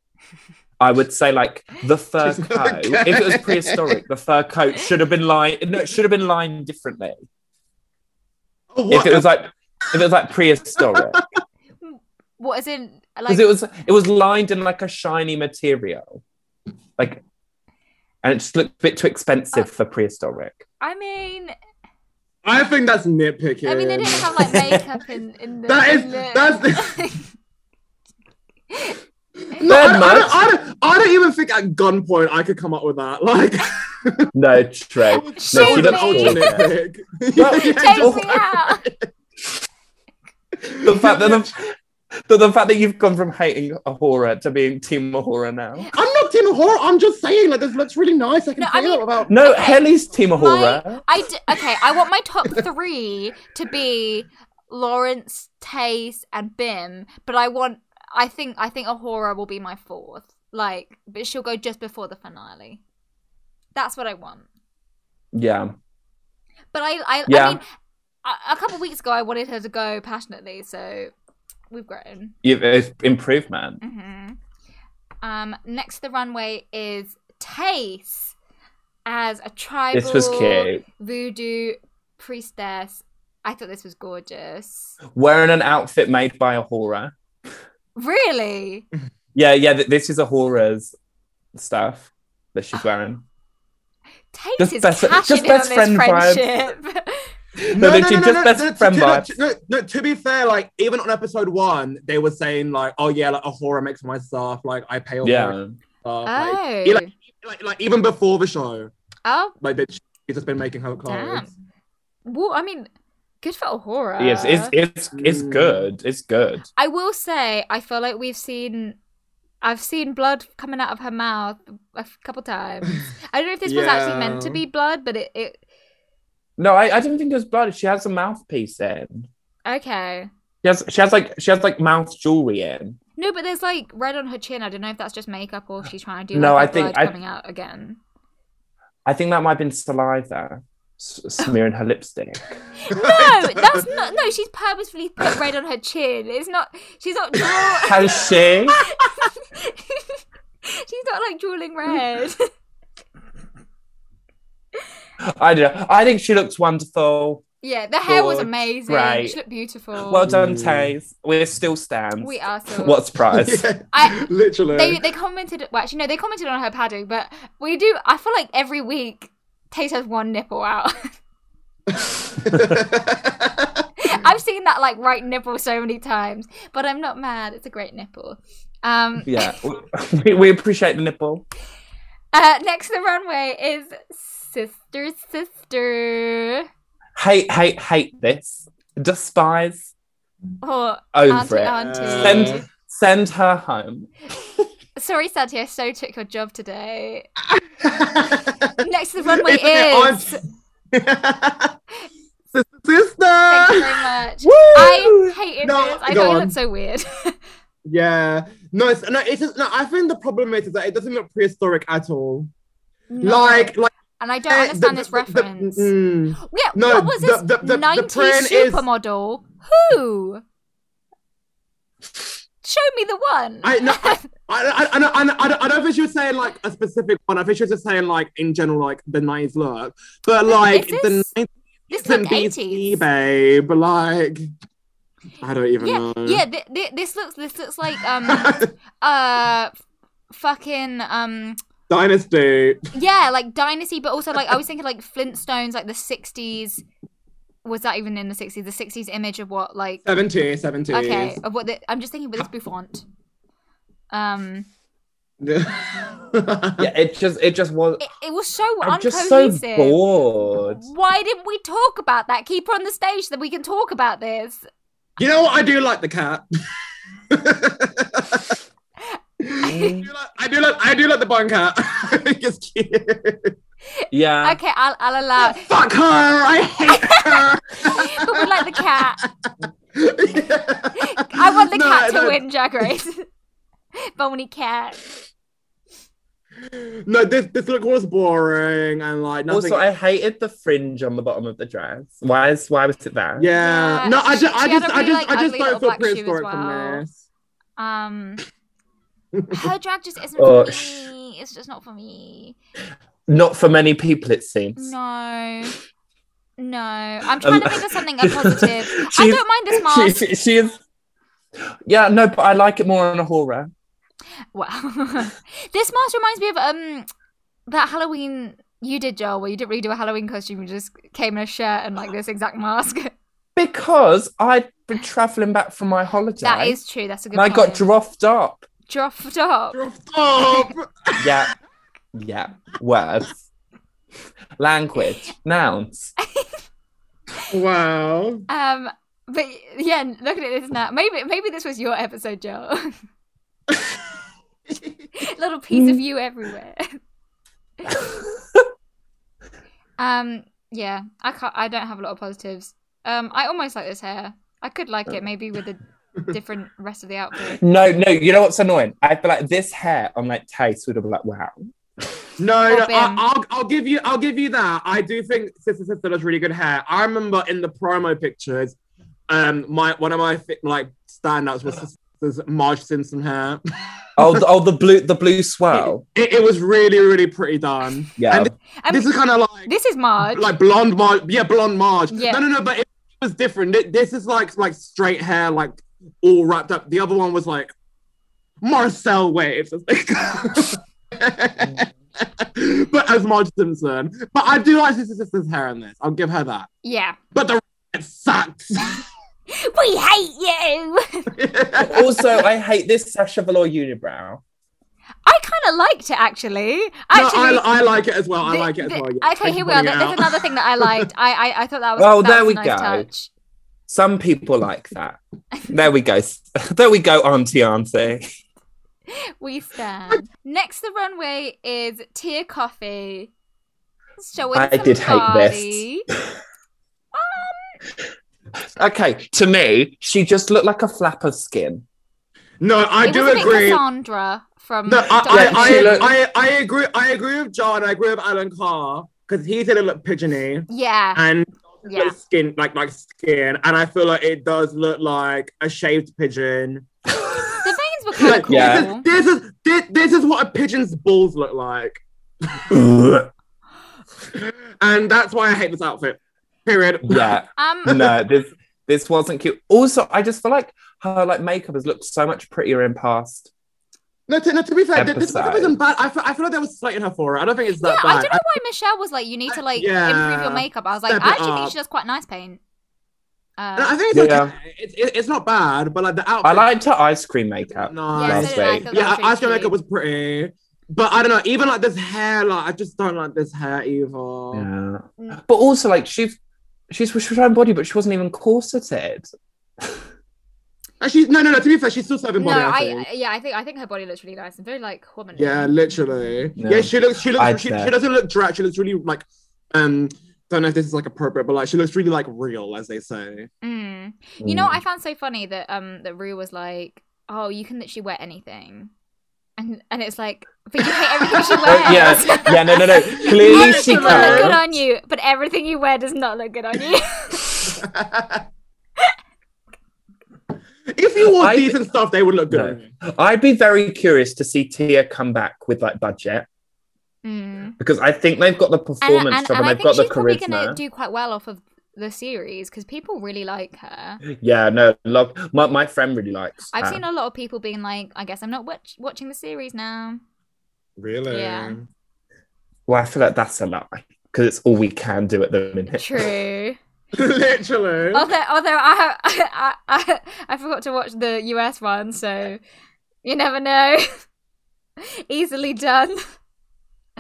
[SPEAKER 4] I would say like the fur
[SPEAKER 5] She's
[SPEAKER 4] coat.
[SPEAKER 5] not
[SPEAKER 4] If it was
[SPEAKER 5] okay.
[SPEAKER 4] prehistoric, the fur coat should have been lined. No, it should have been lined differently.
[SPEAKER 5] Oh, what?
[SPEAKER 4] If it was like, if it was like prehistoric,
[SPEAKER 3] What is in like?
[SPEAKER 4] because it was it was lined in like a shiny material, like, and it just looked a bit too expensive
[SPEAKER 3] Uh,
[SPEAKER 4] for prehistoric.
[SPEAKER 3] I mean,
[SPEAKER 5] I think that's nitpicking.
[SPEAKER 3] I mean, they didn't have like makeup in in the.
[SPEAKER 5] That is-
[SPEAKER 3] in the-
[SPEAKER 5] that's No, I,
[SPEAKER 4] They're
[SPEAKER 5] don't- I
[SPEAKER 4] nuts.
[SPEAKER 5] don't, I, don't, I don't even think at gunpoint I could come up with that. Like,
[SPEAKER 4] No, true.
[SPEAKER 5] so
[SPEAKER 3] Shoot
[SPEAKER 5] was an
[SPEAKER 3] me.
[SPEAKER 5] ultra nitpick.
[SPEAKER 4] Well,
[SPEAKER 5] Yeah,
[SPEAKER 4] take
[SPEAKER 3] Take
[SPEAKER 5] just-
[SPEAKER 3] me out.
[SPEAKER 4] The fact that the, the, the fact that you've gone from hating Ahura to being Team Ahura now.
[SPEAKER 5] I'm not Team Horror. I'm just saying, like, this looks really nice. I can
[SPEAKER 3] No,
[SPEAKER 5] say
[SPEAKER 3] I mean-
[SPEAKER 5] that without.
[SPEAKER 4] No,
[SPEAKER 3] Okay,
[SPEAKER 4] Helly's Team Ahura.
[SPEAKER 3] My, I d- okay. I want my top three to be Lawrence, Tace, and Bim, but I want. I think I think Ahura will be my fourth. Like, but she'll go just before the finale. That's what I want.
[SPEAKER 4] Yeah,
[SPEAKER 3] But I, I,
[SPEAKER 4] Yeah.
[SPEAKER 3] I mean, a, a couple of weeks ago, I wanted her to go passionately, so we've grown.
[SPEAKER 4] you've it's improved, man.
[SPEAKER 3] hmm Um, next to the runway is Tace as a tribal
[SPEAKER 4] This was cute.
[SPEAKER 3] voodoo priestess. I thought this was gorgeous.
[SPEAKER 4] Wearing an outfit made by Ahura.
[SPEAKER 3] Really?
[SPEAKER 4] Yeah, yeah. th- This is Ahura's stuff that she's wearing.
[SPEAKER 3] Tace
[SPEAKER 4] Just
[SPEAKER 3] is
[SPEAKER 4] best-
[SPEAKER 3] cashing
[SPEAKER 4] just
[SPEAKER 3] in
[SPEAKER 4] best
[SPEAKER 3] on this
[SPEAKER 4] friend vibes.
[SPEAKER 3] friendship.
[SPEAKER 4] No, literally, just best
[SPEAKER 5] no, to-
[SPEAKER 4] friend
[SPEAKER 5] to- no,
[SPEAKER 4] vibes.
[SPEAKER 5] to- No, no, to be fair, like, even on episode one, they were saying, like, oh, yeah, like, a horror makes my stuff. Like, I pay all
[SPEAKER 4] Yeah,
[SPEAKER 5] stuff. Like,
[SPEAKER 3] oh.
[SPEAKER 5] you like- like, like, even before the show,
[SPEAKER 3] oh,
[SPEAKER 5] like, bitch, she's just been making her clothes.
[SPEAKER 3] damn. Well, I mean, good for Ahura.
[SPEAKER 4] yes, it's it's it's
[SPEAKER 5] Mm.
[SPEAKER 4] good. It's good.
[SPEAKER 3] I will say, I feel like we've seen, I've seen blood coming out of her mouth a f- couple times. I don't know if this was actually meant to
[SPEAKER 5] Yeah.
[SPEAKER 3] be blood, but it, it
[SPEAKER 4] No, I, I didn't think it was blood. She has a mouthpiece in.
[SPEAKER 3] Okay.
[SPEAKER 4] She has she has like she has like mouth jewelry in.
[SPEAKER 3] No, but there's like red on her chin. I don't know if that's just makeup or if she's trying to do
[SPEAKER 4] No,
[SPEAKER 3] like,
[SPEAKER 4] I
[SPEAKER 3] her
[SPEAKER 4] think
[SPEAKER 3] blood
[SPEAKER 4] I-
[SPEAKER 3] coming out again.
[SPEAKER 4] I think that might have been saliva s- smearing her lipstick.
[SPEAKER 3] No, that's not. No, she's purposefully put red on her chin. It's not. She's not drawing.
[SPEAKER 4] Has she?
[SPEAKER 3] she's not like drooling red.
[SPEAKER 4] I don't know. I think she looks wonderful.
[SPEAKER 3] yeah, the hair was
[SPEAKER 4] Gorge,
[SPEAKER 3] amazing.
[SPEAKER 4] right.
[SPEAKER 3] She looked beautiful.
[SPEAKER 4] Well done,
[SPEAKER 5] Mm.
[SPEAKER 4] Taze. We're still stands.
[SPEAKER 3] we are so.
[SPEAKER 4] What's prize?
[SPEAKER 5] Yeah,
[SPEAKER 3] I-
[SPEAKER 5] literally.
[SPEAKER 3] They they commented. Well, actually, no, they commented on her padding, but we do. I feel like every week. Tate has one nipple out. I've seen that like right nipple so many times, but I'm not mad. It's a great nipple. Um,
[SPEAKER 4] yeah, we, we appreciate the nipple.
[SPEAKER 3] Uh, next to the runway is Sister Sister.
[SPEAKER 4] Hate, hate, hate this. Despise.
[SPEAKER 3] Or
[SPEAKER 4] Over
[SPEAKER 3] Oh, Auntie
[SPEAKER 4] it.
[SPEAKER 3] Auntie.
[SPEAKER 5] Uh,
[SPEAKER 4] Send, send her home.
[SPEAKER 3] Sorry, Santi, I so took your job today.
[SPEAKER 5] Isn't
[SPEAKER 3] Next to the runway
[SPEAKER 5] it
[SPEAKER 3] is.
[SPEAKER 5] on- Sister,
[SPEAKER 3] Thank you
[SPEAKER 5] sister.
[SPEAKER 3] very much.
[SPEAKER 4] Woo!
[SPEAKER 3] I hated
[SPEAKER 5] No,
[SPEAKER 3] this. I thought
[SPEAKER 5] go
[SPEAKER 3] it
[SPEAKER 5] on.
[SPEAKER 3] looked so weird.
[SPEAKER 5] Yeah. No, it's, no, it's just, no, I think the problem is, is that it doesn't look prehistoric at all.
[SPEAKER 3] No.
[SPEAKER 5] Like, like,
[SPEAKER 3] and I don't
[SPEAKER 5] eh,
[SPEAKER 3] understand
[SPEAKER 5] the-
[SPEAKER 3] this
[SPEAKER 5] the- the-
[SPEAKER 3] reference.
[SPEAKER 5] mm.
[SPEAKER 3] yeah,
[SPEAKER 5] no,
[SPEAKER 3] what was
[SPEAKER 5] the-
[SPEAKER 3] this
[SPEAKER 5] the- the- the
[SPEAKER 3] 90s
[SPEAKER 5] plan is-
[SPEAKER 3] supermodel? Who? Show me the one.
[SPEAKER 5] I no, I, I, I, I, I, I, don't- I don't think she was saying like a specific one. I think she was just saying like in general like the nice look, but like
[SPEAKER 3] Is
[SPEAKER 5] the
[SPEAKER 3] this-
[SPEAKER 5] nice
[SPEAKER 3] this
[SPEAKER 5] and
[SPEAKER 3] looked
[SPEAKER 5] BC
[SPEAKER 3] 80s.
[SPEAKER 5] babe, like I don't even
[SPEAKER 3] yeah,
[SPEAKER 5] know.
[SPEAKER 3] yeah. Th- th- this looks this looks like um uh f- fucking um
[SPEAKER 5] Dynasty.
[SPEAKER 3] yeah like dynasty but also like i was thinking like flintstones like the 60s was that even in the 60s the 60s image of what like
[SPEAKER 5] 70, 70.
[SPEAKER 3] okay of what the, i'm just thinking with this bouffant um
[SPEAKER 5] yeah.
[SPEAKER 4] Yeah, it just it just was.
[SPEAKER 3] it, it was so
[SPEAKER 4] I'm
[SPEAKER 3] uncohesive
[SPEAKER 4] just so bored.
[SPEAKER 3] why didn't we talk about that keep her on the stage so that we can talk about this
[SPEAKER 5] You know what? I do like the cat. I do like, I do like, I do like the bun cat. I think it's cute. Uh.
[SPEAKER 4] Yeah.
[SPEAKER 3] okay i'll, I'll allow it
[SPEAKER 5] Fuck her! I hate
[SPEAKER 3] but we like the cat
[SPEAKER 5] her.
[SPEAKER 3] i want the
[SPEAKER 5] No,
[SPEAKER 3] cat to
[SPEAKER 5] no.
[SPEAKER 3] win drag race bonnie cat
[SPEAKER 5] No, this this look was boring and like nothing.
[SPEAKER 4] Also, I hated the fringe on the bottom of the dress. Why is why was it there?
[SPEAKER 5] yeah.
[SPEAKER 3] Yeah,
[SPEAKER 5] no, I
[SPEAKER 3] she-
[SPEAKER 5] just, I
[SPEAKER 3] she had
[SPEAKER 5] just,
[SPEAKER 3] a
[SPEAKER 5] I
[SPEAKER 3] really, like,
[SPEAKER 5] just, I just
[SPEAKER 3] ugly little
[SPEAKER 5] don't feel
[SPEAKER 3] black shoe as
[SPEAKER 5] prehistoric
[SPEAKER 3] well.
[SPEAKER 5] from this.
[SPEAKER 3] Um, her drag just isn't
[SPEAKER 4] Oh,
[SPEAKER 3] for
[SPEAKER 4] sh-
[SPEAKER 3] me. It's just not for me.
[SPEAKER 4] Not for many people, it seems.
[SPEAKER 3] No, no. I'm trying to think of something a positive. I
[SPEAKER 4] She's-
[SPEAKER 3] don't mind this
[SPEAKER 4] She,
[SPEAKER 3] mask.
[SPEAKER 4] she, she is. Yeah, no, but I like it more on a horror.
[SPEAKER 3] Wow, this mask reminds me of um that Halloween you did, Joel, where you didn't really do a Halloween costume. You just came in a shirt and like this exact mask.
[SPEAKER 4] Because I'd been travelling back from my holiday.
[SPEAKER 3] That is true. That's a good.
[SPEAKER 4] And I got
[SPEAKER 3] point.
[SPEAKER 4] dropped up.
[SPEAKER 3] dropped up.
[SPEAKER 5] Stop.
[SPEAKER 4] Yeah. Yeah. Words. Language. Nouns.
[SPEAKER 5] wow.
[SPEAKER 3] Um, but yeah, looking at this now, maybe maybe this was your episode, Joel. Little piece of you everywhere. um, yeah, I can't. I don't have a lot of positives. Um, I almost like this hair. I could like it maybe with a different rest of the outfit.
[SPEAKER 4] No, no, you know what's annoying? I feel like this hair on like taste would have been like, wow.
[SPEAKER 5] No, no
[SPEAKER 3] Robin.
[SPEAKER 5] I, I'll, I'll give you, I'll give you that. I do think Sister Sister does really good hair. I remember in the promo pictures, um, my one of my fi- like standouts was Sister's Marge Simpson hair.
[SPEAKER 4] Oh, the, oh, the blue, the blue swirl.
[SPEAKER 5] It, it was really, really pretty done.
[SPEAKER 4] Yeah.
[SPEAKER 5] And
[SPEAKER 3] I mean,
[SPEAKER 5] this
[SPEAKER 3] Um, this,
[SPEAKER 5] is kind of like
[SPEAKER 3] is Marge.
[SPEAKER 5] like blonde Marge. Yeah, blonde Marge.
[SPEAKER 3] Yeah.
[SPEAKER 5] No, no, no. But it was different. Th- This is like like straight hair, like all wrapped up. The other one was like Marcel waves. but as Marge Simpson. But I do like Sister Sister's hair in this. I'll give her that.
[SPEAKER 3] yeah,
[SPEAKER 5] But the it sucks.
[SPEAKER 3] we hate you.
[SPEAKER 4] also, I hate this Sasha Velour unibrow.
[SPEAKER 3] I kind of liked it actually.
[SPEAKER 5] No,
[SPEAKER 3] Actually,
[SPEAKER 5] I, I like it as well. I
[SPEAKER 3] The-
[SPEAKER 5] like it as
[SPEAKER 3] the-
[SPEAKER 5] well. yeah.
[SPEAKER 3] Okay,
[SPEAKER 5] Thank
[SPEAKER 3] here
[SPEAKER 5] you for
[SPEAKER 3] we are.
[SPEAKER 5] pointing
[SPEAKER 3] That,
[SPEAKER 5] it
[SPEAKER 3] that's
[SPEAKER 5] out.
[SPEAKER 3] another thing that I liked. I, I, I thought that was.
[SPEAKER 4] Well,
[SPEAKER 3] that
[SPEAKER 4] there
[SPEAKER 3] was a
[SPEAKER 4] we
[SPEAKER 3] nice
[SPEAKER 4] go.
[SPEAKER 3] Touch.
[SPEAKER 4] Some people like that. There we go. there we go, Auntie Auntie.
[SPEAKER 3] We stand. Next, the runway is Tia Coffee. Showing
[SPEAKER 4] I
[SPEAKER 3] some
[SPEAKER 4] did hate this.
[SPEAKER 3] body.
[SPEAKER 4] Okay, to me, she just looked like a flap of skin.
[SPEAKER 5] No, I
[SPEAKER 3] it
[SPEAKER 5] do
[SPEAKER 3] was a bit
[SPEAKER 5] agree.
[SPEAKER 3] Cassandra from.
[SPEAKER 5] No,
[SPEAKER 4] Yeah,
[SPEAKER 5] I,
[SPEAKER 4] she
[SPEAKER 5] I,
[SPEAKER 4] looked-
[SPEAKER 5] I, I, I agree. I agree with John. I agree with Alan Carr because he said it looked pigeony
[SPEAKER 3] yeah,
[SPEAKER 5] and
[SPEAKER 3] yeah.
[SPEAKER 5] looked skin like like skin, and I feel like it does look like a shaved pigeon.
[SPEAKER 3] The veins were kind of cool.
[SPEAKER 4] Yeah.
[SPEAKER 5] This is this, this is what a pigeon's balls look like, and that's why I hate this outfit. Period.
[SPEAKER 4] Yeah,
[SPEAKER 3] Um,
[SPEAKER 4] no, this this wasn't cute. Also, I just feel like her like makeup has looked so much prettier in past.
[SPEAKER 5] No, to, no, to be fair, th- this
[SPEAKER 4] Emphasize.
[SPEAKER 5] makeup isn't bad. I feel, I feel like that was slighting her for it. I don't think it's
[SPEAKER 3] yeah,
[SPEAKER 5] that
[SPEAKER 3] I
[SPEAKER 5] bad.
[SPEAKER 3] don't know why Michelle was like, you need to like
[SPEAKER 5] Yeah.
[SPEAKER 3] improve your makeup. I was like,
[SPEAKER 5] Step
[SPEAKER 3] I
[SPEAKER 5] it
[SPEAKER 3] actually think
[SPEAKER 5] up.
[SPEAKER 3] she does quite nice paint. Uh,
[SPEAKER 5] And I think it's
[SPEAKER 4] Yeah.
[SPEAKER 5] okay. It's, it, it's not bad, but like the outfit.
[SPEAKER 4] I liked her ice cream makeup.
[SPEAKER 5] No,
[SPEAKER 3] Um, yeah,
[SPEAKER 4] last
[SPEAKER 3] so did I. I
[SPEAKER 4] week.
[SPEAKER 3] thought that
[SPEAKER 5] yeah,
[SPEAKER 3] was really
[SPEAKER 5] ice cream makeup
[SPEAKER 3] cute.
[SPEAKER 5] was pretty, but I don't know. Even like this hair, like I just don't like this hair either.
[SPEAKER 4] Yeah. But also, like she's she's she was trying body, but she wasn't even corseted.
[SPEAKER 5] And she's no, no, no. To be fair, she's still serving
[SPEAKER 3] No,
[SPEAKER 5] body. I
[SPEAKER 3] I uh,
[SPEAKER 5] think.
[SPEAKER 3] yeah, I think I think her body looks really nice and very like woman.
[SPEAKER 5] yeah, literally.
[SPEAKER 4] No.
[SPEAKER 5] Yeah, she looks. She
[SPEAKER 4] I'd
[SPEAKER 5] looks. She,
[SPEAKER 4] say.
[SPEAKER 5] she doesn't look drag. She looks really like. Um, don't know if this is like appropriate, but like she looks really like real, as they say.
[SPEAKER 3] Mm. You know, what I found so funny that um that Rue was like, "Oh, you can literally wear anything," and and it's like, but you hate everything she
[SPEAKER 4] Uh,
[SPEAKER 3] wears.
[SPEAKER 4] yeah, yeah, no, no, no. Clearly, she
[SPEAKER 3] Everything will look good
[SPEAKER 4] can.
[SPEAKER 3] on you, but everything you wear does not look good on you.
[SPEAKER 5] if you wore
[SPEAKER 4] I-
[SPEAKER 5] decent stuff, they would look good.
[SPEAKER 4] No.
[SPEAKER 5] on you.
[SPEAKER 4] I'd be very curious to see Tia come back with like budget
[SPEAKER 3] Mm.
[SPEAKER 4] because I think they've got the
[SPEAKER 3] And,
[SPEAKER 4] performance
[SPEAKER 3] and,
[SPEAKER 4] job
[SPEAKER 3] and
[SPEAKER 4] and
[SPEAKER 3] I
[SPEAKER 4] they've
[SPEAKER 3] think
[SPEAKER 4] got the
[SPEAKER 3] she's probably going to
[SPEAKER 4] charisma.
[SPEAKER 3] do quite well off of the series because people really like her.
[SPEAKER 4] Yeah, no, love. My, my friend really likes.
[SPEAKER 3] I've
[SPEAKER 4] her.
[SPEAKER 3] seen a lot of people being like, "I guess I'm not watch- watching the series now."
[SPEAKER 5] Really?
[SPEAKER 3] Yeah.
[SPEAKER 4] Well, I feel like that's a lie because it's all we can do at the minute.
[SPEAKER 3] True.
[SPEAKER 5] Literally.
[SPEAKER 3] although although I, I I I forgot to watch the US one, so you never know. Easily done.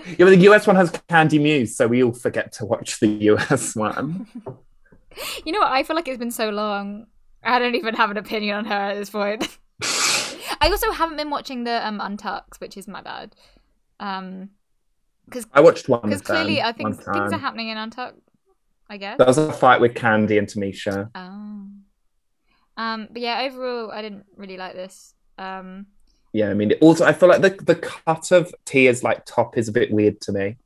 [SPEAKER 4] Yeah, but the US one has Candy Muse, so we all forget to watch the US one.
[SPEAKER 3] You know what? I feel like it's been so long. I don't even have an opinion on her at this point. I also haven't been watching the um Untucks, which is my bad. Um,
[SPEAKER 4] I watched one.
[SPEAKER 3] because
[SPEAKER 4] Because
[SPEAKER 3] clearly, I think things are
[SPEAKER 4] happening.
[SPEAKER 3] happening in Untuck. I guess.
[SPEAKER 4] There was a fight with Candy and Tamisha.
[SPEAKER 3] Oh. Um, but yeah, overall, I didn't really like this. Um,
[SPEAKER 4] Yeah, I mean, it also, I feel like the, the cut of Tia's like top is a bit weird to me.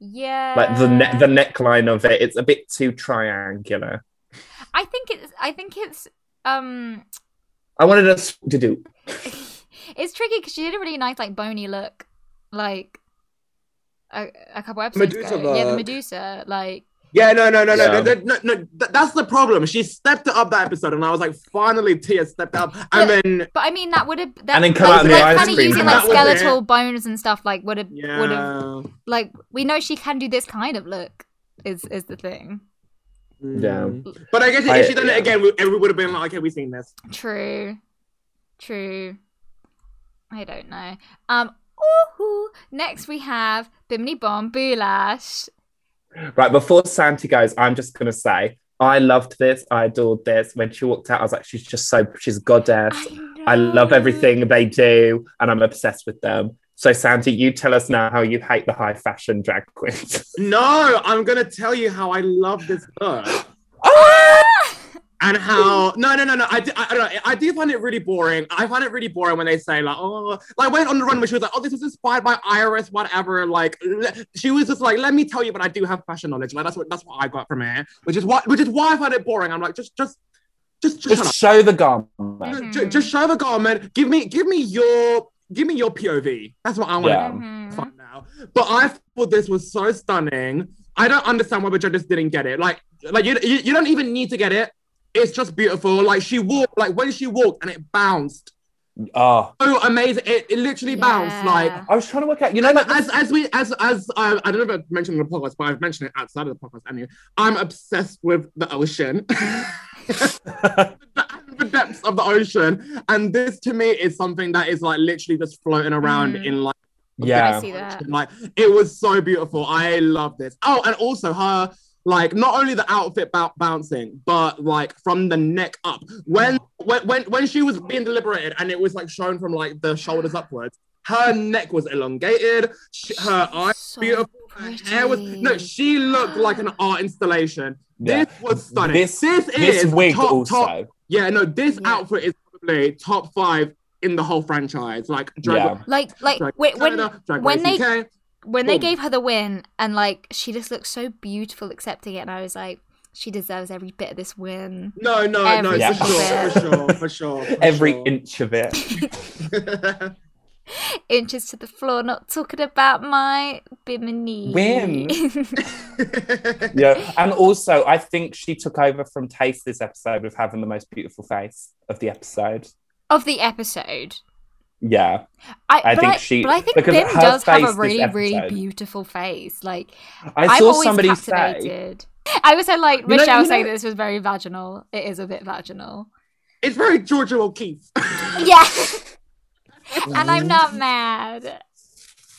[SPEAKER 3] yeah.
[SPEAKER 4] Like the ne- the neckline of it, it's a bit too triangular.
[SPEAKER 3] I think it's I think it's um
[SPEAKER 4] I wanted us to do.
[SPEAKER 3] it's tricky because she did a really nice like bony look like a, a couple episodes
[SPEAKER 5] Medusa
[SPEAKER 3] ago. Yeah, the
[SPEAKER 5] look.
[SPEAKER 3] Medusa like
[SPEAKER 5] Yeah, no, no, no, no,
[SPEAKER 4] Yeah.
[SPEAKER 5] no, no, no, no. Th- that's the problem. She stepped it up that episode, and I was like, finally, Tia stepped up. And then,
[SPEAKER 3] but I mean that would have that
[SPEAKER 4] And then come out in the
[SPEAKER 3] like,
[SPEAKER 4] ice
[SPEAKER 3] kind of
[SPEAKER 4] cream
[SPEAKER 3] using
[SPEAKER 4] hat.
[SPEAKER 3] like
[SPEAKER 5] That was it.
[SPEAKER 3] skeletal bones and stuff like would have
[SPEAKER 5] yeah,
[SPEAKER 3] would have like we know she can do this kind of look is is the thing.
[SPEAKER 5] Mm. But I guess
[SPEAKER 4] I-
[SPEAKER 5] if she done
[SPEAKER 4] yeah.
[SPEAKER 5] it again, we, everyone would have been like, okay, we've seen this.
[SPEAKER 3] True. True. I don't know. Um ooh-hoo. next we have Bimini Bomb Boulash.
[SPEAKER 4] Right, before Santa goes, I'm just going to say, I loved this. I adored this. When she walked out, I was like, she's just so, she's a goddess. I love
[SPEAKER 3] know.
[SPEAKER 4] everything they do, and I'm obsessed with them. So, Sandy, you tell us now how you hate the high fashion drag queens.
[SPEAKER 5] No, I'm gonna tell you how I love this book. And how no no no no I do, I, I don't know I do find it really boring I find it really boring when they say like oh like when on the run when she was like oh this was inspired by Iris whatever like le- she was just like let me tell you but I do have fashion knowledge like that's what that's what I got from it which is why which is why I find it boring I'm like just just just just shut up
[SPEAKER 4] Just show the garment.
[SPEAKER 5] Ju- ju-
[SPEAKER 3] Mhm.
[SPEAKER 5] just, show the garment give me give me your give me your POV that's what I want
[SPEAKER 4] Yeah.
[SPEAKER 3] Mhm.
[SPEAKER 5] fun now. But I thought this was so stunning. I don't understand why the judges didn't get it. Like, like you, you, you don't even need to get it. It's just beautiful. Like she walked, like when she walked and it bounced.
[SPEAKER 4] Oh,
[SPEAKER 5] Oh, amazing! It, it literally bounced. Like
[SPEAKER 3] Yeah.
[SPEAKER 4] I was trying to work out. You know, like
[SPEAKER 5] as as we as as I, I don't know if I mentioned it on the podcast, but I've mentioned it outside of the podcast. Anyway, I'm obsessed with the ocean. the, the depths of the ocean, and this to me is something that is like literally just floating around
[SPEAKER 3] Mm.
[SPEAKER 5] in like.
[SPEAKER 3] I
[SPEAKER 4] yeah,
[SPEAKER 3] see that.
[SPEAKER 5] Like it was so beautiful. I love this. Oh, and also her like not only the outfit bou- bouncing, but like from the neck up. When when when when she was being deliberated and it was like shown from like the shoulders upwards, Her neck was elongated. She, her eyes
[SPEAKER 3] So
[SPEAKER 5] beautiful. Her hair was no.
[SPEAKER 3] pretty.
[SPEAKER 5] She looked like an art installation.
[SPEAKER 4] Yeah.
[SPEAKER 5] This was stunning.
[SPEAKER 4] This-
[SPEAKER 5] is
[SPEAKER 4] This wig
[SPEAKER 5] top,
[SPEAKER 4] also.
[SPEAKER 5] top- yeah, no. This
[SPEAKER 3] Yeah.
[SPEAKER 5] outfit is probably top five in the whole franchise. Like Drag
[SPEAKER 4] Yeah.
[SPEAKER 3] Like, like
[SPEAKER 5] Drag
[SPEAKER 3] wait, when
[SPEAKER 5] Canada, Drag
[SPEAKER 3] when
[SPEAKER 5] Race
[SPEAKER 3] they-
[SPEAKER 5] UK.
[SPEAKER 3] when they
[SPEAKER 5] Boom.
[SPEAKER 3] gave her the win and like she just looked so beautiful accepting it and i was like she deserves every bit of this win
[SPEAKER 5] No, no, no,
[SPEAKER 3] Every
[SPEAKER 5] for
[SPEAKER 4] single
[SPEAKER 5] sure, for
[SPEAKER 4] bit.
[SPEAKER 5] sure, for sure. for
[SPEAKER 4] Every
[SPEAKER 5] sure.
[SPEAKER 4] inch of it.
[SPEAKER 3] inches to the floor not talking about my bimini
[SPEAKER 4] Win. yeah. And also, I think she took over from Taste this episode with having the most beautiful face of the episode.
[SPEAKER 3] of the episode
[SPEAKER 4] Yeah.
[SPEAKER 3] I,
[SPEAKER 4] I
[SPEAKER 3] but
[SPEAKER 4] think
[SPEAKER 3] I,
[SPEAKER 4] she-
[SPEAKER 3] but I think
[SPEAKER 4] because
[SPEAKER 3] Bim
[SPEAKER 4] her
[SPEAKER 3] does have
[SPEAKER 4] face
[SPEAKER 3] a
[SPEAKER 4] this
[SPEAKER 3] really, really
[SPEAKER 4] episode-
[SPEAKER 3] beautiful face. Like
[SPEAKER 4] I
[SPEAKER 3] I
[SPEAKER 4] saw
[SPEAKER 3] am always
[SPEAKER 4] somebody say,
[SPEAKER 3] captivated. I also like
[SPEAKER 4] know-
[SPEAKER 3] Michelle
[SPEAKER 4] you
[SPEAKER 3] saying
[SPEAKER 4] know-
[SPEAKER 3] that this was very vaginal. It is a bit vaginal.
[SPEAKER 5] it's very Georgia O'Keeffe.
[SPEAKER 3] Yeah. and I'm not mad.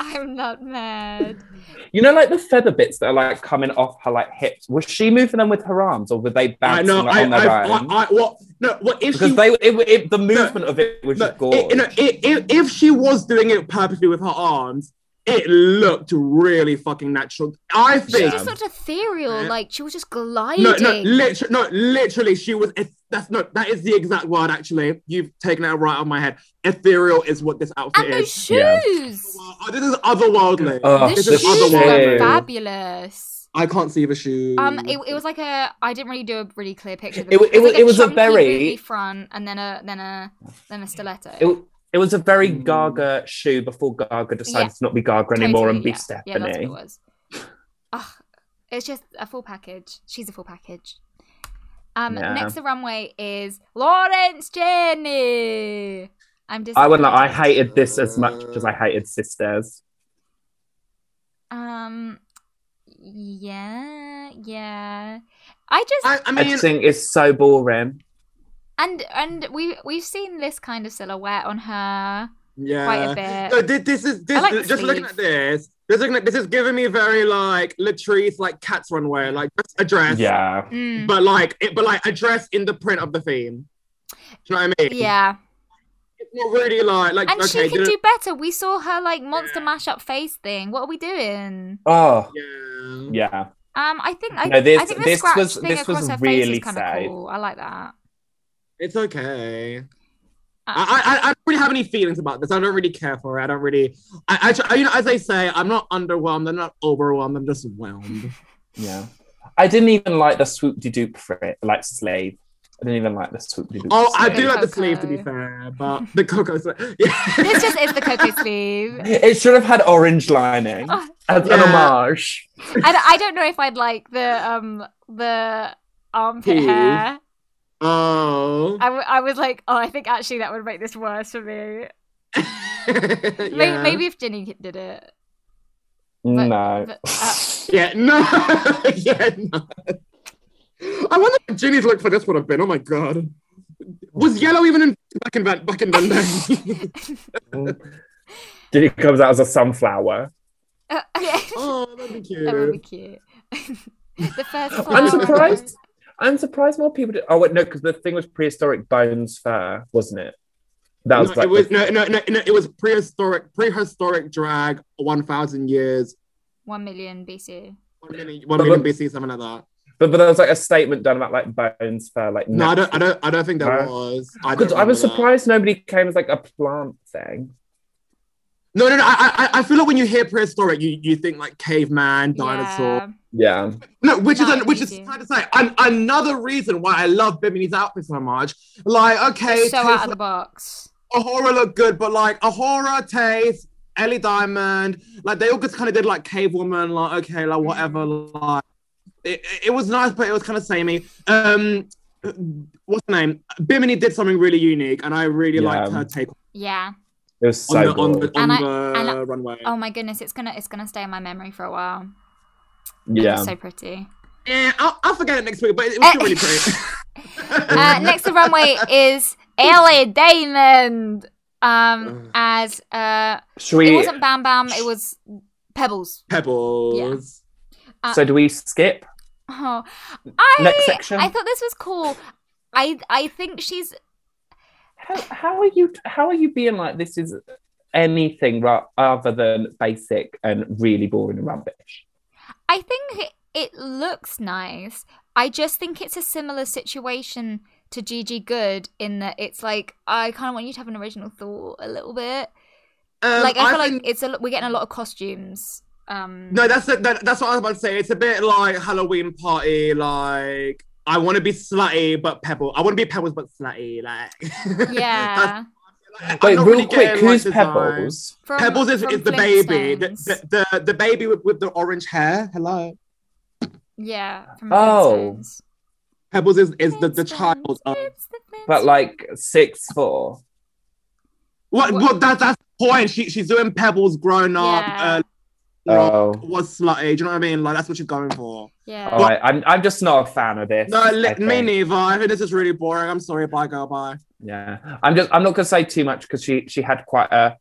[SPEAKER 3] I'm not mad.
[SPEAKER 4] you know, like the feather bits that are like coming off her like hips. Was she moving them with her arms, or were they
[SPEAKER 5] I
[SPEAKER 4] bouncing
[SPEAKER 5] know. I,
[SPEAKER 4] on
[SPEAKER 5] I,
[SPEAKER 4] their
[SPEAKER 5] I,
[SPEAKER 4] own?
[SPEAKER 5] I, what? No, what if
[SPEAKER 4] because
[SPEAKER 5] she?
[SPEAKER 4] they, it, it, the movement of it was
[SPEAKER 5] no,
[SPEAKER 4] just gorgeous.
[SPEAKER 5] it- no, it- if, if she was doing it purposely with her arms, it looked really fucking natural. I
[SPEAKER 3] She
[SPEAKER 5] think.
[SPEAKER 4] Um,
[SPEAKER 3] just looked ethereal.
[SPEAKER 5] Yeah.
[SPEAKER 3] Like she was just gliding.
[SPEAKER 5] No, no, literally, no, literally, she was. It's, that's no, that is the exact word. Actually, you've taken it right out of my head. Ethereal is what this outfit
[SPEAKER 3] and those
[SPEAKER 5] is.
[SPEAKER 4] Yeah.
[SPEAKER 3] shoes.
[SPEAKER 5] Oh, this is otherworldly.
[SPEAKER 4] Oh,
[SPEAKER 3] The
[SPEAKER 5] This
[SPEAKER 4] the
[SPEAKER 5] is
[SPEAKER 3] shoes were
[SPEAKER 5] otherworldly.
[SPEAKER 3] fabulous.
[SPEAKER 5] I can't see the shoe.
[SPEAKER 3] Um, it, it was like a. I didn't really do a really clear picture. Of
[SPEAKER 4] It wa- it was-
[SPEAKER 3] like
[SPEAKER 4] it was a
[SPEAKER 3] chunky
[SPEAKER 4] very-
[SPEAKER 3] booty front, and then a then a then a stiletto.
[SPEAKER 4] It, it was a very
[SPEAKER 5] Mm.
[SPEAKER 4] Gaga shoe before Gaga decided
[SPEAKER 3] Yeah.
[SPEAKER 4] to not be Gaga anymore
[SPEAKER 3] Totally,
[SPEAKER 4] and be
[SPEAKER 3] yeah.
[SPEAKER 4] Stephanie.
[SPEAKER 3] Yeah, that's what it was. Ugh, it's just a full package. She's a full package. Um,
[SPEAKER 4] Yeah.
[SPEAKER 3] next to runway is Lawrence Jenny. I'm just.
[SPEAKER 4] I would like. I hated this as much as I hated Sisters.
[SPEAKER 3] Um, yeah, yeah. I just
[SPEAKER 5] I, I
[SPEAKER 4] I,
[SPEAKER 5] mean,
[SPEAKER 4] think it's so boring.
[SPEAKER 3] and and we we've seen this kind of silhouette on her
[SPEAKER 5] yeah.
[SPEAKER 3] quite a bit.
[SPEAKER 5] No, this, this is this.
[SPEAKER 3] like the
[SPEAKER 5] just looking
[SPEAKER 3] sleeve.
[SPEAKER 5] at this, just looking at this is giving me very like Latrice, like Cats Runway, like just a dress,
[SPEAKER 4] Yeah,
[SPEAKER 3] Mm,
[SPEAKER 5] but like it, but like a dress in the print of the theme. Do you know what I mean?
[SPEAKER 3] yeah,
[SPEAKER 5] It's not really like like
[SPEAKER 3] and
[SPEAKER 5] okay,
[SPEAKER 3] she can
[SPEAKER 5] didn't-
[SPEAKER 3] do better. We saw her like monster mash up face thing. What are we doing?
[SPEAKER 4] Oh,
[SPEAKER 5] yeah.
[SPEAKER 4] yeah.
[SPEAKER 3] Um, I think I,
[SPEAKER 4] No, this-
[SPEAKER 3] I think the
[SPEAKER 4] this
[SPEAKER 3] scratch
[SPEAKER 4] was-
[SPEAKER 3] thing
[SPEAKER 4] this
[SPEAKER 3] across
[SPEAKER 4] was
[SPEAKER 3] her
[SPEAKER 4] really
[SPEAKER 3] face is kind
[SPEAKER 4] sad.
[SPEAKER 3] of cool. I like that.
[SPEAKER 5] It's okay.
[SPEAKER 3] Uh,
[SPEAKER 5] I, I, I don't really have any feelings about this. I don't really care for it. I don't really. I, I, I you know, as I say, I'm not underwhelmed. I'm not overwhelmed. I'm just whelmed.
[SPEAKER 4] Yeah. I didn't even like the swoop de doop for it, like slave. I didn't even like the swoop de doop.
[SPEAKER 5] Oh, I
[SPEAKER 3] The
[SPEAKER 5] do like the
[SPEAKER 3] cocoa.
[SPEAKER 5] sleeve to be fair, but the cocoa. sleeve- Yeah.
[SPEAKER 3] this just is the cocoa sleeve.
[SPEAKER 4] It should have had orange lining
[SPEAKER 3] Oh.
[SPEAKER 4] as an
[SPEAKER 5] Yeah.
[SPEAKER 4] homage.
[SPEAKER 3] I, don't- I don't know if I'd like the um the armpit
[SPEAKER 5] Hmm.
[SPEAKER 3] hair.
[SPEAKER 5] Oh.
[SPEAKER 3] I, w- I was like, oh, I think actually that would make this worse for me. Uh, May-
[SPEAKER 5] Yeah.
[SPEAKER 3] Maybe if Ginny did it. But-
[SPEAKER 4] No.
[SPEAKER 3] but, uh,
[SPEAKER 5] Yeah, no. yeah, no. I wonder what Ginny's look for this would have been. Oh my god. Was yellow even in back in Van back in Van Dyne?
[SPEAKER 4] Did it comes out as a sunflower?
[SPEAKER 3] uh,
[SPEAKER 5] Oh, that'd be cute.
[SPEAKER 3] that would be cute. the first.
[SPEAKER 4] I'm
[SPEAKER 3] flower.
[SPEAKER 4] surprised. I'm surprised more people did. Oh wait, no, because the thing was prehistoric bones fur, wasn't it? That was
[SPEAKER 5] no,
[SPEAKER 4] like
[SPEAKER 5] it was no, no, no, no, it was prehistoric, prehistoric drag, one thousand years,
[SPEAKER 3] One million BC.
[SPEAKER 5] one million, one
[SPEAKER 4] But-
[SPEAKER 5] million
[SPEAKER 4] but-
[SPEAKER 5] BC, something like that.
[SPEAKER 4] but, but there was like a statement done about like bones fur, like
[SPEAKER 5] No, I don't, I don't, I don't think that
[SPEAKER 4] No.
[SPEAKER 5] was. I, don't
[SPEAKER 4] Because I was
[SPEAKER 5] remember that.
[SPEAKER 4] surprised nobody came as like a plant thing.
[SPEAKER 5] No, no, no. I, I, I feel like when you hear prehistoric, you, you think like caveman, dinosaur.
[SPEAKER 3] Yeah.
[SPEAKER 4] Yeah.
[SPEAKER 5] No, which is
[SPEAKER 3] No,
[SPEAKER 5] an, which
[SPEAKER 3] me
[SPEAKER 5] is
[SPEAKER 3] too.
[SPEAKER 5] trying to say an, another reason why I love Bimini's outfit so much. Like, okay,
[SPEAKER 3] So out of
[SPEAKER 5] taste,
[SPEAKER 3] the box.
[SPEAKER 5] a horror looked good, but like a horror taste, Ellie Diamond, like they all just kind of did like Cave Woman, like okay,
[SPEAKER 3] Mm-hmm.
[SPEAKER 5] like whatever, like it, it- it was nice, but it was kind of samey. Um, what's her name? Bimini did something really unique, and I really
[SPEAKER 4] Yeah.
[SPEAKER 5] liked her take on
[SPEAKER 3] Yeah.
[SPEAKER 4] It was so
[SPEAKER 5] the on
[SPEAKER 4] good.
[SPEAKER 5] the,
[SPEAKER 3] And
[SPEAKER 5] on
[SPEAKER 3] I-
[SPEAKER 5] the
[SPEAKER 3] and I-
[SPEAKER 5] runway.
[SPEAKER 3] Oh my goodness, it's gonna it's gonna stay in my memory for a while.
[SPEAKER 4] yeah.
[SPEAKER 3] It's so pretty.
[SPEAKER 5] Yeah, I'll, I'll forget it next week, but it was still
[SPEAKER 3] Eh.
[SPEAKER 5] really pretty.
[SPEAKER 3] Uh, next to runway is Ellie Diamond. Um, as uh,
[SPEAKER 4] Should
[SPEAKER 3] it
[SPEAKER 4] we?
[SPEAKER 3] wasn't Bam Bam, it was Pebbles.
[SPEAKER 5] Pebbles.
[SPEAKER 4] So do we skip?
[SPEAKER 3] Oh, I
[SPEAKER 4] Next section.
[SPEAKER 3] I thought this was cool. I I think she's
[SPEAKER 4] How, how are you? How are you being like this? Is anything ra- other than basic and really boring and rubbish.
[SPEAKER 3] I think it looks nice. I just think it's a similar situation to Gigi Good in that it's like I kind of want you to have an original thought a little bit.
[SPEAKER 5] Um,
[SPEAKER 3] like I, feel
[SPEAKER 5] think-
[SPEAKER 3] like it's a lo- we're getting a lot of costumes. Um,
[SPEAKER 5] No, that's it. That, that's what I was about to say. It's a bit like Halloween party. Like I want to be slutty but pebble. I want to be pebbles but slutty. Like
[SPEAKER 3] yeah,
[SPEAKER 5] That's- like, I'm
[SPEAKER 4] Wait,
[SPEAKER 5] not
[SPEAKER 4] real
[SPEAKER 5] really
[SPEAKER 4] quick,
[SPEAKER 5] getting, like,
[SPEAKER 4] who's
[SPEAKER 5] the vibe.
[SPEAKER 4] Pebbles?
[SPEAKER 3] From-
[SPEAKER 5] Pebbles is,
[SPEAKER 3] from
[SPEAKER 5] is the baby. The,
[SPEAKER 3] Flintstones.
[SPEAKER 5] the, the, the baby with, with the orange hair. Hello.
[SPEAKER 3] yeah. From
[SPEAKER 4] Oh.
[SPEAKER 3] Flintstones.
[SPEAKER 5] Pebbles is, is the, the
[SPEAKER 3] Flintstones,
[SPEAKER 5] child of
[SPEAKER 3] it's the
[SPEAKER 4] But
[SPEAKER 3] Flintstones.
[SPEAKER 4] like six four.
[SPEAKER 5] what
[SPEAKER 3] What-
[SPEAKER 5] what that that's the point. She she's doing pebbles grown up,
[SPEAKER 3] Yeah.
[SPEAKER 5] uh, rock,
[SPEAKER 4] Oh,
[SPEAKER 5] was slutty. Do you know what I mean? Like that's what she's going for.
[SPEAKER 3] yeah.
[SPEAKER 4] all right. I'm I'm just not a fan of this.
[SPEAKER 5] No,
[SPEAKER 4] I
[SPEAKER 5] li- me
[SPEAKER 4] think.
[SPEAKER 5] neither. I think this is really boring. I'm sorry, bye girl, bye.
[SPEAKER 4] Yeah, I'm just I'm not gonna say too much because she she had quite a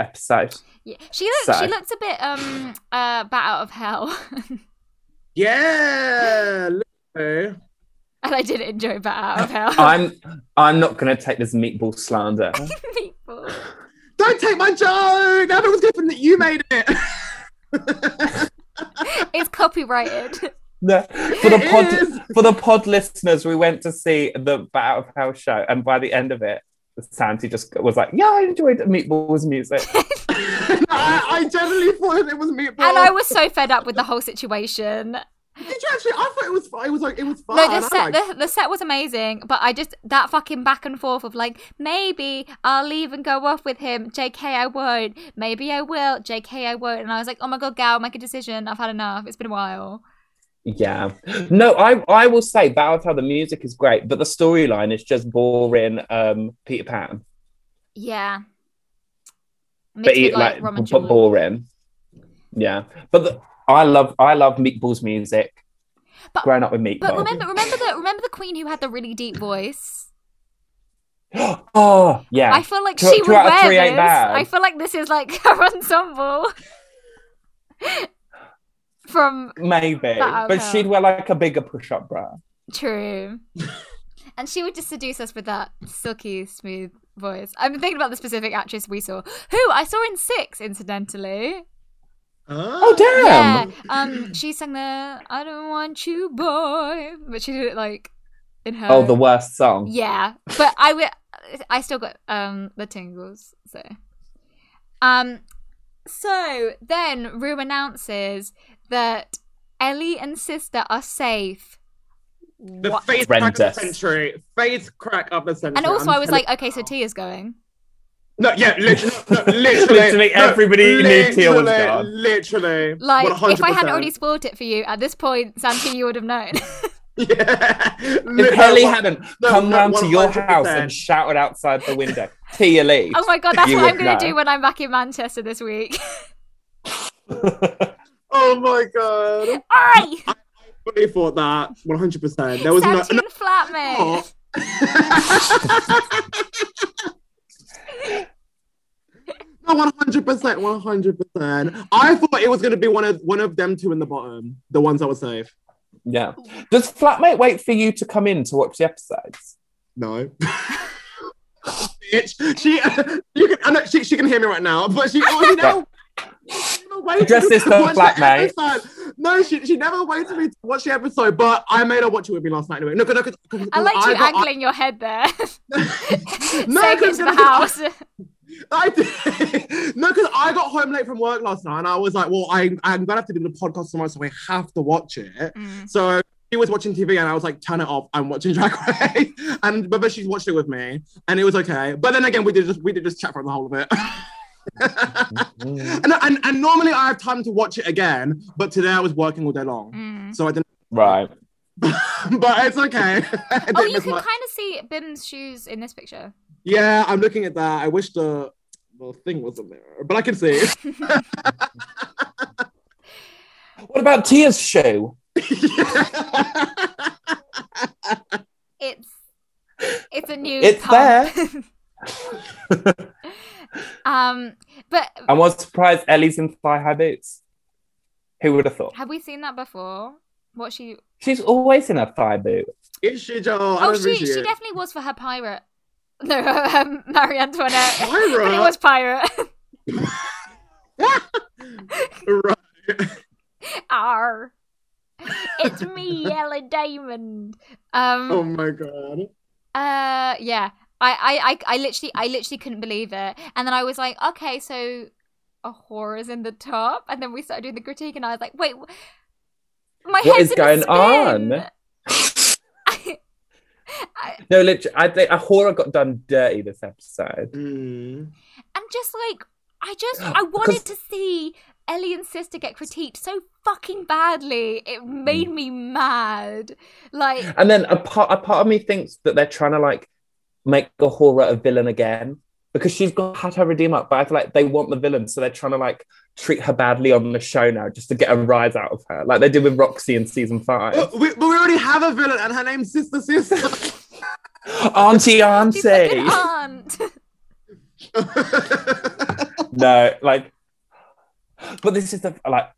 [SPEAKER 4] episode.
[SPEAKER 3] Yeah. She looks.
[SPEAKER 4] So-
[SPEAKER 3] She looks a bit um uh bat out of hell,
[SPEAKER 5] Yeah. literally.
[SPEAKER 3] and I did enjoy bat out of hell.
[SPEAKER 4] I'm I'm not gonna take this meatball slander.
[SPEAKER 3] People.
[SPEAKER 5] Don't take my joke. That was good from that you made it.
[SPEAKER 3] It's copyrighted.
[SPEAKER 4] No, for the
[SPEAKER 5] It
[SPEAKER 4] pod
[SPEAKER 5] is.
[SPEAKER 4] for the pod listeners, we went to see the Bat Out of Hell show, and by the end of it, Santi just was like, "Yeah, I enjoyed Meatball's music."
[SPEAKER 5] No, I, I generally thought it was meatball.
[SPEAKER 3] and I was so fed up with the whole situation.
[SPEAKER 5] Did you actually? I thought it was. It was like it was fun.
[SPEAKER 3] No, the
[SPEAKER 5] I
[SPEAKER 3] set,
[SPEAKER 5] liked it.
[SPEAKER 3] the, the set was amazing, but I just that fucking back and forth of like maybe I'll leave and go off with him. Jk, I won't. Maybe I will. Jk, I won't. And I was like, oh my god, Gal, make a decision. I've had enough. It's been a while.
[SPEAKER 4] yeah, no, I I will say Bat Out of Hell, the music is great, but the storyline is just boring. Um, Peter Pan,
[SPEAKER 3] Yeah.
[SPEAKER 4] but
[SPEAKER 3] Mixed
[SPEAKER 4] he,
[SPEAKER 3] with,
[SPEAKER 4] like,
[SPEAKER 3] rum
[SPEAKER 4] b-
[SPEAKER 3] and
[SPEAKER 4] but
[SPEAKER 3] julep.
[SPEAKER 4] boring. Yeah, but the, I love I love Meatball's music.
[SPEAKER 3] But-
[SPEAKER 4] Growing up with Meatball.
[SPEAKER 3] But remember, remember the remember the queen who had the really deep voice.
[SPEAKER 4] oh yeah,
[SPEAKER 3] I feel like
[SPEAKER 4] Two-
[SPEAKER 3] she
[SPEAKER 4] two
[SPEAKER 3] would
[SPEAKER 4] out of
[SPEAKER 3] wear
[SPEAKER 4] three ain't
[SPEAKER 3] this.
[SPEAKER 4] bad.
[SPEAKER 3] I feel like this is like her ensemble from
[SPEAKER 4] maybe,
[SPEAKER 3] Bat Out of
[SPEAKER 4] but
[SPEAKER 3] Hell.
[SPEAKER 4] she'd wear like a bigger push-up bra.
[SPEAKER 3] True. and she would just seduce us with that silky smooth voice. I'm thinking about the specific actress we saw, who I saw in Six, incidentally.
[SPEAKER 4] Oh damn!
[SPEAKER 3] Yeah. Um, she sang the "I Don't Want You, Boy," but she did it like in her.
[SPEAKER 4] Oh, the worst song.
[SPEAKER 3] Yeah, but I wi- I still got um the tingles. So, um, so then Rue announces that Ellie and sister are safe.
[SPEAKER 5] The
[SPEAKER 3] What?
[SPEAKER 5] face crack of the
[SPEAKER 4] Horrendous.
[SPEAKER 5] century. Face crack of the century.
[SPEAKER 3] And also,
[SPEAKER 5] I'm
[SPEAKER 3] I was
[SPEAKER 5] telling
[SPEAKER 3] like, okay, so
[SPEAKER 5] you.
[SPEAKER 3] Tia's going.
[SPEAKER 5] No, yeah, literally, no, literally,
[SPEAKER 4] Literally
[SPEAKER 5] no,
[SPEAKER 4] everybody knew Tia was
[SPEAKER 5] literally,
[SPEAKER 4] gone.
[SPEAKER 5] Literally,
[SPEAKER 3] Like, if I hadn't
[SPEAKER 5] 100%.
[SPEAKER 3] already spoiled it for you at this point, Santi, you would have known.
[SPEAKER 5] yeah,
[SPEAKER 4] If Ellie hadn't
[SPEAKER 5] no,
[SPEAKER 4] come
[SPEAKER 5] no,
[SPEAKER 4] round to your
[SPEAKER 5] 100%.
[SPEAKER 4] house and shouted outside the window, Tia Lee.
[SPEAKER 3] oh my god, that's
[SPEAKER 4] You
[SPEAKER 3] what I'm
[SPEAKER 4] would
[SPEAKER 3] going to
[SPEAKER 4] know.
[SPEAKER 3] do when I'm back in Manchester this week.
[SPEAKER 5] oh my god,
[SPEAKER 3] Oi,
[SPEAKER 5] I really thought that one hundred percent. There was no, Oh,
[SPEAKER 3] Santi and flatmate.
[SPEAKER 5] no one hundred percent, one hundred percent. I thought it was gonna be one of one of them two in the bottom, the ones that were safe.
[SPEAKER 4] yeah. Does flatmate wait for you to come in to watch the episodes?
[SPEAKER 5] No. Bitch, she, you can, I know she, she can hear me right now, but she always never. she never waited
[SPEAKER 4] Address this
[SPEAKER 5] to
[SPEAKER 4] to
[SPEAKER 5] watch
[SPEAKER 4] Black
[SPEAKER 5] the
[SPEAKER 4] Knight.
[SPEAKER 5] episode. No, she, she never waited for me to watch the episode, but I made her watch it with me last night. Anyway. No, no, 'cause- 'cause-
[SPEAKER 3] I like you
[SPEAKER 5] got-
[SPEAKER 3] angling your head there.
[SPEAKER 5] No,
[SPEAKER 3] Saying
[SPEAKER 5] because
[SPEAKER 3] it's the house.
[SPEAKER 5] I did. no, because I got home late from work last night and I was like, well, I, I'm going to have to do the podcast tomorrow, so I have to watch it.
[SPEAKER 3] Mm.
[SPEAKER 5] So she was watching TV and I was like, turn it off. I'm watching Drag Race. and but, but she watched it with me and it was okay. But then again, we did just we did just chat for the whole of it.
[SPEAKER 4] Mm,
[SPEAKER 5] and, and, and normally I have time to watch it again, but today I was working all day long.
[SPEAKER 3] Mm.
[SPEAKER 5] So I didn't,
[SPEAKER 4] right.
[SPEAKER 5] but it's okay. I didn't
[SPEAKER 3] Oh, you
[SPEAKER 5] miss
[SPEAKER 3] can
[SPEAKER 5] much.
[SPEAKER 3] kind of see Bim's shoes in this picture.
[SPEAKER 5] Yeah, I'm looking at that. I wish the the thing wasn't there, but I can see.
[SPEAKER 4] What about Tia's shoe?
[SPEAKER 3] It's it's a new.
[SPEAKER 4] It's
[SPEAKER 3] pump. um, but
[SPEAKER 4] I was surprised Ellie's in thigh high boots. Who would have thought?
[SPEAKER 3] have we seen that before? What she?
[SPEAKER 4] She's always in a thigh boot.
[SPEAKER 5] Is she Joel? I
[SPEAKER 3] Oh,
[SPEAKER 5] don't
[SPEAKER 3] she
[SPEAKER 5] think
[SPEAKER 3] she
[SPEAKER 5] is.
[SPEAKER 3] definitely was for her pirate No, um, Marie Antoinette.
[SPEAKER 5] Pyra.
[SPEAKER 3] but it was pirate.
[SPEAKER 5] Right.
[SPEAKER 3] R. It's me, Yellow Diamond. Um.
[SPEAKER 5] Oh my god.
[SPEAKER 3] Uh. Yeah. I, I, I, I literally I literally couldn't believe it. And then I was like, okay, so a whore is in the top. And then we started doing the critique, and I was like, wait, wh- my
[SPEAKER 4] What
[SPEAKER 3] head's
[SPEAKER 4] is
[SPEAKER 3] in a
[SPEAKER 4] going
[SPEAKER 3] spin.
[SPEAKER 4] on? No, literally, I think Ahura got done dirty this episode.
[SPEAKER 5] Mm.
[SPEAKER 3] And just like, I just, I wanted to see Ellie and sister get critiqued so fucking badly. It made
[SPEAKER 4] Mm.
[SPEAKER 3] me mad. Like,
[SPEAKER 4] And then a part, a part of me thinks that they're trying to like make Ahura a villain again because she's got, had her redeem up, but I feel like they want the villain, so they're trying to like treat her badly on the show now just to get a rise out of her, like they did with Roxy in season five.
[SPEAKER 5] But, Oh, we, but we already have a villain, and her name's Sister Sister.
[SPEAKER 4] auntie,
[SPEAKER 3] she's like an
[SPEAKER 4] auntie.
[SPEAKER 3] aunt.
[SPEAKER 4] no, like, but this is the like.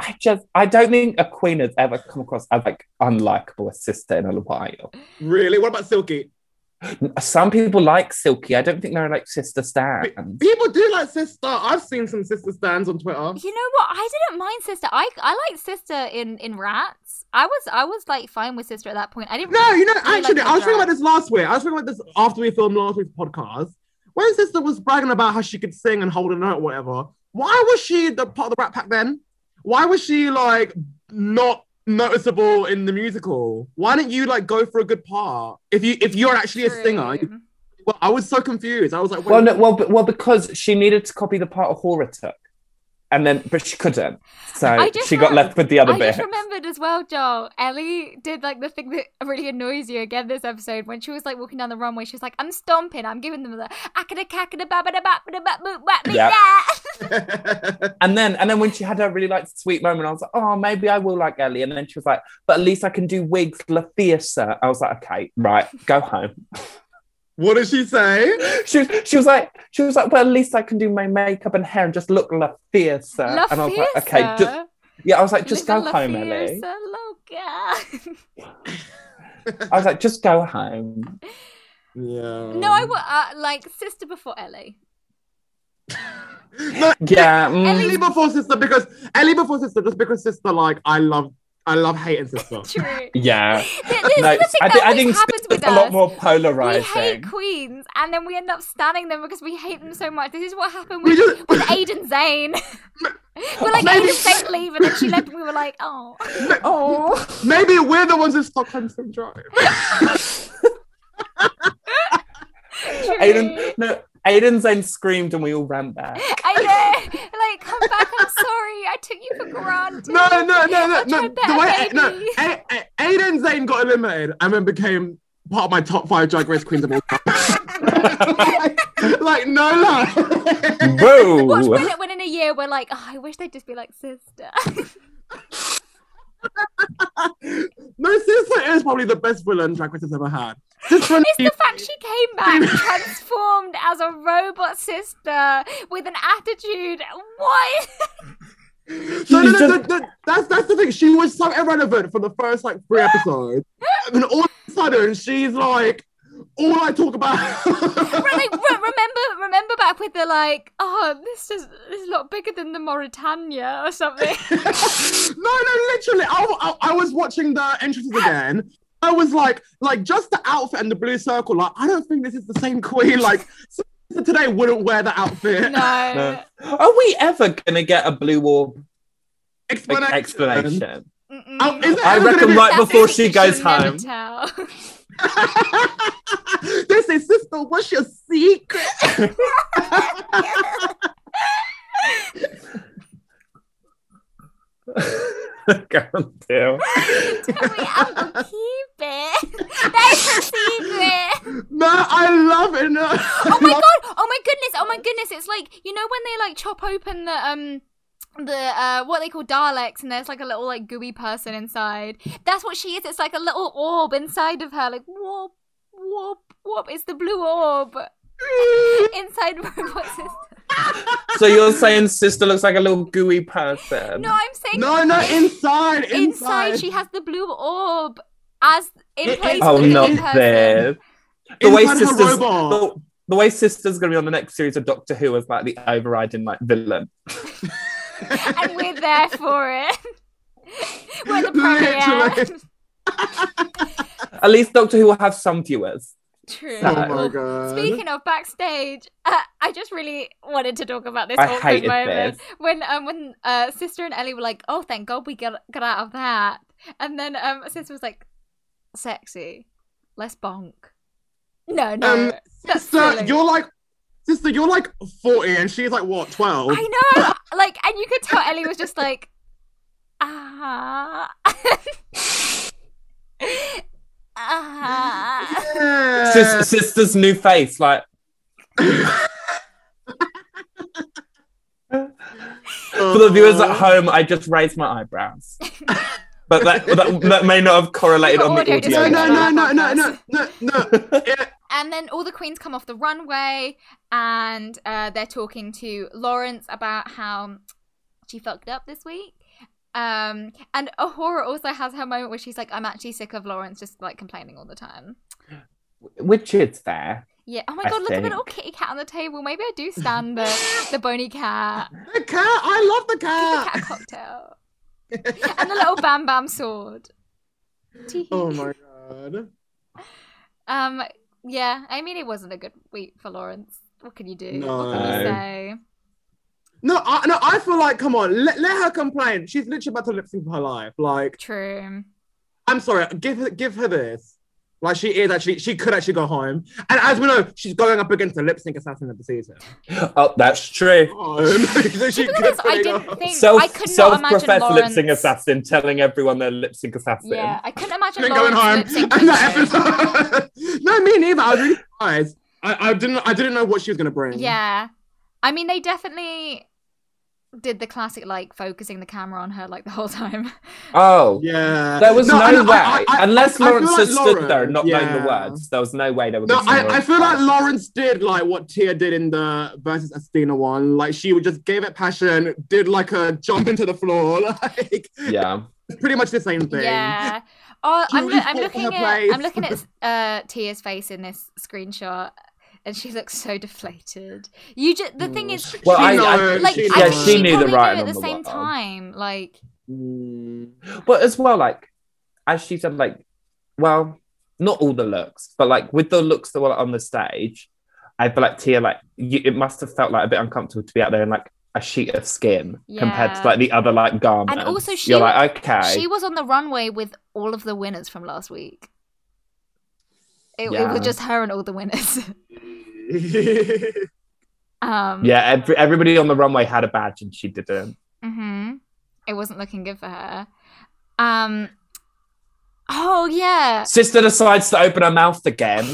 [SPEAKER 4] I just, I don't think a queen has ever come across as like unlikable a sister in a while.
[SPEAKER 5] really? What about Silky?
[SPEAKER 4] Some people like Silky. I don't think they're like sister stands.
[SPEAKER 5] People do like Sister. I've seen some Sister stands on Twitter.
[SPEAKER 3] You know what? I didn't mind sister. I I liked sister in in Rats. I was I was like fine with sister at that point. I didn't.
[SPEAKER 5] No, you know,
[SPEAKER 3] really
[SPEAKER 5] actually,
[SPEAKER 3] like
[SPEAKER 5] I was talking about
[SPEAKER 3] Rats.
[SPEAKER 5] this last week. I was talking about this after we filmed last week's podcast. When Sister was bragging about how she could sing and hold a note, or whatever, why was she the part of the Rat Pack then? Why was she like not noticeable in the musical? Why didn't you like go for a good part? If you if you're actually a singer, you-
[SPEAKER 3] True.
[SPEAKER 5] well, I was so confused. I was like,
[SPEAKER 4] Well,
[SPEAKER 5] wait,
[SPEAKER 4] no, well, be- well, because she needed to copy the part Ahura took, and then but she couldn't, so
[SPEAKER 3] I just
[SPEAKER 4] she got
[SPEAKER 3] remember-
[SPEAKER 4] left with the other
[SPEAKER 3] I
[SPEAKER 4] bit.
[SPEAKER 3] just remembered as well, Joel. Ellie did like the thing that really annoys you again this episode when she was like walking down the runway. She was like, "I'm stomping. I'm giving them the akada kakada babada babada babada babada."
[SPEAKER 4] Yeah.
[SPEAKER 3] Yeah.
[SPEAKER 4] And then, and then when she had her really like sweet moment, I was like, oh, maybe I will like Ellie. And then she was like, but at least I can do wigs la fiercer. I was like, okay, right, go home.
[SPEAKER 5] what did she say?
[SPEAKER 4] She was, she was like, she was like, well, at least I can do my makeup and hair and just look la fiercer.
[SPEAKER 3] La
[SPEAKER 4] Uh, and I was like, okay, just,
[SPEAKER 3] Fierce.
[SPEAKER 4] yeah, I was like, just
[SPEAKER 3] Live
[SPEAKER 4] go
[SPEAKER 3] in La
[SPEAKER 4] home,
[SPEAKER 3] Fierce
[SPEAKER 4] Ellie.
[SPEAKER 3] Loca.
[SPEAKER 4] I was like, just go home.
[SPEAKER 5] Yeah.
[SPEAKER 3] no,
[SPEAKER 4] Mm.
[SPEAKER 3] I wa- uh, like sister before Ellie.
[SPEAKER 5] No,
[SPEAKER 4] Yeah, mm,
[SPEAKER 5] Ellie before sister because Ellie before sister just because sister like I love I love hating sister.
[SPEAKER 3] True.
[SPEAKER 4] yeah.
[SPEAKER 3] Th- this
[SPEAKER 4] No,
[SPEAKER 3] is the thing
[SPEAKER 4] I,
[SPEAKER 3] that
[SPEAKER 4] thi- I
[SPEAKER 3] always
[SPEAKER 4] think
[SPEAKER 3] happens
[SPEAKER 4] it's
[SPEAKER 3] with
[SPEAKER 4] a
[SPEAKER 3] us.
[SPEAKER 4] lot more
[SPEAKER 3] we
[SPEAKER 4] polarizing.
[SPEAKER 3] hate queens, and then we end up standing them because we hate them so much. This is what happened
[SPEAKER 5] We
[SPEAKER 3] with,
[SPEAKER 5] just-
[SPEAKER 3] with Aiden Zane. we're like,
[SPEAKER 5] Maybe-
[SPEAKER 3] Aiden Zane leave, and then she left, and we were like, oh.
[SPEAKER 4] Oh,
[SPEAKER 5] Maybe we're the ones in Stockholm syndrome.
[SPEAKER 4] Aiden, no, Aiden Zane screamed and we all ran back.
[SPEAKER 3] I know. Like, come back. I'm sorry. I took you for granted.
[SPEAKER 5] No, no, no, no,
[SPEAKER 3] I'll
[SPEAKER 5] no.
[SPEAKER 3] try
[SPEAKER 5] The way
[SPEAKER 3] better,
[SPEAKER 5] no,
[SPEAKER 3] baby.
[SPEAKER 5] A- A- Aiden Zane got eliminated and then became part of my top five Drag Race queens of all time. like, like, no lie.
[SPEAKER 3] Watch
[SPEAKER 4] Whoa!
[SPEAKER 3] when, when in a year we're like, oh, I wish they'd just be like sister.
[SPEAKER 5] no, sister is probably the best villain Drag Race has ever had. Sister,
[SPEAKER 3] It's the fact she came back transformed as a robot sister with an attitude. What?
[SPEAKER 5] no, no,
[SPEAKER 4] She's
[SPEAKER 5] no, no,
[SPEAKER 4] just-
[SPEAKER 5] no, that's that's the thing. She was so irrelevant for the first like three episodes, and then all of a sudden she's like, all I talk about.
[SPEAKER 3] Re- like, re- remember, remember back with the like, oh, this is this is a lot bigger than the Mauritania or something.
[SPEAKER 5] no, no, literally. I, I, I was watching the entrances again. I was like, like just the outfit and the blue circle. Like, I don't think this is the same queen. Like, sister today wouldn't wear the outfit.
[SPEAKER 3] no.
[SPEAKER 4] No. Are we ever gonna get a blue orb like,
[SPEAKER 5] Explanation.
[SPEAKER 4] explanation?
[SPEAKER 3] Mm-mm.
[SPEAKER 5] Oh, is it
[SPEAKER 4] I
[SPEAKER 5] ever gonna
[SPEAKER 4] reckon
[SPEAKER 5] be-
[SPEAKER 4] right
[SPEAKER 3] That's
[SPEAKER 4] before
[SPEAKER 3] it,
[SPEAKER 4] she
[SPEAKER 3] she'll
[SPEAKER 4] goes
[SPEAKER 3] never
[SPEAKER 4] home.
[SPEAKER 3] tell.
[SPEAKER 5] they say, sister, what's your secret?
[SPEAKER 4] Can't
[SPEAKER 3] Tell
[SPEAKER 4] do.
[SPEAKER 3] me I will keep it. That's a secret.
[SPEAKER 5] No, I love it. No.
[SPEAKER 3] Oh my god! Oh my goodness! Oh my goodness! It's like you know when they like chop open the um the uh what they call Daleks and there's like a little like gooey person inside. That's what she is. It's like a little orb inside of her. Like whoop whoop whoop. It's the blue orb inside robot system.
[SPEAKER 4] So you're saying sister looks like a little gooey person?
[SPEAKER 3] No, I'm saying
[SPEAKER 5] No, no, inside, inside.
[SPEAKER 3] inside she has the blue orb as in
[SPEAKER 5] It-
[SPEAKER 3] place
[SPEAKER 5] it-
[SPEAKER 4] oh,
[SPEAKER 3] of the
[SPEAKER 4] not
[SPEAKER 3] blue person.
[SPEAKER 4] this. The way
[SPEAKER 5] Inside her
[SPEAKER 4] sisters-
[SPEAKER 5] robot.
[SPEAKER 4] the, the way Sister's going to be on the next series of Doctor Who as like the overriding like villain.
[SPEAKER 3] and we're there for it. we're the premiere.
[SPEAKER 5] Literally.
[SPEAKER 4] At least Doctor Who will have some viewers.
[SPEAKER 3] True.
[SPEAKER 5] Oh
[SPEAKER 4] Sad.
[SPEAKER 5] my
[SPEAKER 3] Well,
[SPEAKER 5] god.
[SPEAKER 3] Speaking of backstage, uh, I just really wanted to talk about this
[SPEAKER 4] I
[SPEAKER 3] awkward
[SPEAKER 4] hated
[SPEAKER 3] moment
[SPEAKER 4] this.
[SPEAKER 3] when um when uh sister and Ellie were like, "Oh, thank God we got got out of that," and then um sister was like, "Sexy, let's bonk." No, no,
[SPEAKER 5] Um,
[SPEAKER 3] that's
[SPEAKER 5] sister,
[SPEAKER 3] silly.
[SPEAKER 5] you're like, sister, you're like 40 and she's like, what, 12?
[SPEAKER 3] I know. Like, and you could tell Ellie was just like, ah, ah.
[SPEAKER 5] Yeah.
[SPEAKER 4] Sis- sister's new face, like for the viewers
[SPEAKER 3] Oh.
[SPEAKER 5] Oh.
[SPEAKER 4] at home, I just raised my eyebrows. But that, that, that may not have correlated
[SPEAKER 3] Your
[SPEAKER 4] on the
[SPEAKER 3] audio
[SPEAKER 4] audio.
[SPEAKER 3] just
[SPEAKER 5] No,
[SPEAKER 3] Yeah.
[SPEAKER 5] no, no, no, no, no, no, no. Yeah.
[SPEAKER 3] And then all the queens come off the runway and uh, they're talking to Lawrence about how she fucked up this week. Um, and Ahura also has her moment where she's like, I'm actually sick of Lawrence just like complaining all the time.
[SPEAKER 4] Which is there.
[SPEAKER 3] Yeah. Oh my
[SPEAKER 4] I
[SPEAKER 3] god, look at the
[SPEAKER 4] think.
[SPEAKER 3] little kitty cat on the table. Maybe I do stand the, the bony cat.
[SPEAKER 5] The cat, I love the
[SPEAKER 3] Give the
[SPEAKER 5] cat.
[SPEAKER 3] cat a cocktail. and the little Bam Bam sword. Tee-hee.
[SPEAKER 5] Oh my god.
[SPEAKER 3] Um, yeah, I mean, it wasn't a good week for Lawrence. What can you do? What can
[SPEAKER 5] No.
[SPEAKER 3] you say?
[SPEAKER 5] No, I, no, I feel like, come on, let, let her complain. She's literally about to lip sync her life. Like,
[SPEAKER 3] True.
[SPEAKER 5] I'm sorry, give her, give her this. Like, she is actually, she could actually go home. And as we know, she's going up against the lip sync assassin of the season.
[SPEAKER 4] Oh, that's true.
[SPEAKER 5] Um, so she
[SPEAKER 3] To be honest,
[SPEAKER 5] could
[SPEAKER 3] I
[SPEAKER 5] actually go
[SPEAKER 3] didn't
[SPEAKER 5] home.
[SPEAKER 3] think
[SPEAKER 4] Self,
[SPEAKER 3] I could not
[SPEAKER 4] self-professed
[SPEAKER 3] imagine Lawrence.
[SPEAKER 4] lip sync assassin telling everyone they're lip sync assassin.
[SPEAKER 3] Yeah, I couldn't imagine
[SPEAKER 5] Ain't
[SPEAKER 3] Lawrence
[SPEAKER 5] going home.
[SPEAKER 3] lip syncing
[SPEAKER 5] And that
[SPEAKER 3] to it.
[SPEAKER 5] episode. no, me neither. I was really surprised. I, I didn't. I didn't know what she was gonna bring.
[SPEAKER 3] Yeah, I mean, they definitely did the classic like focusing the camera on her like the whole time.
[SPEAKER 4] Oh,
[SPEAKER 5] Yeah.
[SPEAKER 4] there was no,
[SPEAKER 5] I-
[SPEAKER 4] way.
[SPEAKER 5] I- I- I-
[SPEAKER 4] Unless
[SPEAKER 5] I feel
[SPEAKER 4] Lawrence
[SPEAKER 5] like
[SPEAKER 4] had stood
[SPEAKER 5] Lawrence-
[SPEAKER 4] there not knowing
[SPEAKER 5] yeah.
[SPEAKER 4] the words, there was no way they were
[SPEAKER 5] No,
[SPEAKER 4] gonna sing
[SPEAKER 5] I, I
[SPEAKER 4] Lawrence
[SPEAKER 5] feel like
[SPEAKER 4] back.
[SPEAKER 5] Lawrence did like what Tia did in the versus Estina one. Like she would just gave it passion, did like a jump into the floor, like
[SPEAKER 4] Yeah.
[SPEAKER 5] pretty much the same thing.
[SPEAKER 3] Yeah. Oh,
[SPEAKER 5] She
[SPEAKER 3] I'm,
[SPEAKER 5] really
[SPEAKER 3] loo- I'm
[SPEAKER 5] fought for
[SPEAKER 3] looking
[SPEAKER 5] her
[SPEAKER 3] at
[SPEAKER 5] place.
[SPEAKER 3] I'm looking at uh, Tia's face in this screenshot, and she looks so deflated. You just the thing is,
[SPEAKER 4] Well,
[SPEAKER 5] Mm. she
[SPEAKER 4] I- I-
[SPEAKER 5] knows,
[SPEAKER 3] like
[SPEAKER 5] she
[SPEAKER 3] I
[SPEAKER 4] yeah,
[SPEAKER 3] think
[SPEAKER 5] knows.
[SPEAKER 4] she knew the
[SPEAKER 3] probably
[SPEAKER 4] writing
[SPEAKER 3] knew
[SPEAKER 4] on
[SPEAKER 3] at the
[SPEAKER 4] the
[SPEAKER 3] same
[SPEAKER 4] wall.
[SPEAKER 3] time. Like,
[SPEAKER 5] Mm.
[SPEAKER 4] But as well, like as she said, like well, not all the looks, but like with the looks that were on the stage, I feel like Tia, like you, it must have felt like a bit uncomfortable to be out there in like a sheet of skin compared
[SPEAKER 3] Yeah.
[SPEAKER 4] to like the other like garments.
[SPEAKER 3] also she
[SPEAKER 4] you're
[SPEAKER 3] was-
[SPEAKER 4] like okay,
[SPEAKER 3] she was on the runway with all of the winners from last week. It, it
[SPEAKER 4] Yeah.
[SPEAKER 3] was just her and all the winners. um,
[SPEAKER 4] yeah. Every, everybody on the runway had a badge and she didn't.
[SPEAKER 3] hmm It wasn't looking good for her. Um. Oh
[SPEAKER 5] Uh,
[SPEAKER 3] yeah.
[SPEAKER 4] Sister decides to open her mouth again.